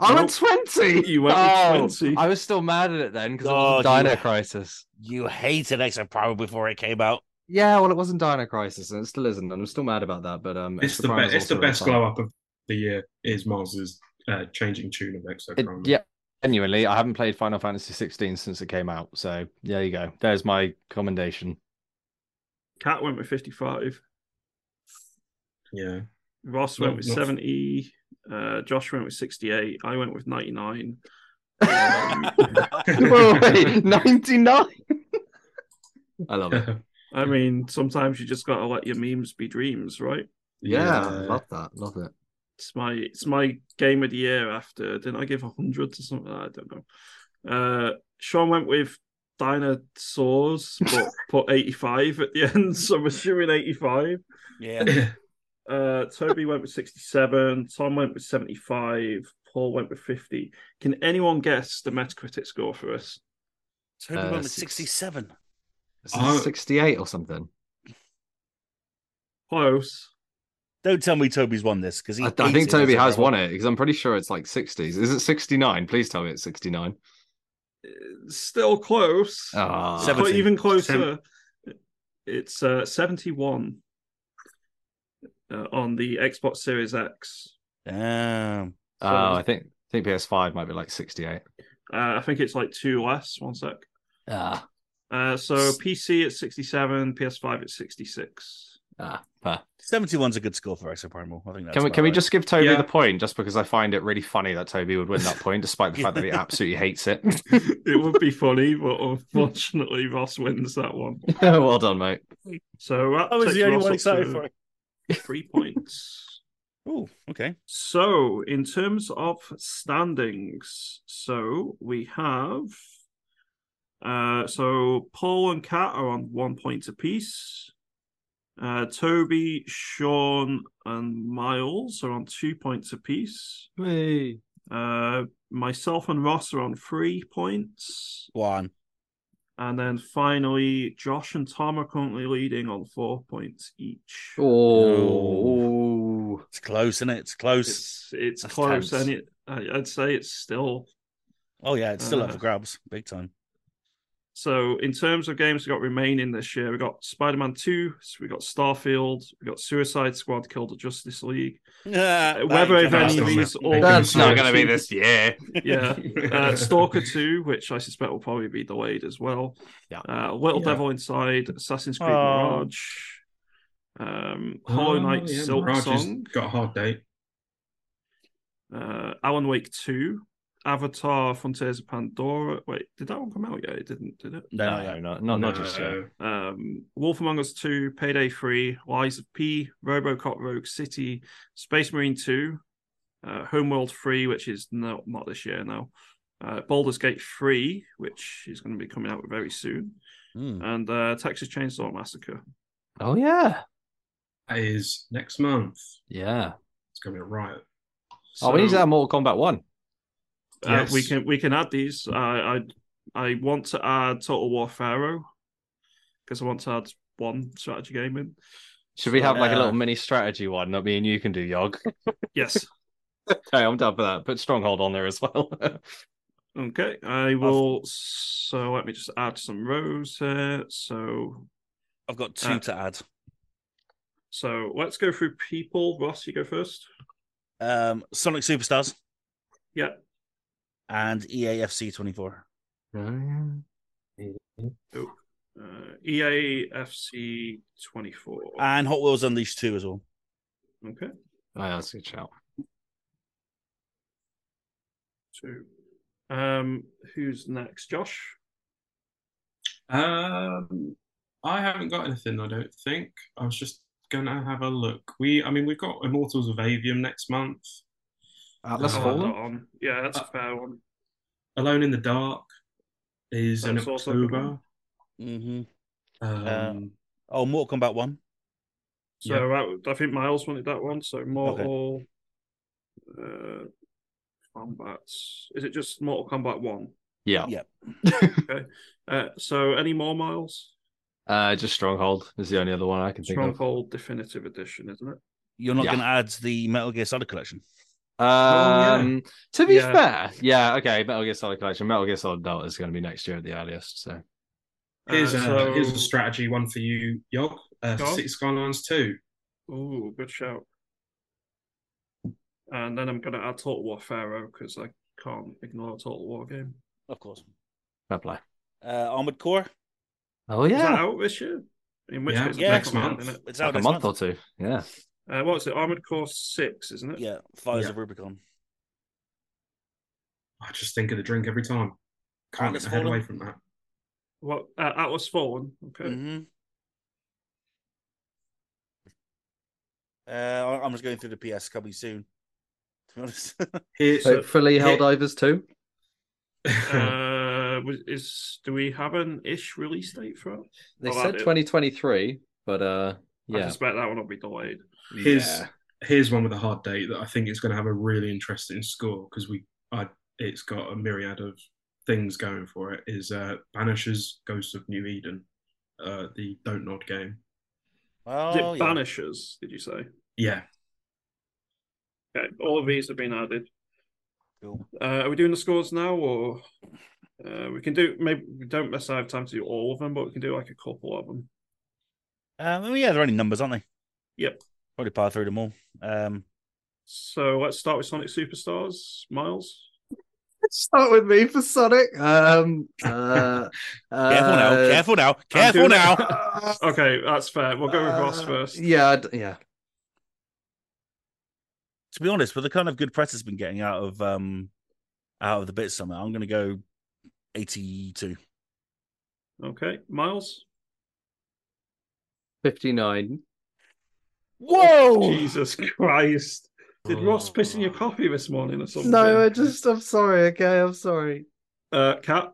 S5: I went
S2: *laughs*
S5: 20.
S3: You went with
S5: Oh,
S3: 20.
S5: I was still mad at it then because
S1: Oh,
S5: it wasn't Dino
S1: you-
S5: Crisis.
S1: You hated Exo Power before it came
S5: *laughs*
S1: out.
S5: Yeah, well, it wasn't Dino Crisis and it still isn't. And I'm still mad about that. But um,
S2: It's
S5: Extra
S2: the
S5: Prime
S2: best.
S5: was
S2: It's the
S5: also really
S2: best
S5: fun.
S2: glow up of the year. Is Miles's uh, changing tune of
S5: It-
S2: Exochrome?
S5: yeah, genuinely, I haven't played Final Fantasy 16 since it came out. So there you go. There's my
S2: *laughs*
S5: commendation.
S3: Cat went with 55.
S2: yeah.
S3: Ross
S2: No,
S3: went with
S2: not-
S3: 70. Uh, Josh went with 68. I went with 99.
S5: Whoa, *laughs* *laughs*
S2: *laughs*
S5: wait, 99. I love it.
S3: I mean, sometimes you just got to let your memes be dreams, right?
S5: *laughs* Yeah, love that. Love it.
S3: It's my it's my game of the year after didn't I give hundred to something? I don't know. Uh Sean went with dinosaurs, but put eighty five at the end, *laughs* so I'm assuming eighty five.
S1: Yeah.
S3: Uh Toby went with sixty seven, Tom went with seventy five, Paul went with fifty. Can anyone guess the Metacritic score for us?
S1: Toby
S5: Uh,
S1: went with
S5: six-
S1: 67.
S5: Is it
S2: Oh.
S5: 68 or something?
S3: Close.
S1: Don't tell me Toby's won this because he.
S5: I, I think Toby has won it because I'm pretty sure it's like 60s. Is it 69? Please tell me it's 69.
S3: Uh, Still close.
S5: Ah.
S1: Seven-
S3: Quite
S1: 70.
S3: even closer. It's uh, 71 uh, on the Xbox Series X.
S1: Damn.
S5: Oh, I think I think PS5 might be like
S3: Uh,
S5: 68.
S3: I think it's like two less. One sec.
S5: Ah,
S3: Uh, so
S5: S-
S3: PC at 67, PS5 at 66.
S5: ah, fair.
S1: 71's a good score for Exoprimal. I think that's
S5: Can we
S1: about
S5: can we
S1: right.
S5: just give Toby
S2: Yeah.
S5: the point just because I find it really funny that Toby would win that point despite the fact that he absolutely hates it. *laughs*
S3: it would be funny, but unfortunately, Ross wins that one.
S5: well done, mate.
S3: So that
S1: I was
S3: takes
S1: Oh, the only
S3: Ross
S1: one
S3: up
S1: excited
S3: to
S1: for it.
S3: Three points.
S1: Oh, okay.
S3: So, in terms of standings, so we have. Uh, so Paul and Kat are on one point apiece. Uh, Toby, Sean, and Miles are on two points apiece.
S5: Hey.
S3: Uh, myself and Ross are on three points,
S1: One.
S3: and then finally, Josh and Tom are currently leading on four points each.
S5: Oh.
S1: It's close, isn't it? It's close.
S3: It's it's
S1: That's
S3: close,
S1: tense.
S3: and it, I- I'd say it's still
S1: oh, yeah. It's still up
S3: Uh,
S1: for grabs. Big time.
S3: So in terms of games we got remaining this year, we got Spider-Man 2, we got Starfield, we got Suicide Squad, Killed the Justice League. Uh,
S1: Yeah,
S3: Whether if
S2: that's
S3: any of
S2: not
S3: these
S2: gonna-
S3: all
S5: That's
S2: Sorry.
S5: not going to be this year. *laughs*
S3: yeah. Uh,
S2: *laughs*
S3: Stalker 2, which I suspect will probably be delayed as well.
S5: Yeah.
S3: Uh, Little
S2: Yeah. Uh,
S3: Devil Inside, Assassin's Creed
S1: Oh.
S3: Mirage, um, Hollow Knight Silk
S2: Mirage has
S3: Song,
S2: Oh, got a hard date.
S3: uh, Alan Wake 2, Avatar, Frontiers of Pandora. Wait, did that one come out yet? It didn't, did it?
S1: No, yeah.
S5: not not, Oh, not
S2: No,
S5: just yet.
S3: um, Wolf Among Us 2, Payday 3, Lies of P, Robocop Rogue City, Space Marine 2, uh, Homeworld 3, which is no, not this year now, uh, Baldur's Gate 3, which is going to be coming out very soon,
S1: Mm.
S3: and uh, Texas Chainsaw Massacre.
S5: Oh yeah,
S2: That is next month.
S5: yeah.
S2: It's going to be a riot.
S5: oh, we need to
S3: So,
S5: have Mortal Kombat One.
S3: uh, we
S2: Yes.
S3: can we can add these. I I, I want to add Total War Pharaoh because I want to add one strategy game in.
S5: Should we have like a
S1: Yeah.
S5: little mini strategy one that me and you can do, Yog?
S3: Yes.
S5: Okay, I'm down for that. Put Stronghold on there as well. *laughs*
S3: Okay, I will. So let me just add some rows here. So
S1: I've got two
S3: Uh,
S1: to add.
S3: so let's go through people. Ross, you go first.
S1: Um, Sonic Superstars
S3: Yeah.
S1: and E EAFC 24.
S3: Uh, EAFC twenty four.
S5: Uh,
S1: And Hot Wheels Unleashed 2 as well.
S3: Okay.
S5: Oh, yeah, that's a good shout.
S3: Two. Um, who's next? Josh.
S2: Um, I haven't got anything, I don't think. I was just going to have a look. We, I mean, we've got Immortals of Avium next month,
S5: Atlas
S2: Uh,
S3: I'll add that
S5: Fallen.
S3: on. Yeah, that's a
S2: Uh,
S3: fair one.
S2: Alone in the Dark is in
S3: That's also good
S2: October.
S1: hmm
S2: Um,
S1: Oh, Mortal Kombat 1.
S3: So
S2: yeah.
S3: right, I think Miles wanted that one. So Mortal uh, Kombat. Is it just Mortal Kombat one?
S5: Yeah.
S1: Yeah.
S3: Uh, so any more Miles?
S5: Uh, just Stronghold is the only other one I can think of.
S3: Stronghold Definitive Edition, isn't it?
S1: You're not
S5: Yeah.
S1: going to add the Metal Gear Solid collection.
S2: yeah.
S5: Um, to be
S3: Yeah.
S5: fair, yeah, okay. Metal Gear Solid Collection, Metal Gear Solid Delta is going to be next year at the earliest. So
S2: here's
S3: Uh,
S2: a
S3: so-
S2: here's a strategy one for you, Yog. Uh,
S3: Go on.
S2: City Skylines 2.
S3: Ooh, good shout. And then I'm going to add Total War Pharaoh because I can't ignore a Total War game.
S1: Of course.
S5: fair play.
S1: Uh, Armored Core.
S5: Oh
S3: Is that
S5: yeah,
S3: out this year? In which
S2: Yeah,
S3: case,
S1: yeah.
S3: next month.
S2: Next
S3: Isn't
S2: month.
S3: it?
S1: It's out
S5: like
S1: next
S5: a month or two. Yeah.
S3: Uh, what's it? Armored Core 6, isn't it?
S1: Yeah, Fires
S2: Yeah.
S1: of Rubicon.
S2: I just think of the drink every time. Can't
S1: Atlas
S2: get my head
S1: Fallen.
S2: away from that.
S3: What, uh, Atlas Fallen. Okay.
S1: hmm Uh, I- I'm just going through the PS coming soon. to be honest. *laughs*
S2: Here, *laughs*
S5: So, fully held
S2: yeah.
S5: overs too.
S1: Mm-hmm.
S3: uh, was- is do we have an ish release date for it?
S5: They
S3: Oh, I
S5: said
S3: do.
S5: 2023, but uh,
S3: I
S5: yeah,
S3: suspect that one will be delayed.
S2: His-
S5: yeah.
S2: here's one with a hard date that I think is going to have a really interesting score because we, I, it's got a myriad of things going for it. Is uh, Banishers Ghosts of New Eden, uh, the Don't Nod game?
S3: Is
S1: Oh,
S3: it
S1: yeah.
S3: Banishers, did you say?
S2: Yeah,
S3: Okay, all of these have been added.
S1: Cool.
S3: Uh, are we doing the scores now, or uh, we can do? Maybe we don't necessarily have time to do all of them, but we can do like a couple of them.
S1: Um, well, yeah, they're only numbers, aren't they?
S3: Yep.
S1: Probably par through them all. Um,
S3: So let's start with Sonic Superstars, Miles.
S5: *laughs* Start with me for Sonic. Um,
S3: *laughs*
S5: uh,
S1: careful now,
S5: uh,
S1: careful now,
S3: I'm
S1: careful
S3: doing
S1: now.
S3: *laughs* it. Okay, that's fair. We'll go with Ross
S5: Uh,
S3: first.
S5: Yeah, I'd- yeah.
S1: to be honest, with the kind of good press it's been getting out of um out of the bits summer, I'm gonna go eighty two.
S3: Okay, Miles.
S5: 59. Oh.
S3: Jesus Christ! Did Ross piss in your coffee this morning or something?
S5: No, I just, I'm sorry. Okay, I'm sorry.
S3: Uh, Cat.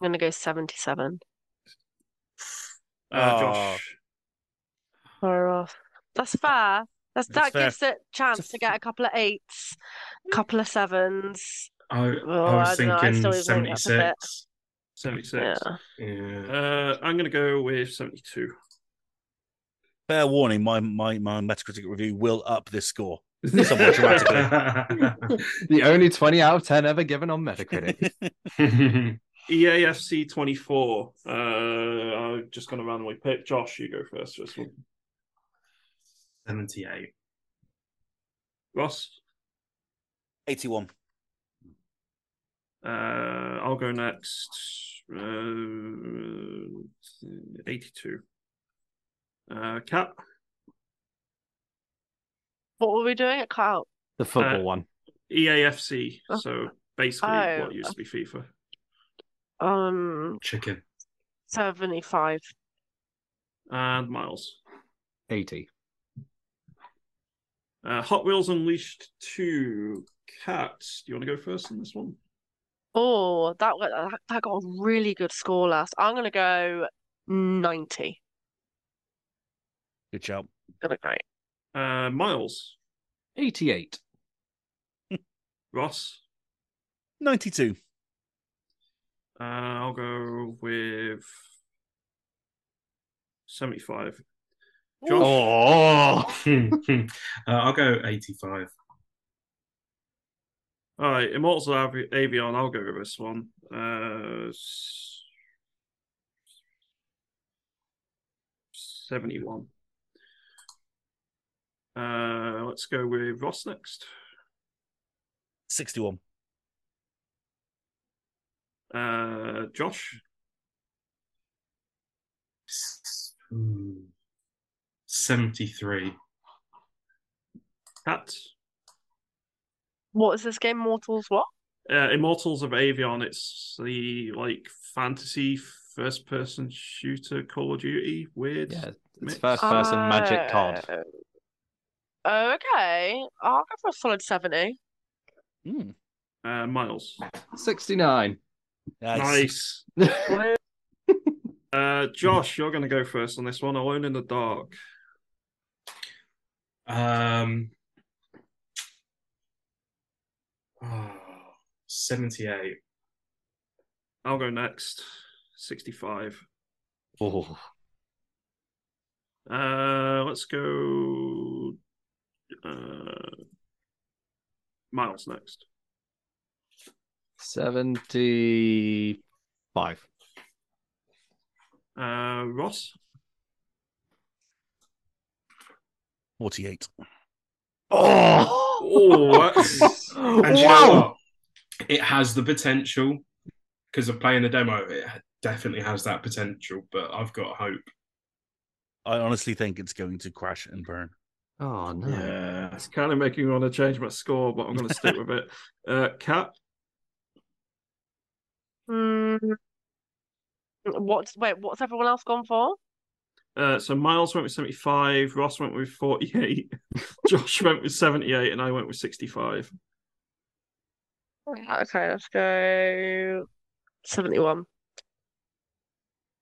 S4: I'm gonna go seventy-seven.
S3: Uh,
S1: Oh.
S3: Josh.
S4: Far off. That's fair.
S1: That's
S4: That's that
S1: fair.
S4: gives it chance to
S1: f-
S4: get a couple of eights, couple of sevens.
S2: I,
S4: Well,
S2: I was
S4: Oh, I don't know, I
S2: thinking
S4: still even think
S2: seventy
S4: that's a bit-
S2: six.
S4: Yeah.
S3: Seventy-six.
S2: Yeah.
S3: *laughs* Uh, I'm gonna go with seventy-two.
S1: Fair warning, my my my Metacritic review will up this score. Somewhat dramatically.
S5: The only 20 out of 10 ever given
S1: *laughs*
S5: on Metacritic.
S2: *laughs*
S3: E EAFC 24. Uh, I'm just going to randomly pick. Josh, you go first. for This one.
S2: Seventy eight.
S3: Ross,
S1: eighty one.
S3: uh, I'll go next. Uh, 82. Uh, Cat,
S4: What were we doing at Clout?
S5: the football
S3: Uh,
S5: one.
S3: EAFC. So basically
S4: Oh.
S3: what used to be FIFA.
S4: Um,
S2: Chicken. *laughs*
S4: seventy-five.
S3: And Miles.
S5: 80.
S3: Uh, Hot Wheels Unleashed 2. Cat, do you want to go first in this one?
S4: Oh, that went, that- that got a really good score last. I'm gonna go ninety.
S1: Good shout.
S4: Gonna go.
S3: Uh, Miles,
S5: 88.
S3: Ross,
S1: Ninety two.
S3: Uh, I'll go with 75. Josh,
S5: Oh,
S2: uh, I'll go eighty five.
S3: all right, Immortals of Avi- Avion, I'll go with this one. Uh, s- 71. Uh, let's go with Ross next.
S1: Sixty one.
S3: Uh, Josh,
S2: hmm. Seventy three.
S3: Kat,
S4: What is this game? Mortals what?
S3: uh, Immortals of Avion, it's the like fantasy first person shooter Call of Duty. Weird.
S5: yeah. It's
S3: Mix.
S5: first person magic cod.
S4: Oh. Oh, okay. I'll go for a solid 70.
S1: Mm.
S3: Uh, Miles.
S5: 69.
S3: Nice. Uh, Josh, you're going to go first on this one. Alone in the dark.
S2: Um, oh, 78.
S3: I'll go next. 65.
S5: *laughs* oh,
S3: Uh, let's go. Uh, Miles next.
S5: 75.
S3: Uh, Ross.
S1: Forty eight.
S5: *laughs* Oh,
S3: Oh, that's.
S2: And do you know
S5: wow.
S2: what? It has the potential because of playing the demo. It definitely has that potential, but I've got hope.
S1: I honestly think it's going to crash and burn.
S5: Oh, no.
S2: Yeah.
S3: it's kind of making me want to change my score, but I'm going to stick with *laughs* it. Uh, Cat.
S4: Mm. What's, wait, what's everyone else gone for?
S3: Uh, so Miles went with 75, Ross went with *laughs* 48, Josh went with 78, and I went with 65.
S4: Okay, let's go 71.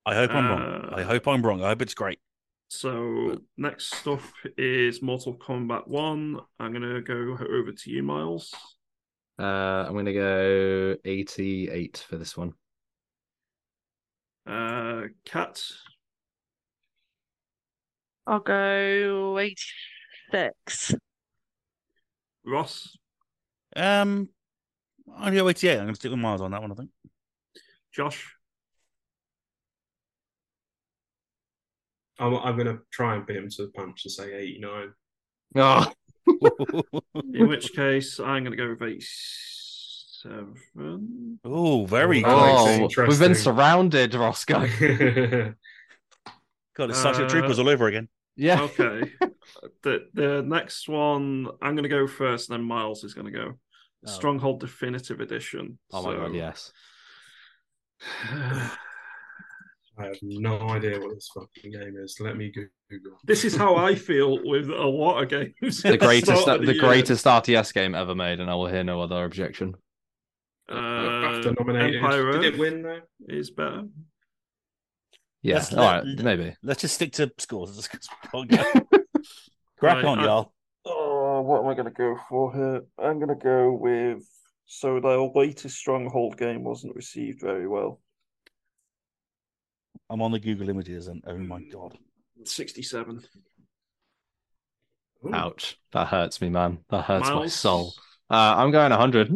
S1: I hope I'm wrong.
S3: Uh,
S1: I hope I'm wrong. I hope it's great.
S3: So next stuff is Mortal Kombat 1. I'm going to go over to you, Miles.
S5: Uh, I'm going to go 88 for this one.
S3: Uh, Kat,
S4: I'll go 86.
S3: Ross,
S1: Um, I'm going 88. I'm going to stick with Miles on that one, I think.
S3: Josh.
S2: I'm, I'm going to try and beat him to the punch and say 89.
S5: Oh,
S3: In which case, I'm going to go with 87.
S1: *laughs* oh, very
S2: Oh,
S1: good.
S2: it's
S5: oh we've been
S2: interesting. *laughs*
S5: surrounded, Roscoe.
S1: God, it's such a
S3: Uh,
S1: troopers all over again.
S5: Yeah. *laughs*
S3: Okay. the the next one, I'm going to go first, and then Miles is going to go.
S1: Oh.
S3: Stronghold Definitive Edition.
S5: Oh my
S3: So-
S5: god, yes.
S2: I have no idea what this fucking game is. Let me Google.
S3: *sighs* This is how
S2: *laughs*
S3: I feel with a lot of games.
S5: The
S3: *laughs*
S5: greatest,
S3: Start
S5: the,
S3: of year.
S5: greatest RTS game ever made, and I will hear no other objection.
S3: Uh,
S2: BAFTA nominated.
S3: Empire
S2: Did
S3: Earth
S2: it win though?
S3: is better.
S5: Yeah,
S1: That's
S5: all right,
S1: the-
S5: maybe.
S1: Let's just stick to scores. Let's go. *laughs* Crack
S3: Right,
S1: on,
S3: I-
S1: y'all.
S3: Oh, what am I going to go for here? I'm going to go with. So their latest Stronghold game wasn't received very well.
S1: I'm on the Google Images, and oh my God.
S3: 67.
S2: Ooh.
S5: Ouch, that hurts me, man. That hurts my
S3: Miles?
S5: soul. Uh, I'm going 100.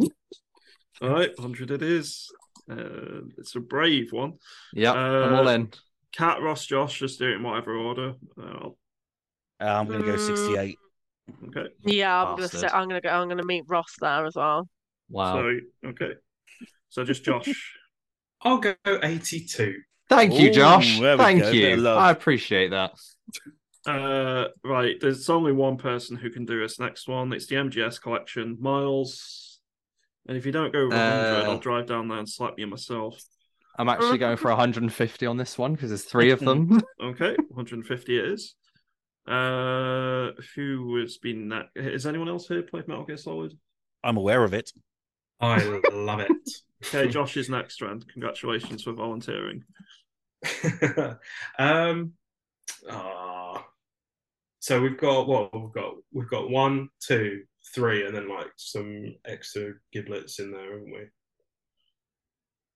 S3: All right, 100 it is. Uh, it's a brave one.
S5: Yep, I'm all
S3: Uh,
S5: in.
S3: Cat, Ross, Josh, just do it in whatever order. Uh, I'll-
S1: Uh, I'm going to go
S4: Mm.
S1: 68.
S3: okay.
S4: Yeah, I'm gonna
S5: Bastard.
S4: say, I'm gonna go. I'm gonna meet Ross there as well.
S5: Wow.
S3: So, okay. So just
S5: *laughs*
S3: Josh.
S2: I'll go 82.
S5: Thank you,
S1: Ooh,
S5: Josh.
S1: there we
S5: Thank
S1: go, bit of
S5: you.
S1: love.
S5: I appreciate that.
S3: uh, right, there's only one person who can do this next one. It's the MGS collection, Miles. And if you don't go over 100,
S5: Uh,
S3: I'll drive down there and slap you myself.
S5: I'm actually going for 150 on this one because there's three of them.
S3: Okay, 150 it is. Uh, who has been that? Has anyone else here played Metal Gear Solid?
S1: I'm aware of it.
S2: I love
S3: Okay, Josh is next round. Congratulations for volunteering.
S2: it. *laughs* um, ah. So we've got what we've got. We've got one, two, three, and then like some extra giblets in there, haven't we?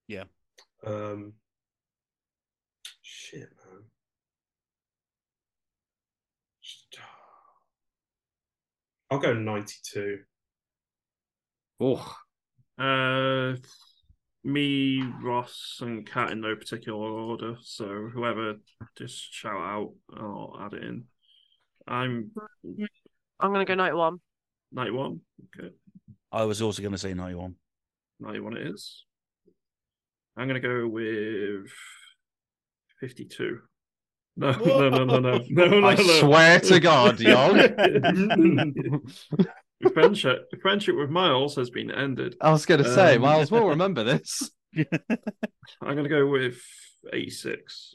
S1: Yeah.
S2: Um. Shit, man. Just- I'll go ninety-two.
S5: oh,
S3: Uh, me, Ross, and Kat in no particular order. So whoever just shout out, I'll add it in. I'm
S4: I'm gonna go night one.
S3: 91. Okay,
S1: I was also going to say 91.
S3: 91 it is. I'm gonna go with 52. No, *laughs* no, no, no, no, no, no,
S5: I
S3: no.
S5: swear to
S3: *laughs*
S5: God, y'all.
S3: friendship, friendship with Miles has been ended.
S5: I was going to say,
S3: Um,
S5: Miles will remember this.
S3: I'm gonna go with 86.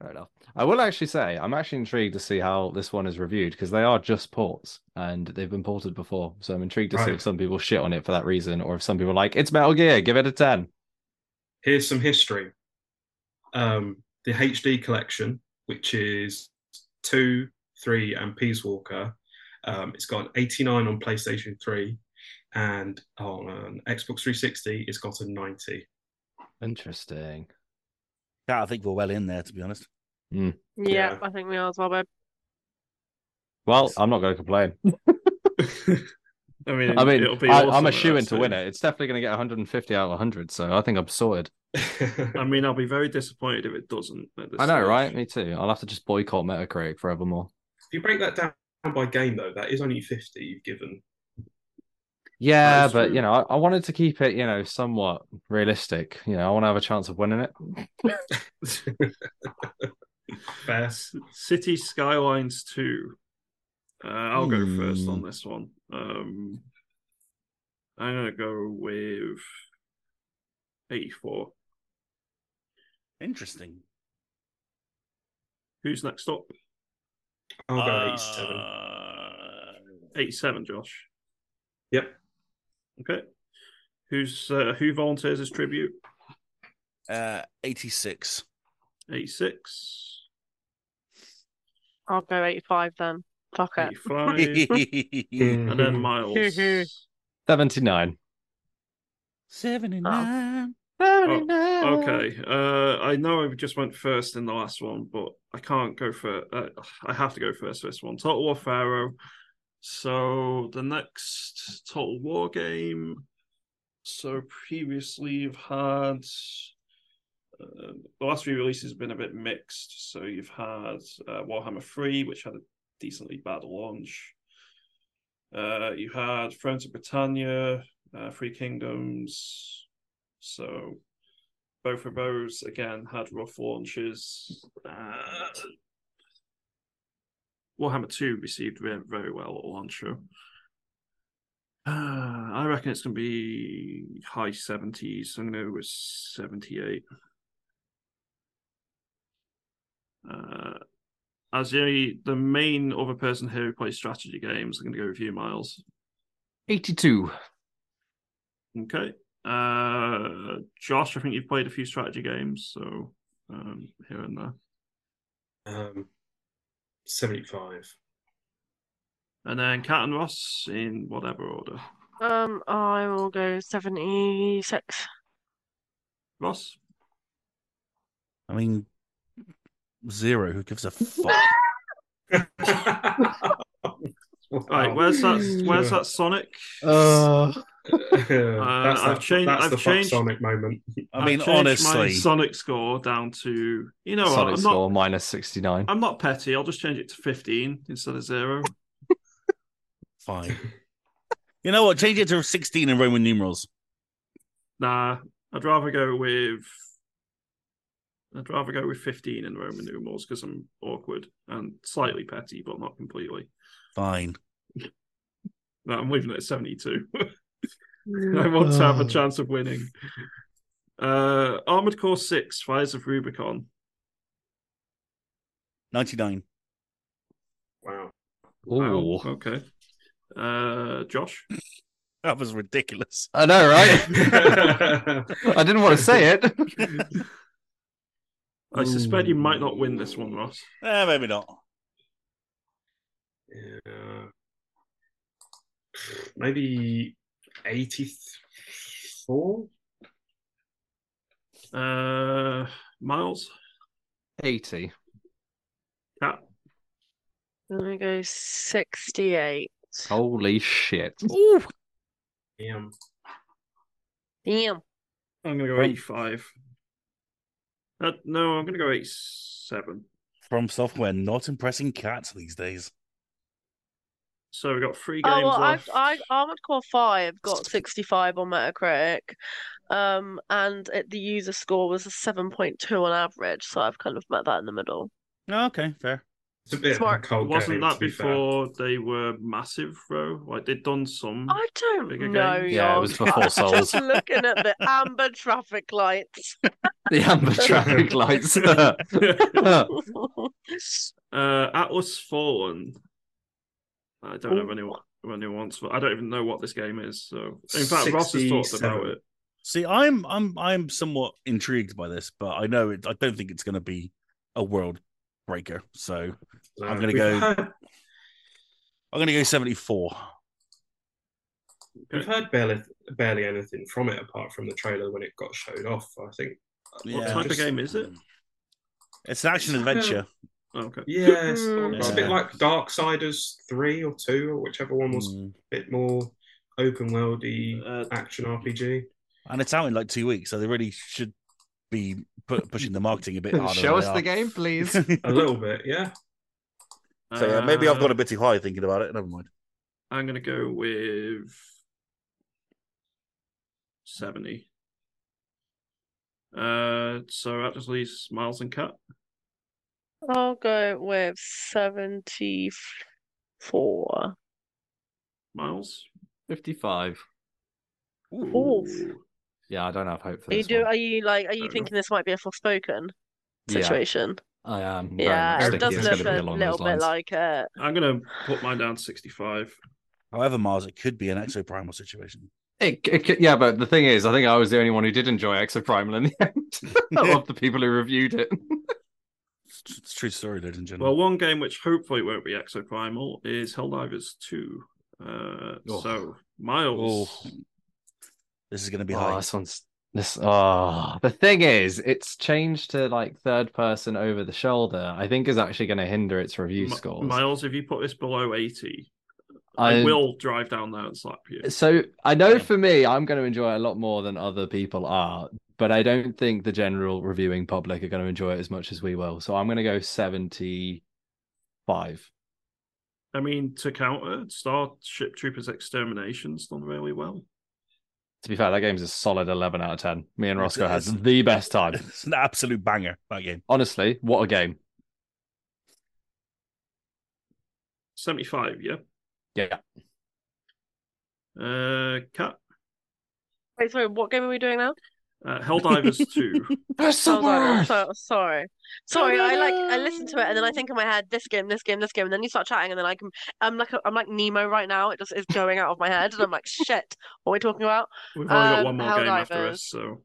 S5: Fair enough. I will actually say I'm actually intrigued to see how this one is reviewed because they are just ports and they've been ported before. So I'm intrigued to see
S2: Right.
S5: if some people shit on it for that reason or if some people are like it's Metal Gear, give it a ten.
S2: here's some history. Um, the HD collection, which is two, three, and Peace Walker. Um, it's got an 89 on PlayStation 3 and on an Xbox 360, it's got a
S3: *laughs*
S2: 90.
S5: Interesting.
S1: Yeah, I think we're well in there, to be honest.
S4: Yeah,
S2: Yeah.
S4: I think we are as well, babe.
S5: Well, I'm not going to complain.
S3: *laughs* I mean,
S5: I mean,
S3: it'll be
S5: I,
S3: awesome
S5: I'm a
S3: at that
S5: shoe in to win
S3: stage.
S5: it. It's definitely going to get 150 out of 100. So I think I'm sorted.
S3: I mean, I'll be very disappointed if it doesn't. At this
S5: I know,
S3: stage.
S5: right? Me too. I'll have to just boycott Metacritic forevermore.
S2: if you break that down by game, though, that is only 50 you've given.
S3: *laughs*
S5: Yeah,
S3: That's
S5: but
S3: true.
S5: you know, I, I wanted to keep it, you know, somewhat realistic. You know, I want to have a chance of winning it.
S2: Fair.
S3: S- City Skylines 2. Uh, I'll go first
S5: Hmm.
S3: on this one. Um, I'm going to go with 84.
S1: Interesting.
S3: Who's next up?
S2: I'll go 87.
S1: Uh,
S3: 87, Josh.
S2: Yep.
S3: Okay. Who's uh, who volunteers as tribute?
S1: uh, 86.
S3: 86,
S4: I'll go 85 then. Fuck it.
S5: *laughs*
S3: 85, and
S2: Mm-hmm. *laughs*
S3: then Miles.
S5: 79.
S1: 79.
S3: Okay. Uh, I know I just went first in the last one, but I can't go for. Uh, I have to go first for this one. Total War Pharaoh. So the next Total War game. So previously you've had. Uh, the last few releases have been a bit mixed. So you've had uh, Warhammer 3, which had a decently bad launch. Uh, you had Thrones of Britannia, uh, Three Kingdoms. So both of those again had rough launches. Uh, Warhammer 2 received very, very well at launcher. Uh, I reckon it's going to be high 70s. So I'm going to go with 78. Uh, as the, the main other person here who plays strategy games, I'm going to go with you, Miles.
S5: 82.
S3: Okay. Uh, Josh, I think you've played a few strategy games, so um, here and there.
S2: Um, 75.
S3: And then Cat and Ross in whatever order.
S4: Um, I will go 76.
S3: Ross?
S1: *laughs* I mean, zero. Who gives a
S3: *laughs*
S1: fuck?
S3: *laughs* All
S2: Um,
S3: right, where's that? Where's that Sonic?
S2: that's
S3: Uh, I've
S2: the,
S3: changed-
S2: That's
S3: I've
S2: the
S3: changed-
S2: fuck Sonic moment.
S1: I mean,
S3: I've changed my
S1: honestly.
S3: Sonic score down to you know what?
S5: Solid
S3: I'm
S5: score,
S3: not.
S5: minus 69.
S3: I'm not petty. I'll just change it to 15 instead of zero.
S1: Fine. You know what? Change it to 16 in Roman numerals.
S3: Nah, I'd rather go with. I'd rather go with 15 in Roman numerals because I'm awkward and slightly petty, but not completely.
S1: Fine.
S3: No, I'm leaving it at *laughs* 72. I want to have a chance of winning. Uh, Armored Core 6, Fires of Rubicon.
S1: 99.
S2: Wow.
S3: *laughs*
S5: Ooh.
S3: Wow, okay. Uh, Josh?
S1: That was ridiculous.
S5: I know, right? I didn't want to say it.
S3: I suspect you might not win this one, Ross.
S1: Eh, maybe not.
S2: Yeah. Maybe 84?
S3: Uh, Miles?
S5: 80.
S3: Cat?
S4: I'm gonna go 68.
S5: Holy shit.
S1: Ooh.
S2: Damn.
S4: Damn.
S3: I'm going to go 85. Uh, no, I'm going to go 87.
S1: From software, not impressing cats these days.
S3: So we've got three games
S4: Oh well, I,
S3: left.
S4: I Armored Core Five got sixty five on Metacritic, um, and it, the user score was a seven point two on average. So I've kind of met that in the middle.
S1: Oh, okay, fair.
S2: It's a bit
S4: Smart.
S2: of a cold
S3: Wasn't
S2: game,
S3: that
S2: to be fair.
S3: before they were massive, though? Like, they'd done some.
S4: I don't
S3: Mm. Bigger
S4: know,
S3: game?
S5: Yeah, it
S4: y'all.
S5: was *laughs* before Souls.
S4: Just looking at the amber traffic
S3: *laughs*
S4: lights. *laughs*
S5: The amber *laughs* traffic lights. uh,
S3: Uh, Atlas Fallen. I don't know if anyone, if anyone wants, but I don't even know what this game is. So, in fact, Ross has talked
S2: 67.
S3: about it.
S1: See, I'm I'm I'm somewhat intrigued by this, but I know it, I don't think it's going to be a world breaker. So I'm gonna
S2: We've
S1: go-
S2: Heard,
S1: I'm going to go 74.
S2: we've heard barely, barely anything from it apart from the trailer when it got showed off, I think.
S3: What
S1: Yeah.
S3: type
S2: Just-
S3: of game is it?
S1: It's an action
S3: *laughs*
S1: adventure.
S3: Okay.
S2: Yeah,
S3: Hmm.
S2: it's, it's a
S1: Yeah.
S2: bit like Darksiders 3 or 2 or whichever one was
S1: Mm.
S2: a bit more open worldy
S3: Uh,
S2: action RPG.
S1: And it's out in like two weeks, so they really should be pu- pushing the marketing a bit harder.
S5: Show us
S1: than
S5: the
S1: they *laughs*
S5: game, *laughs* please.
S1: are.
S2: A little bit, yeah.
S1: so yeah, maybe I've got
S3: uh,
S1: a bit too high thinking about it. Never mind.
S3: I'm gonna go with seventy. Uh, so that just leaves Miles and Cat.
S4: I'll go with seventy four.
S3: Miles.
S5: 55.
S4: Ooh.
S5: Yeah, I don't have hope for
S4: Are you
S5: this.
S4: do?
S5: one.
S4: Are you like? Are you
S3: Fair
S4: thinking this might be a Forspoken
S5: Yeah.
S4: situation?
S5: I am. very much
S4: Yeah, it
S5: thinking
S4: does
S5: it's
S4: look
S5: gonna be
S4: a
S5: along
S4: little bit
S5: those lines.
S4: like it.
S3: I'm gonna put mine down to 65.
S1: However, Mars, it could be an exoprimal situation.
S5: It, it, could- yeah, but the thing is, I think I was the only one who did enjoy Exoprimal in the *laughs* end of the people who reviewed it.
S1: It's, it's a true story, ladies and gentlemen.
S3: Well, one game which hopefully won't be Exoprimal is Helldivers 2. Uh,
S5: Oh.
S3: So Miles,
S1: Oh, this is going to be
S5: Oh,
S1: high.
S5: this one's this. Oh, the thing is, it's changed to like third person over the shoulder. I think is actually going to hinder its review
S3: Mi-
S5: scores.
S3: Miles, if you put this below 80, I, will drive down there and slap you.
S5: So I know
S1: Yeah.
S5: for me, I'm going to enjoy it a lot more than other people are, but I don't think the general reviewing public are going to enjoy it as much as we will. So I'm going to go seventy-five.
S3: I mean, to counter Starship Troopers Extermination's done really well.
S5: To be fair, that game's a solid eleven out of ten. Me and
S1: It's-
S5: Roscoe had
S1: it's-
S5: the
S3: *laughs*
S5: best
S1: *laughs*
S5: time.
S1: It's an absolute banger, that game.
S5: Honestly, what a game!
S3: 75, yeah.
S5: Yeah.
S3: Uh, Cat,
S4: Wait, sorry, what game are we doing now?
S3: uh, Helldivers 2.
S5: That's
S4: Oh, sorry, so- sorry, sorry. I like I listen to it and then I think in my head, this game, this game, this game, and then you start chatting and then I can, I'm like I'm like Nemo right now. It just is going out of my head and I'm like, shit, what are we talking about?
S3: We've only got
S4: Um,
S3: one more game after
S4: Helldivers.
S3: this, so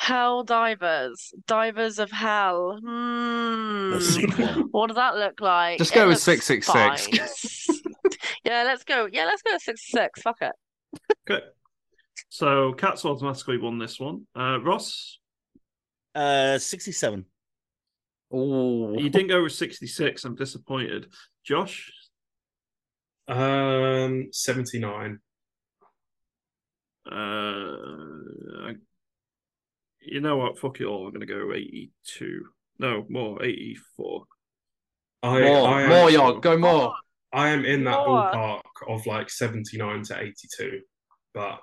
S4: Hell divers, divers of hell. Hmm.
S1: The
S4: *laughs*
S1: sequel.
S4: What does that look like?
S5: Just go with
S4: looks
S5: 666.
S4: fine. *laughs* yeah, let's go. Yeah, let's go with six six. Fuck it.
S3: okay. So Cat's automatically won this one. Uh, Ross,
S1: Uh, 67.
S5: Oh,
S3: you didn't go with 66. I'm disappointed. Josh,
S2: Um, 79.
S3: uh, I- you know what? Fuck it all. I'm gonna go 82. No, more 84.
S2: I,
S5: more,
S2: I,
S5: more,
S2: am,
S5: York, go more.
S2: I am in that
S4: More.
S2: ballpark of like 79 to 82, but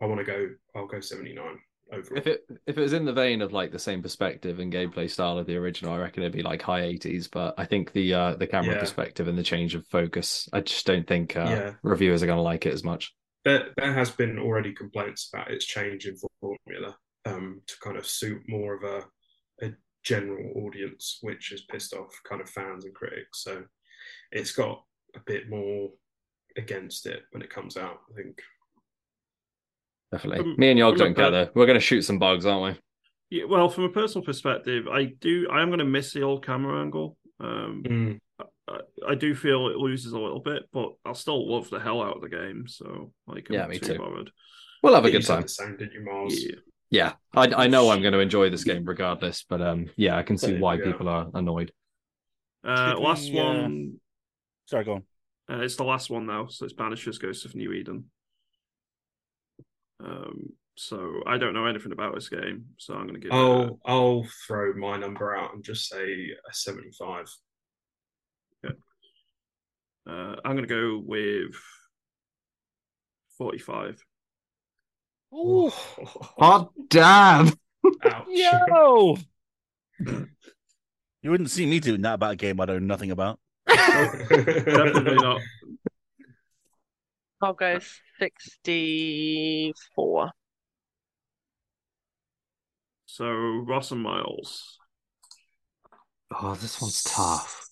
S2: I want to go, I'll go 79 overall.
S5: If it if it was in the vein of like the same perspective and gameplay style of the original, I reckon it'd be like high eighties. But I think the uh, the camera
S2: Yeah.
S5: perspective and the change of focus, I just don't think uh,
S2: Yeah.
S5: reviewers are going to like it as much.
S2: there, there has been already complaints about its change in formula um, to kind of suit more of a, a general audience, which has pissed off kind of fans and critics. So it's got a bit more against it when it comes out, I think.
S5: Definitely,
S3: Um,
S5: me and Yog
S3: look,
S5: don't care
S3: uh,
S5: though. We're going to shoot some bugs, aren't
S3: Yeah, well, from a personal perspective, I do. I am gonna miss the old camera angle. Um,
S2: Mm.
S3: I, I do feel it loses a little bit, but I still love the hell out of the game. So like, I'm
S5: Yeah, me
S3: too,
S5: too.
S3: bothered.
S5: we? We'll have a
S2: You
S5: good
S2: said
S5: time.
S2: The same, didn't you, Miles?
S3: Yeah.
S5: Yeah, I, I know I'm going to enjoy this game regardless, but um, yeah, I can see
S2: There
S5: why
S2: you go.
S5: people are annoyed.
S3: Uh,
S1: Should
S3: last
S1: we, uh,
S3: one.
S1: Sorry, go on.
S3: Uh, it's the last one now, so it's Banishers Ghosts of New Eden. Um, so I don't know anything about this game, so I'm going to give it.
S2: I'll, I'll throw my number out and just say a 75.
S3: A, uh, I'm going to go with forty-five.
S2: *laughs*
S3: *laughs*
S5: Oh damn!
S2: Ouch. *laughs*
S1: Yo! you wouldn't see me doing that about a game I know nothing about.
S3: Definitely not.
S4: I'll go sixty four.
S3: So Ross and Miles.
S5: Oh, this one's tough.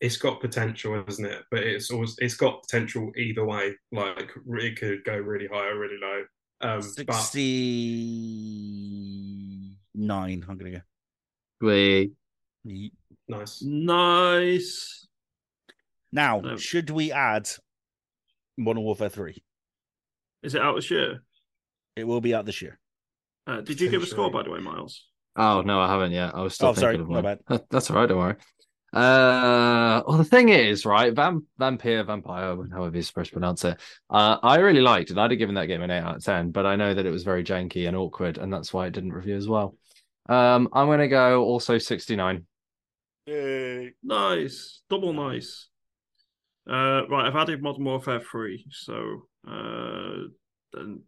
S2: it's got potential, isn't it? But it's always it's got potential either way. Like it could go really high or really low. Um, but
S1: 69, I'm going to go.
S5: We
S1: Ye-
S3: *laughs*
S2: nice.
S3: Nice.
S1: Now,
S3: No.
S1: should we add Modern Warfare 3?
S3: Is it out this year?
S1: It will be out this year.
S3: Uh, did you give a score,
S2: Potentially.
S3: by the way, Miles?
S5: Oh no, I haven't yet. I was still
S1: Oh,
S5: thinking
S1: sorry.
S5: of
S1: My
S5: one.
S1: bad.
S5: *laughs* That- That's all right. Don't worry. Uh, well, the thing is, right? Vamp, vampire, vampire, however you're supposed to pronounce it. Uh, I really liked it. I'd have given that game an eight out of ten, but I know that it was very janky and awkward, and that's why it didn't review as well. Um, I'm gonna go also 69.
S3: Nice. Double nice. Uh, right, I've added Modern Warfare 3, so uh, then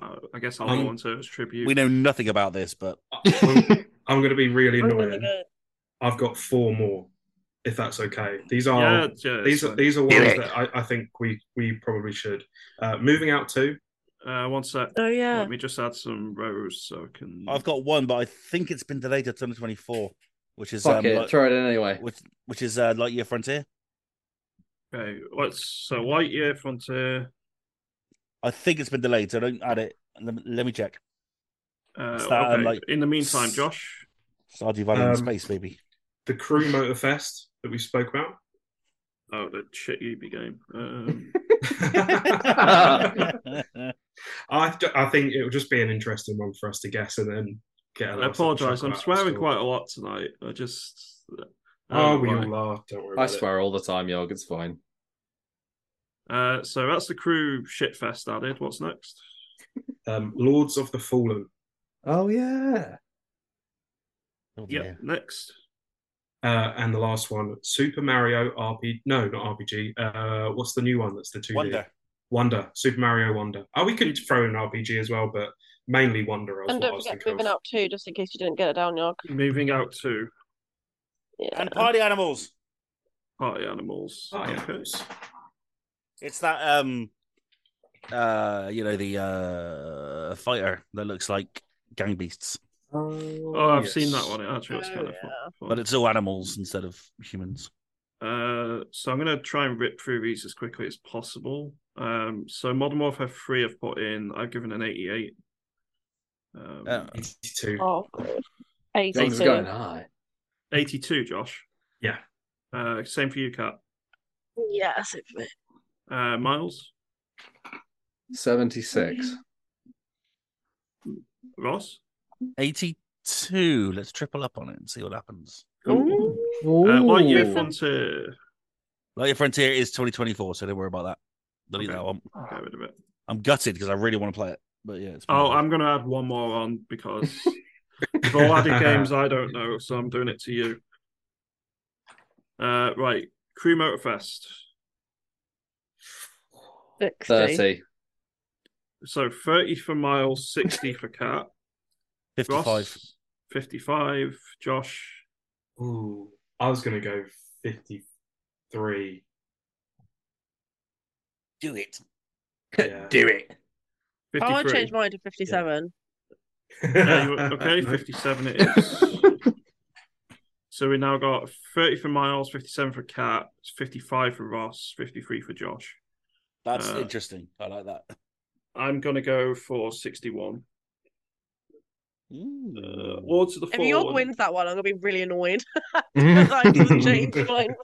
S3: uh, I guess I'll
S2: Um,
S3: go on to its tribute.
S1: We know nothing about this, but
S2: I'm, I'm going to be really annoying.
S4: I'll
S2: I've got four more, if that's okay. These are
S3: yeah, yeah,
S2: these
S3: so-
S2: are these are
S5: Do
S2: ones
S5: it.
S2: that I, I think we we probably should. Uh, moving out to
S3: Uh, one sec.
S4: Oh yeah.
S3: Let me just add some rows so I can.
S1: I've got one, but I think it's been delayed to 2024, which is
S5: Fuck
S1: um,
S5: it,
S1: like-
S5: throw it in anyway.
S1: which which is uh, Lightyear Frontier.
S3: Okay, let's. So Lightyear Frontier.
S1: I think it's been delayed, so don't add it. Let me, let me check.
S3: Uh,
S1: Is that, um,
S3: okay.
S1: like-
S3: In the meantime, Josh.
S1: Stardew Valley in
S2: Um,
S1: space, *laughs* baby.
S2: The Crew Motor Fest that we spoke about.
S3: Oh, the shit EB
S1: *laughs*
S3: game. Um,
S5: *laughs*
S1: Oh,
S2: I, th- I think it would just be an interesting one for us to guess and then get. a
S3: I
S2: lot of stuff to
S3: apologise.
S2: chuckle
S3: I'm
S2: at
S3: swearing
S2: still.
S3: quite a lot tonight. I just.
S2: Oh,
S3: Um,
S2: we
S3: like-
S2: all are. Don't worry.
S5: I
S2: about it.
S5: swear all the time, Yorg. It's fine.
S3: Uh, so that's the crew shitfest added. What's next?
S2: Um, Lords of the Fallen.
S5: Oh yeah.
S1: Oh,
S3: Yeah,
S1: dear.
S3: next.
S2: Uh, and the last one, Super Mario RPG. No, not RPG. Uh, what's the new one that's the 2D?
S1: Wonder.
S2: Wonder. Super Mario Wonder. Oh, we could throw in RPG as well, but mainly Wonder. was
S4: And
S2: what I
S4: don't
S2: was
S4: forget
S2: thinking
S4: moving
S2: of.
S4: out too, just in case you didn't get it down, York.
S3: Moving out to
S4: Yeah.
S1: And Party Animals.
S3: party animals.
S2: Oh, yeah.
S3: Okay.
S1: It's that um uh you know the uh fighter that looks like gang beasts,
S3: Oh, I've seen that one. It actually looks
S4: Oh,
S3: kind of fun.
S4: yeah.
S1: but it's all animals instead of humans.
S3: Uh, so I'm going to try and rip through these as quickly as possible. Um, so Modern Warfare 3 I've put in, I've given an 88. Um,
S1: Uh,
S2: 82.
S4: Oh, God. 82.
S5: Things are going high.
S3: 82, Josh.
S2: Yeah.
S3: Uh, same for you, Kat.
S4: Yeah, so for me.
S3: Uh, Miles,
S5: Seventy six.
S3: Ross,
S1: Eighty-two. Let's triple up on it and see what happens.
S3: uh, Lightyear
S4: Ooh.
S3: Frontier.
S1: Lightyear Frontier is twenty twenty-four, so don't worry about that. Delete
S3: Okay.
S1: that one.
S4: Ah.
S3: Get rid of it.
S1: I'm gutted because I really want to play it, but yeah. It's
S3: Oh, I'm going to add one more on because you've
S2: *laughs*
S3: all added games I don't know, so I'm doing it to you. Uh, right, Crew Motorfest.
S4: 60.
S3: *laughs*
S5: Thirty.
S3: So 30 for Miles, 60 for Kat.
S1: fifty-five.
S3: Ross, 55. Josh,
S2: Ooh, I was going to go 53.
S5: *laughs*
S1: Do it.
S2: Yeah.
S5: it.
S3: 53.
S4: Oh, I changed mine to 57.
S3: Yeah,
S2: *laughs*
S3: you- okay, 57 it is. so we now got 30 for Miles, 57 for Cat, 55 for Ross, 53 for Josh.
S1: That's
S3: Uh,
S1: interesting. I like that.
S3: I'm going to go for 61. Uh,
S1: Ooh.
S3: Lords of the
S4: If York
S3: Fallen.
S4: wins that one, I'm going to be really annoyed. *laughs*
S5: Uh,
S4: 'Cause I didn't change mine.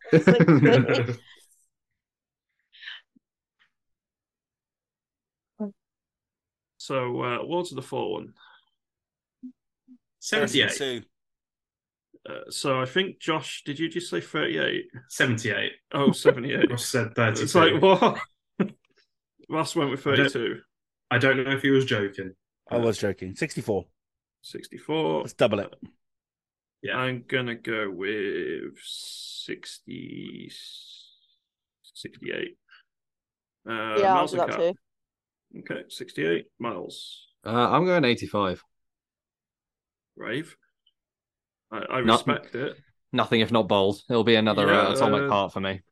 S2: Uh,
S3: So uh, Lords of the Fallen.
S2: 78.
S1: 72.
S3: Uh, so I think Josh, did you just say 38?
S2: 78.
S3: Oh, 78.
S2: Ross said 32.
S3: it's like, what? *laughs* Ross went with 32.
S2: I don't know if he was joking.
S1: I was joking. Sixty-four.
S3: 64.
S1: Let's double it.
S2: Yeah.
S3: I'm gonna go with 60, 68. Uh,
S4: yeah, I'll
S3: Miles
S4: do
S3: and
S4: that
S3: Kat.
S4: too.
S3: Okay, 68 miles.
S5: Uh, I'm going eighty five.
S3: Rave. I, I
S5: Not-
S3: respect it.
S5: Nothing if not bold. It'll be another
S3: Yeah,
S5: uh, atomic
S3: uh,
S5: heart for me.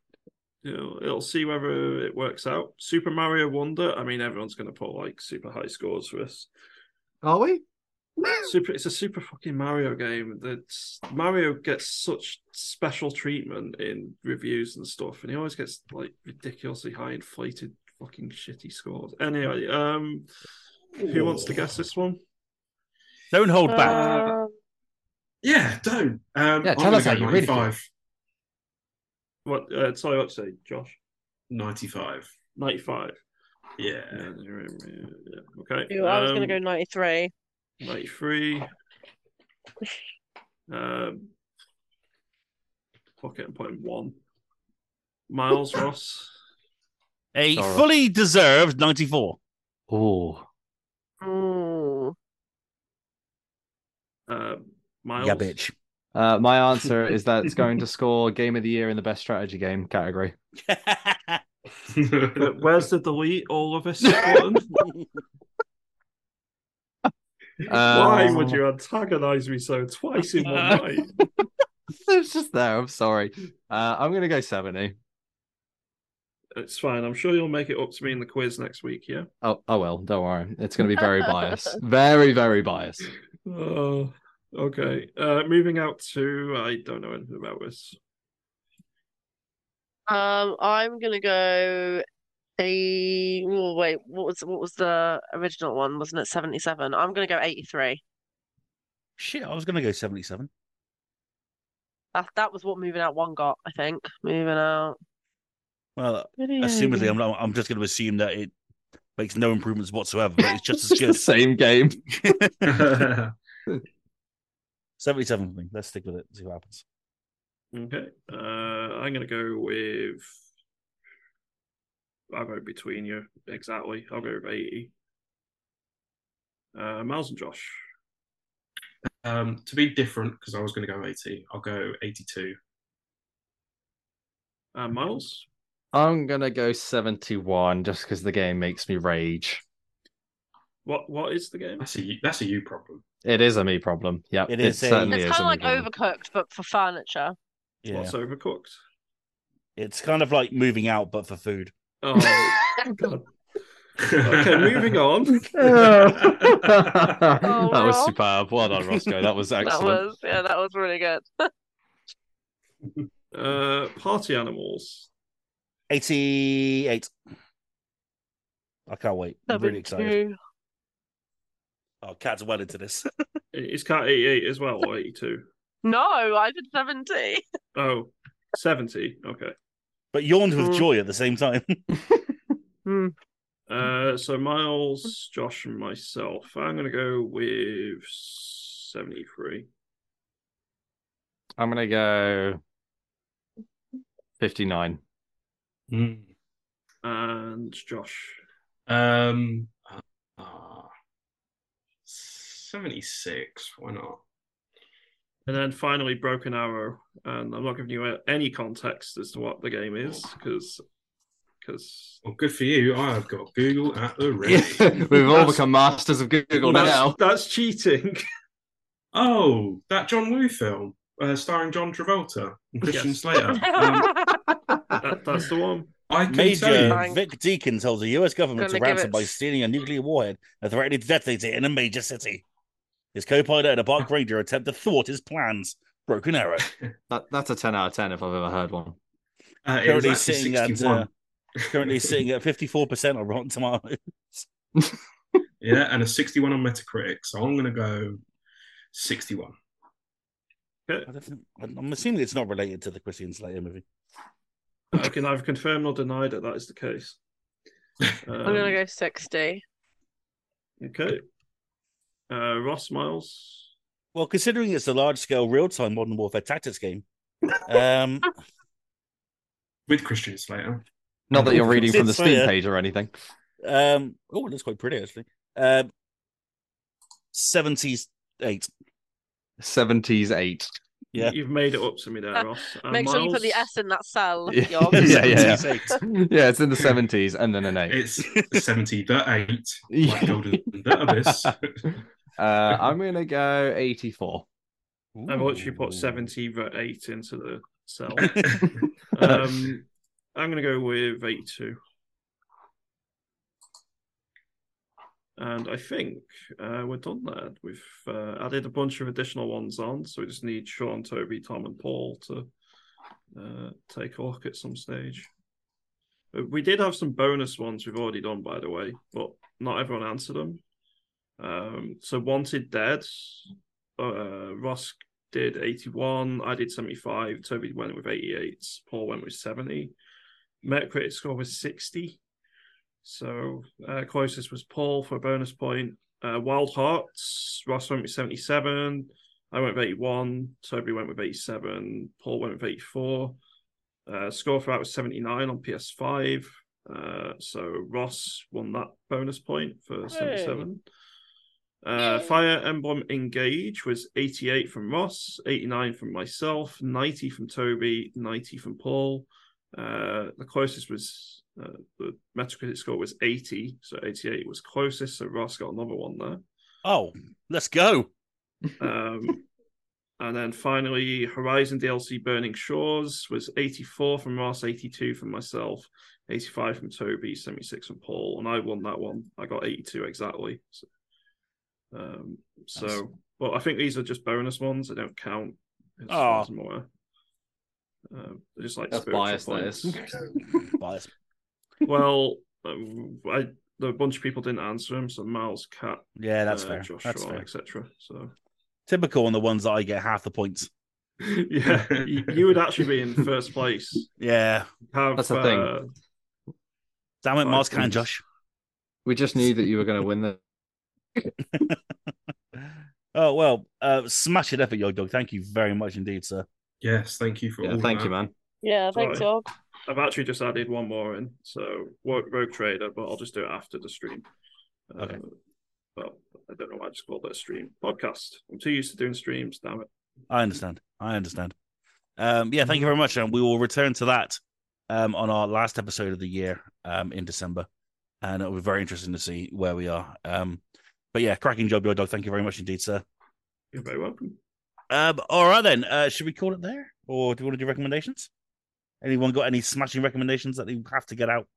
S3: You know, it'll see whether it works out. Super Mario Wonder. I mean, everyone's gonna put like super high scores for this.
S5: Are we?
S3: Super. It's a super fucking Mario game. That's Mario gets such special treatment in reviews and stuff, and he always gets like ridiculously high inflated fucking shitty scores. Anyway, um, who wants to guess this one?
S1: Don't hold back.
S2: Uh,
S4: Um,
S2: Yeah, don't. Um,
S5: Yeah,
S2: I'm
S5: tell
S2: gonna
S5: us how
S2: go
S5: you really feel.
S2: 95.
S3: What? Uh, sorry, what say, Josh?
S2: 95.
S3: Ninety-five.
S2: Yeah.
S5: *laughs*
S2: *laughs*
S3: Yeah, yeah, yeah, yeah. Okay.
S4: ooh, I was going to
S3: um,
S4: go 93.
S3: 93. Um, fuck it, I'm putting one. Miles Ross.
S1: A
S5: Sorry.
S1: fully deserved 94.
S5: Oh,
S4: Mm.
S3: Uh, Miles.
S1: Yeah, *laughs* bitch.
S5: uh, my answer is that it's going to score Game of the Year in the Best Strategy
S1: *laughs*
S5: Game category.
S3: But where's the delete all of us? button? Why
S5: Um,
S3: would
S5: *laughs*
S3: you antagonize me so twice in one night?
S5: eh? it's just there. I'm sorry. Uh, I'm going to go seventy.
S3: It's fine. I'm sure you'll make it up to me in the quiz next week. Yeah.
S5: Oh, oh well, don't worry. It's going to be very biased.
S1: *laughs*
S5: Very, very biased.
S3: Oh, okay. Uh, moving out to I don't know anything about this.
S4: Um, I'm gonna go a oh, wait, what was what was the original one? Wasn't it 77? I'm gonna go 83.
S1: Shit, I was going to go 77.
S4: That that was what moving out one got, I think. Moving out.
S1: Well, assumedly, I'm, not, I'm just going to assume that it makes no improvements whatsoever, but it's *laughs* *laughs* just as
S5: It's the
S1: good.
S5: same game.
S1: 77 thing. Let's stick with it. See what happens.
S3: Okay. Uh, I'm gonna go with. I vote between you exactly. I'll go with 80. Uh, Miles and Josh.
S2: um, to be different, because I was going to go 80, I'll go 82.
S3: Uh, Miles.
S5: I'm going to go 71 just because the game makes me rage.
S3: What what is the game?
S2: That's a you- that's a you problem.
S5: It is a me problem. Yep.
S1: It is a-
S5: certainly
S4: It's
S5: is
S4: kind of
S5: a me
S4: like
S5: problem.
S4: overcooked, but for furniture.
S1: Yeah.
S3: What's overcooked?
S1: It's kind of like moving out, but for food.
S3: Oh God. Okay, moving on.
S5: *laughs*
S4: *laughs*
S5: that was
S4: Rob.
S5: superb. Well done, Roscoe. That was
S4: Oh, That
S5: excellent.
S4: was yeah, that was really good.
S3: Uh, party animals.
S1: 88. I can't wait. I'm really excited.
S4: 72.
S1: Oh, Cat's well into this.
S3: Is cat 88 as well or 82?
S4: No, I did 70.
S3: Oh, 70. Okay.
S1: but yawned with
S4: Mm.
S1: joy at the same
S4: *laughs*
S1: time. *laughs*
S3: Uh, so Miles, Josh, and myself. I'm gonna go with 73.
S5: I'm going to go 59.
S2: Mm.
S3: And Josh.
S2: *laughs* Um, uh, uh, 76. Why not?
S3: And then finally, Broken Arrow. And I'm not giving you any context as to what the game is because because
S2: Well, good for you. I have got Google at the
S5: *laughs*
S2: ready.
S5: We've all
S3: That's-
S5: become masters of Google
S3: that's, *laughs*
S5: now.
S3: that's cheating. *laughs*
S2: Oh, that John Woo film uh, starring John Travolta and Christian
S3: Yes.
S5: *laughs*
S2: Slater. Um,
S3: that, that's the one.
S2: I can tell
S1: Major
S4: you-
S1: Vic Deacon tells the U.S. government to
S4: Gonna give
S1: ransom
S4: it-
S1: by stealing a nuclear warhead and threatening to detonate it in a major city. His co-pilot and a
S4: *laughs*
S1: park ranger attempt to thwart his plans. Broken Arrow.
S5: That, that's a 10 out of 10 if I've ever heard one.
S2: you, uh, it was
S1: Currently
S2: actually
S1: sitting at
S2: 61.
S1: uh, currently sitting at fifty four percent on Rotten Tomatoes.
S2: yeah, and a 61 on Metacritic. So I'm going to go 61.
S1: *laughs* I don't think- I'm I'm assuming it's not related to the Christian Slater movie.
S3: I can either confirm or deny that that is the case.
S4: *laughs* I'm
S3: Um,
S4: gonna go 60.
S3: Okay. Uh, Ross Miles.
S1: Well, considering it's a large scale real time modern warfare tactics
S4: *laughs*
S1: game, um,
S2: With Christian Slater.
S5: Not that you're reading from the
S1: Sorry,
S5: Steam
S1: uh,
S5: page or anything.
S1: um, oh, it looks quite pretty actually. Um, seventy eight.
S5: 70s 8.
S1: Yeah.
S3: You've made it up to me there, Ross. And
S4: Uh, Make sure you put the
S3: uh, Miles-
S4: S in that cell.
S5: Yeah.
S4: Jorg.
S5: Yeah, yeah, yeah.
S1: 78.
S5: *laughs* Yeah, it's in the 70s and then an 8.
S2: It's 70 the 8.
S5: *laughs*
S2: Like Golden the Abyss.
S5: Uh, I'm going to go 84.
S3: I've actually
S1: Ooh.
S3: put
S5: *laughs*
S3: 70 but 8 into the cell. um, I'm going to go with 82. And I think uh, we're done there. We've uh, added a bunch of additional ones on, so we just need Sean, Toby, Tom, and Paul to uh, take a look at some stage. Uh, We did have some bonus ones we've already done, by the way, but not everyone answered them. Um, so Wanted Dead, uh, Ross did 81. I did 75. Toby went with 88. Paul went with 70. Metacritic score was 60. So uh, closest was Paul for a bonus point. Uh, Wild Hearts, Ross went with 77. I went with 81. Toby went with 87. Paul went with 84. Uh, score for that was 79 on PS5. Uh, so Ross won that bonus point for 77. Uh,
S4: Yay.
S3: Fire Emblem Engage was 88 from Ross, 89 from myself, 90 from Toby, 90 from Paul. Uh, the closest was uh, the Metacritic score was 80, so 88 was *laughs* closest. So Ross got another one there.
S1: Oh, let's go.
S3: Um, And then finally, Horizon DLC Burning Shores was 84 from Ross, 82 from myself, 85 from Toby, 76 from Paul. And I won that one. I got 82 exactly. So, um,
S1: Nice.
S3: so well, I think these are just bonus ones. They don't count. as
S1: Aw.
S3: far as I'm aware. Um, they're just like
S5: That's
S3: spiritual
S5: biased, that
S3: points.
S1: *laughs*
S3: *laughs*
S5: is.
S1: Bias.
S3: well, um, I, a bunch of people didn't answer him. So Miles, Cat,
S1: Yeah, that's
S3: uh,
S1: fair.
S3: Joshua,
S1: that's fair.
S3: etc. So
S1: Typical on the ones that I get half the points.
S3: yeah, you, you would actually be in first place.
S1: Yeah.
S3: Have,
S5: That's the thing.
S3: uh,
S1: Damn it,
S3: Five
S1: Mars can
S3: points.
S1: Josh.
S5: we just knew that you were going to win the
S1: Oh well, uh, smash it up at your dog. Thank you very much indeed, sir.
S2: Yes, thank you for
S5: Yeah,
S2: all
S5: thank
S3: uh,
S2: that.
S5: you, man.
S4: Yeah, thanks,
S3: Sorry.
S4: y'all.
S3: I've actually just added one more in, so Rogue, Rogue Trader, but I'll just do it after the stream. Uh,
S1: Okay.
S3: well, I don't know why I just called it a stream podcast. I'm too used to doing streams. Damn it.
S1: I understand. I understand. Um, yeah, thank you very much, and we will return to that um, on our last episode of the year um, in December, and it'll be very interesting to see where we are. Um, but yeah, cracking job, your dog. Thank you very much indeed, sir.
S3: You're
S2: *laughs*
S3: very welcome.
S1: Um, all right then, uh, should we call it there, or do you want to do recommendations? Anyone got any smashing recommendations that they have to get out?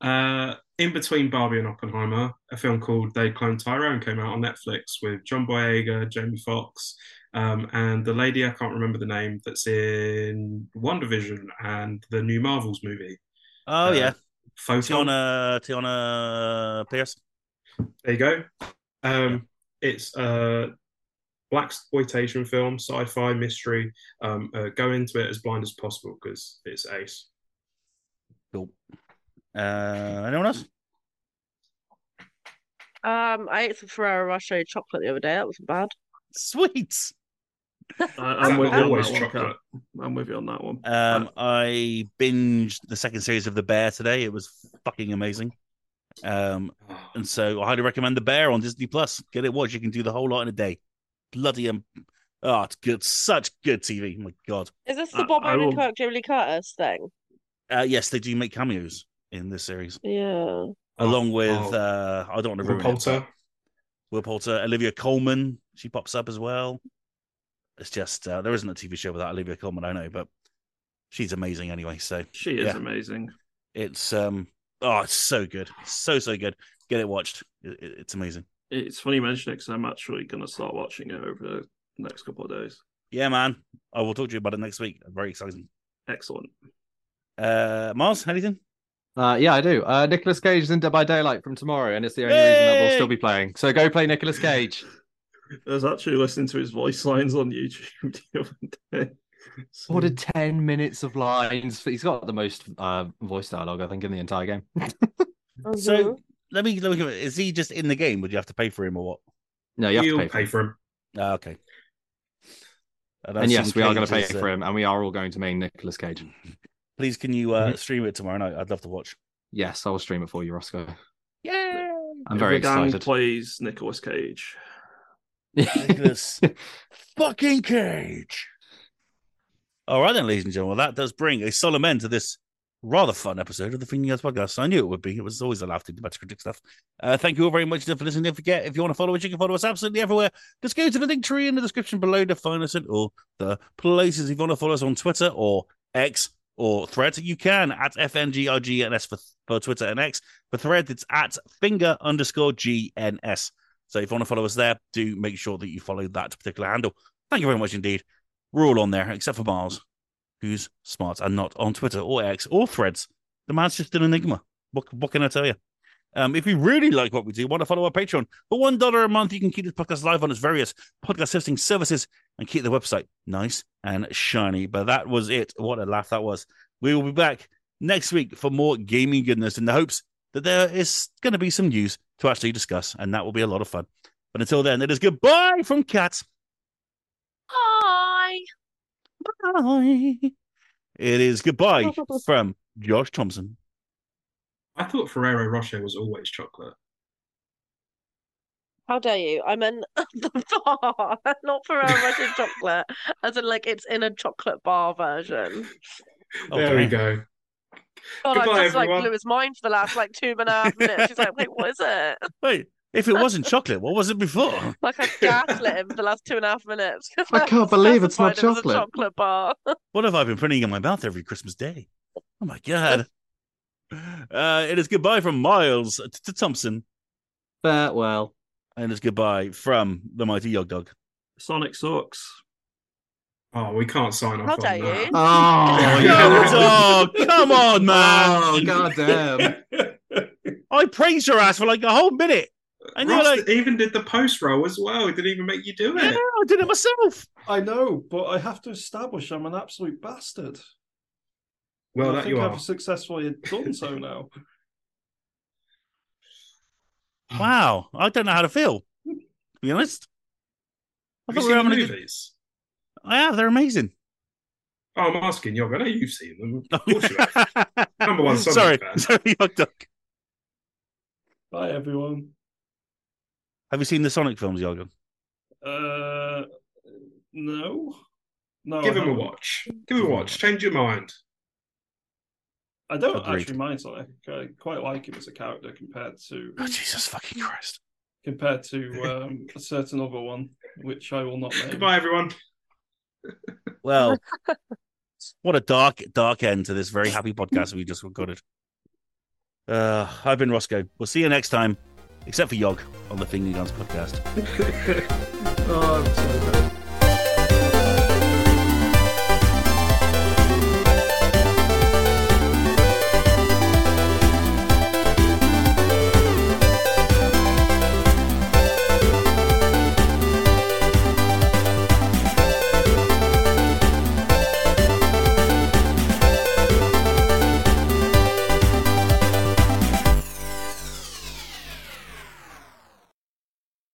S2: Uh, in between Barbie and Oppenheimer, a film called They Clone Tyrone came out on Netflix with John Boyega, Jamie Foxx, um, and the lady I can't remember the name that's in Wonder Vision and the new Marvels movie.
S1: Oh
S2: Uh,
S1: yeah,
S2: Photon.
S1: Tiana, Tiana Pierce.
S2: There you go. Um, it's a black exploitation film, sci-fi mystery. Um, uh, go into it as blind as possible because it's ace.
S1: Cool. Uh, anyone else?
S4: Um, I ate some Ferrero Rocher chocolate the other day. That wasn't bad.
S1: Sweets.
S3: I,
S2: Is
S3: am
S2: that
S3: with
S2: not
S3: you on
S2: always
S3: that one, Kat.
S2: chocolate?
S3: I'm with you on that one.
S1: Um, I binged the second series of The Bear today. It was fucking amazing. Um, and so I highly recommend The Bear on Disney Plus. Get it watched. You can do the whole lot in a day. Bloody um, oh, it's good. Such good TV. My God.
S4: Is this
S3: I-
S4: the Bob
S3: I will-
S4: Odenkirk, Jamie Lee Curtis thing?
S1: Uh, yes, they do make cameos in this series,
S4: Yeah.
S1: along with
S2: oh.
S1: uh, I don't want to ruin it,
S2: Repulsor.
S1: but Will Poulter, Olivia Coleman. She pops up as well. It's just uh, there isn't a TV show without Olivia Coleman. I know, but she's amazing anyway. So
S3: She is
S1: yeah.
S3: amazing.
S1: It's um oh, it's so good, so so good. Get it watched. It, it- it's amazing.
S3: It's funny you mention it because I'm actually going to start watching it over the next couple of days.
S1: Yeah, man. I will talk to you about it next week. Very exciting.
S3: Excellent.
S1: Uh, Mars, anything?
S5: Uh, yeah, I do. Uh, Nicholas Cage is in Dead by Daylight from tomorrow, and it's the only reason that we'll
S1: Yay!
S5: still be playing. So go play Nicolas Cage.
S3: I was actually listening to his voice lines on YouTube *laughs* the other day. So-
S5: Ordered ten minutes of lines. He's got the most uh, voice dialogue, I think, in the entire game.
S1: So- Let me let me. Is he just in the game? Would you have to pay for him or what?
S5: no, you have
S2: You'll
S5: to pay for. Him.
S2: him.
S1: Ah, okay. And, I
S5: And yes,
S1: assume
S5: we are going
S1: Cage
S5: to pay
S1: is, uh,
S5: for him, and we are all going to main Nicolas Cage.
S1: Please, can you uh,
S5: Mm-hmm.
S2: Mhm.
S1: stream it tomorrow night? I'd love to watch.
S5: Yes, I will stream it for you, Roscoe.
S1: Yeah,
S5: I'm very
S3: the gang
S5: excited.
S3: plays Nicolas Cage.
S1: Nicholas fucking Cage. All right, then, ladies and gentlemen, that does bring a solemn end to this rather fun episode of the Thinking Guys podcast. I knew it would be. It was always a laugh to do much critic stuff. Uh, thank you all very much for listening. Don't forget, if you want to follow us, you can follow us absolutely everywhere. Just go to the link tree in the description below to find us at all the places. If you want to follow us on Twitter or X or Thread, you can at FNGRG and S for, for Twitter and X. For Thread, it's at finger underscore GNS. So if you want to follow us there, do make sure that you follow that particular handle. Thank you very much indeed. We're all on there, except for Miles, who's smart and not on Twitter or X or threads. The man's just an enigma. What, what can I tell you? Um, if you really like what we do, want to follow our Patreon. For $1 a month, you can keep this podcast live on its various podcast hosting services and keep the website nice and shiny. But that was it. What a laugh that was. We will be back next week for more gaming goodness in the hopes that there is going to be some news to actually discuss, and that will be a lot of fun. But until then, it is goodbye from Cat.
S4: Hi.
S1: Bye. It is goodbye from Josh Thompson.
S2: I thought Ferrero Rocher was always chocolate.
S4: How dare you? I *laughs* meant the bar, not Ferrero Rocher chocolate, as in like it's in a chocolate bar version.
S2: There we
S1: Okay.
S2: go.
S4: God, I
S2: Goodbye,
S4: just like
S2: everyone.
S4: blew his mind for the last like two and a half minutes. She's like, wait, what is it? *laughs*
S1: Wait, If it wasn't chocolate, what was it before?
S4: Like I gaslit him for the last two and a half minutes. *laughs* 'cause
S5: I can't believe it's not
S4: specified it was a
S5: chocolate.
S4: chocolate bar.
S1: What have I been putting in my mouth every Christmas day? Oh my god. Uh, it is goodbye from Miles to, to Thompson,
S5: *laughs*
S1: *laughs*
S5: Farewell.
S1: and it's goodbye from the mighty Yog Dog.
S3: Sonic *laughs* sucks.
S2: Oh, we can't sign off.
S4: How
S2: on
S4: dare
S2: that.
S4: you?
S5: Oh,
S1: Oh,
S2: yeah.
S1: Yog Dog, come on, man!
S5: *laughs* Oh, goddamn.
S1: I praised your ass for like a whole minute, and you're
S2: Ross
S1: like,
S2: even did the post roll as well. He didn't even make you do
S1: "Yeah,
S2: it.
S1: I did it myself."
S3: I know, but I have to establish I'm an absolute bastard.
S2: Well, that you are.
S3: successfully
S2: *laughs*
S3: done so now.
S1: *laughs* Wow, I don't know how to feel. To be honest, I
S2: Have you
S1: thought we were
S2: seen the
S1: having a good.
S2: movies?
S1: I have. They're amazing.
S2: Oh, I'm asking you. I know you've seen
S1: *laughs*
S2: them. Of course you have.
S1: Number
S2: one Sonic
S1: Sorry,
S2: fan.
S1: sorry, Yog Dog.
S3: Bye, everyone.
S1: Have you seen the Sonic films, Yog Dog?
S3: Uh, no, no.
S2: Give
S3: I
S2: him a
S3: haven't.
S2: watch. Give him a watch. Change your mind.
S3: I don't
S1: Agreed.
S3: actually mind Sonic. I quite like him as a character compared to
S1: Oh, *laughs* Jesus fucking Christ!
S3: compared to um, a certain other one, which I will
S5: *laughs*
S3: not name.
S2: Goodbye, everyone.
S1: Well, *laughs* what a dark, dark end to this very happy podcast we just recorded. Uh, I've been Roscoe. We'll see you next time, except for Yog on the Finger Guns podcast.
S3: Oh, I'm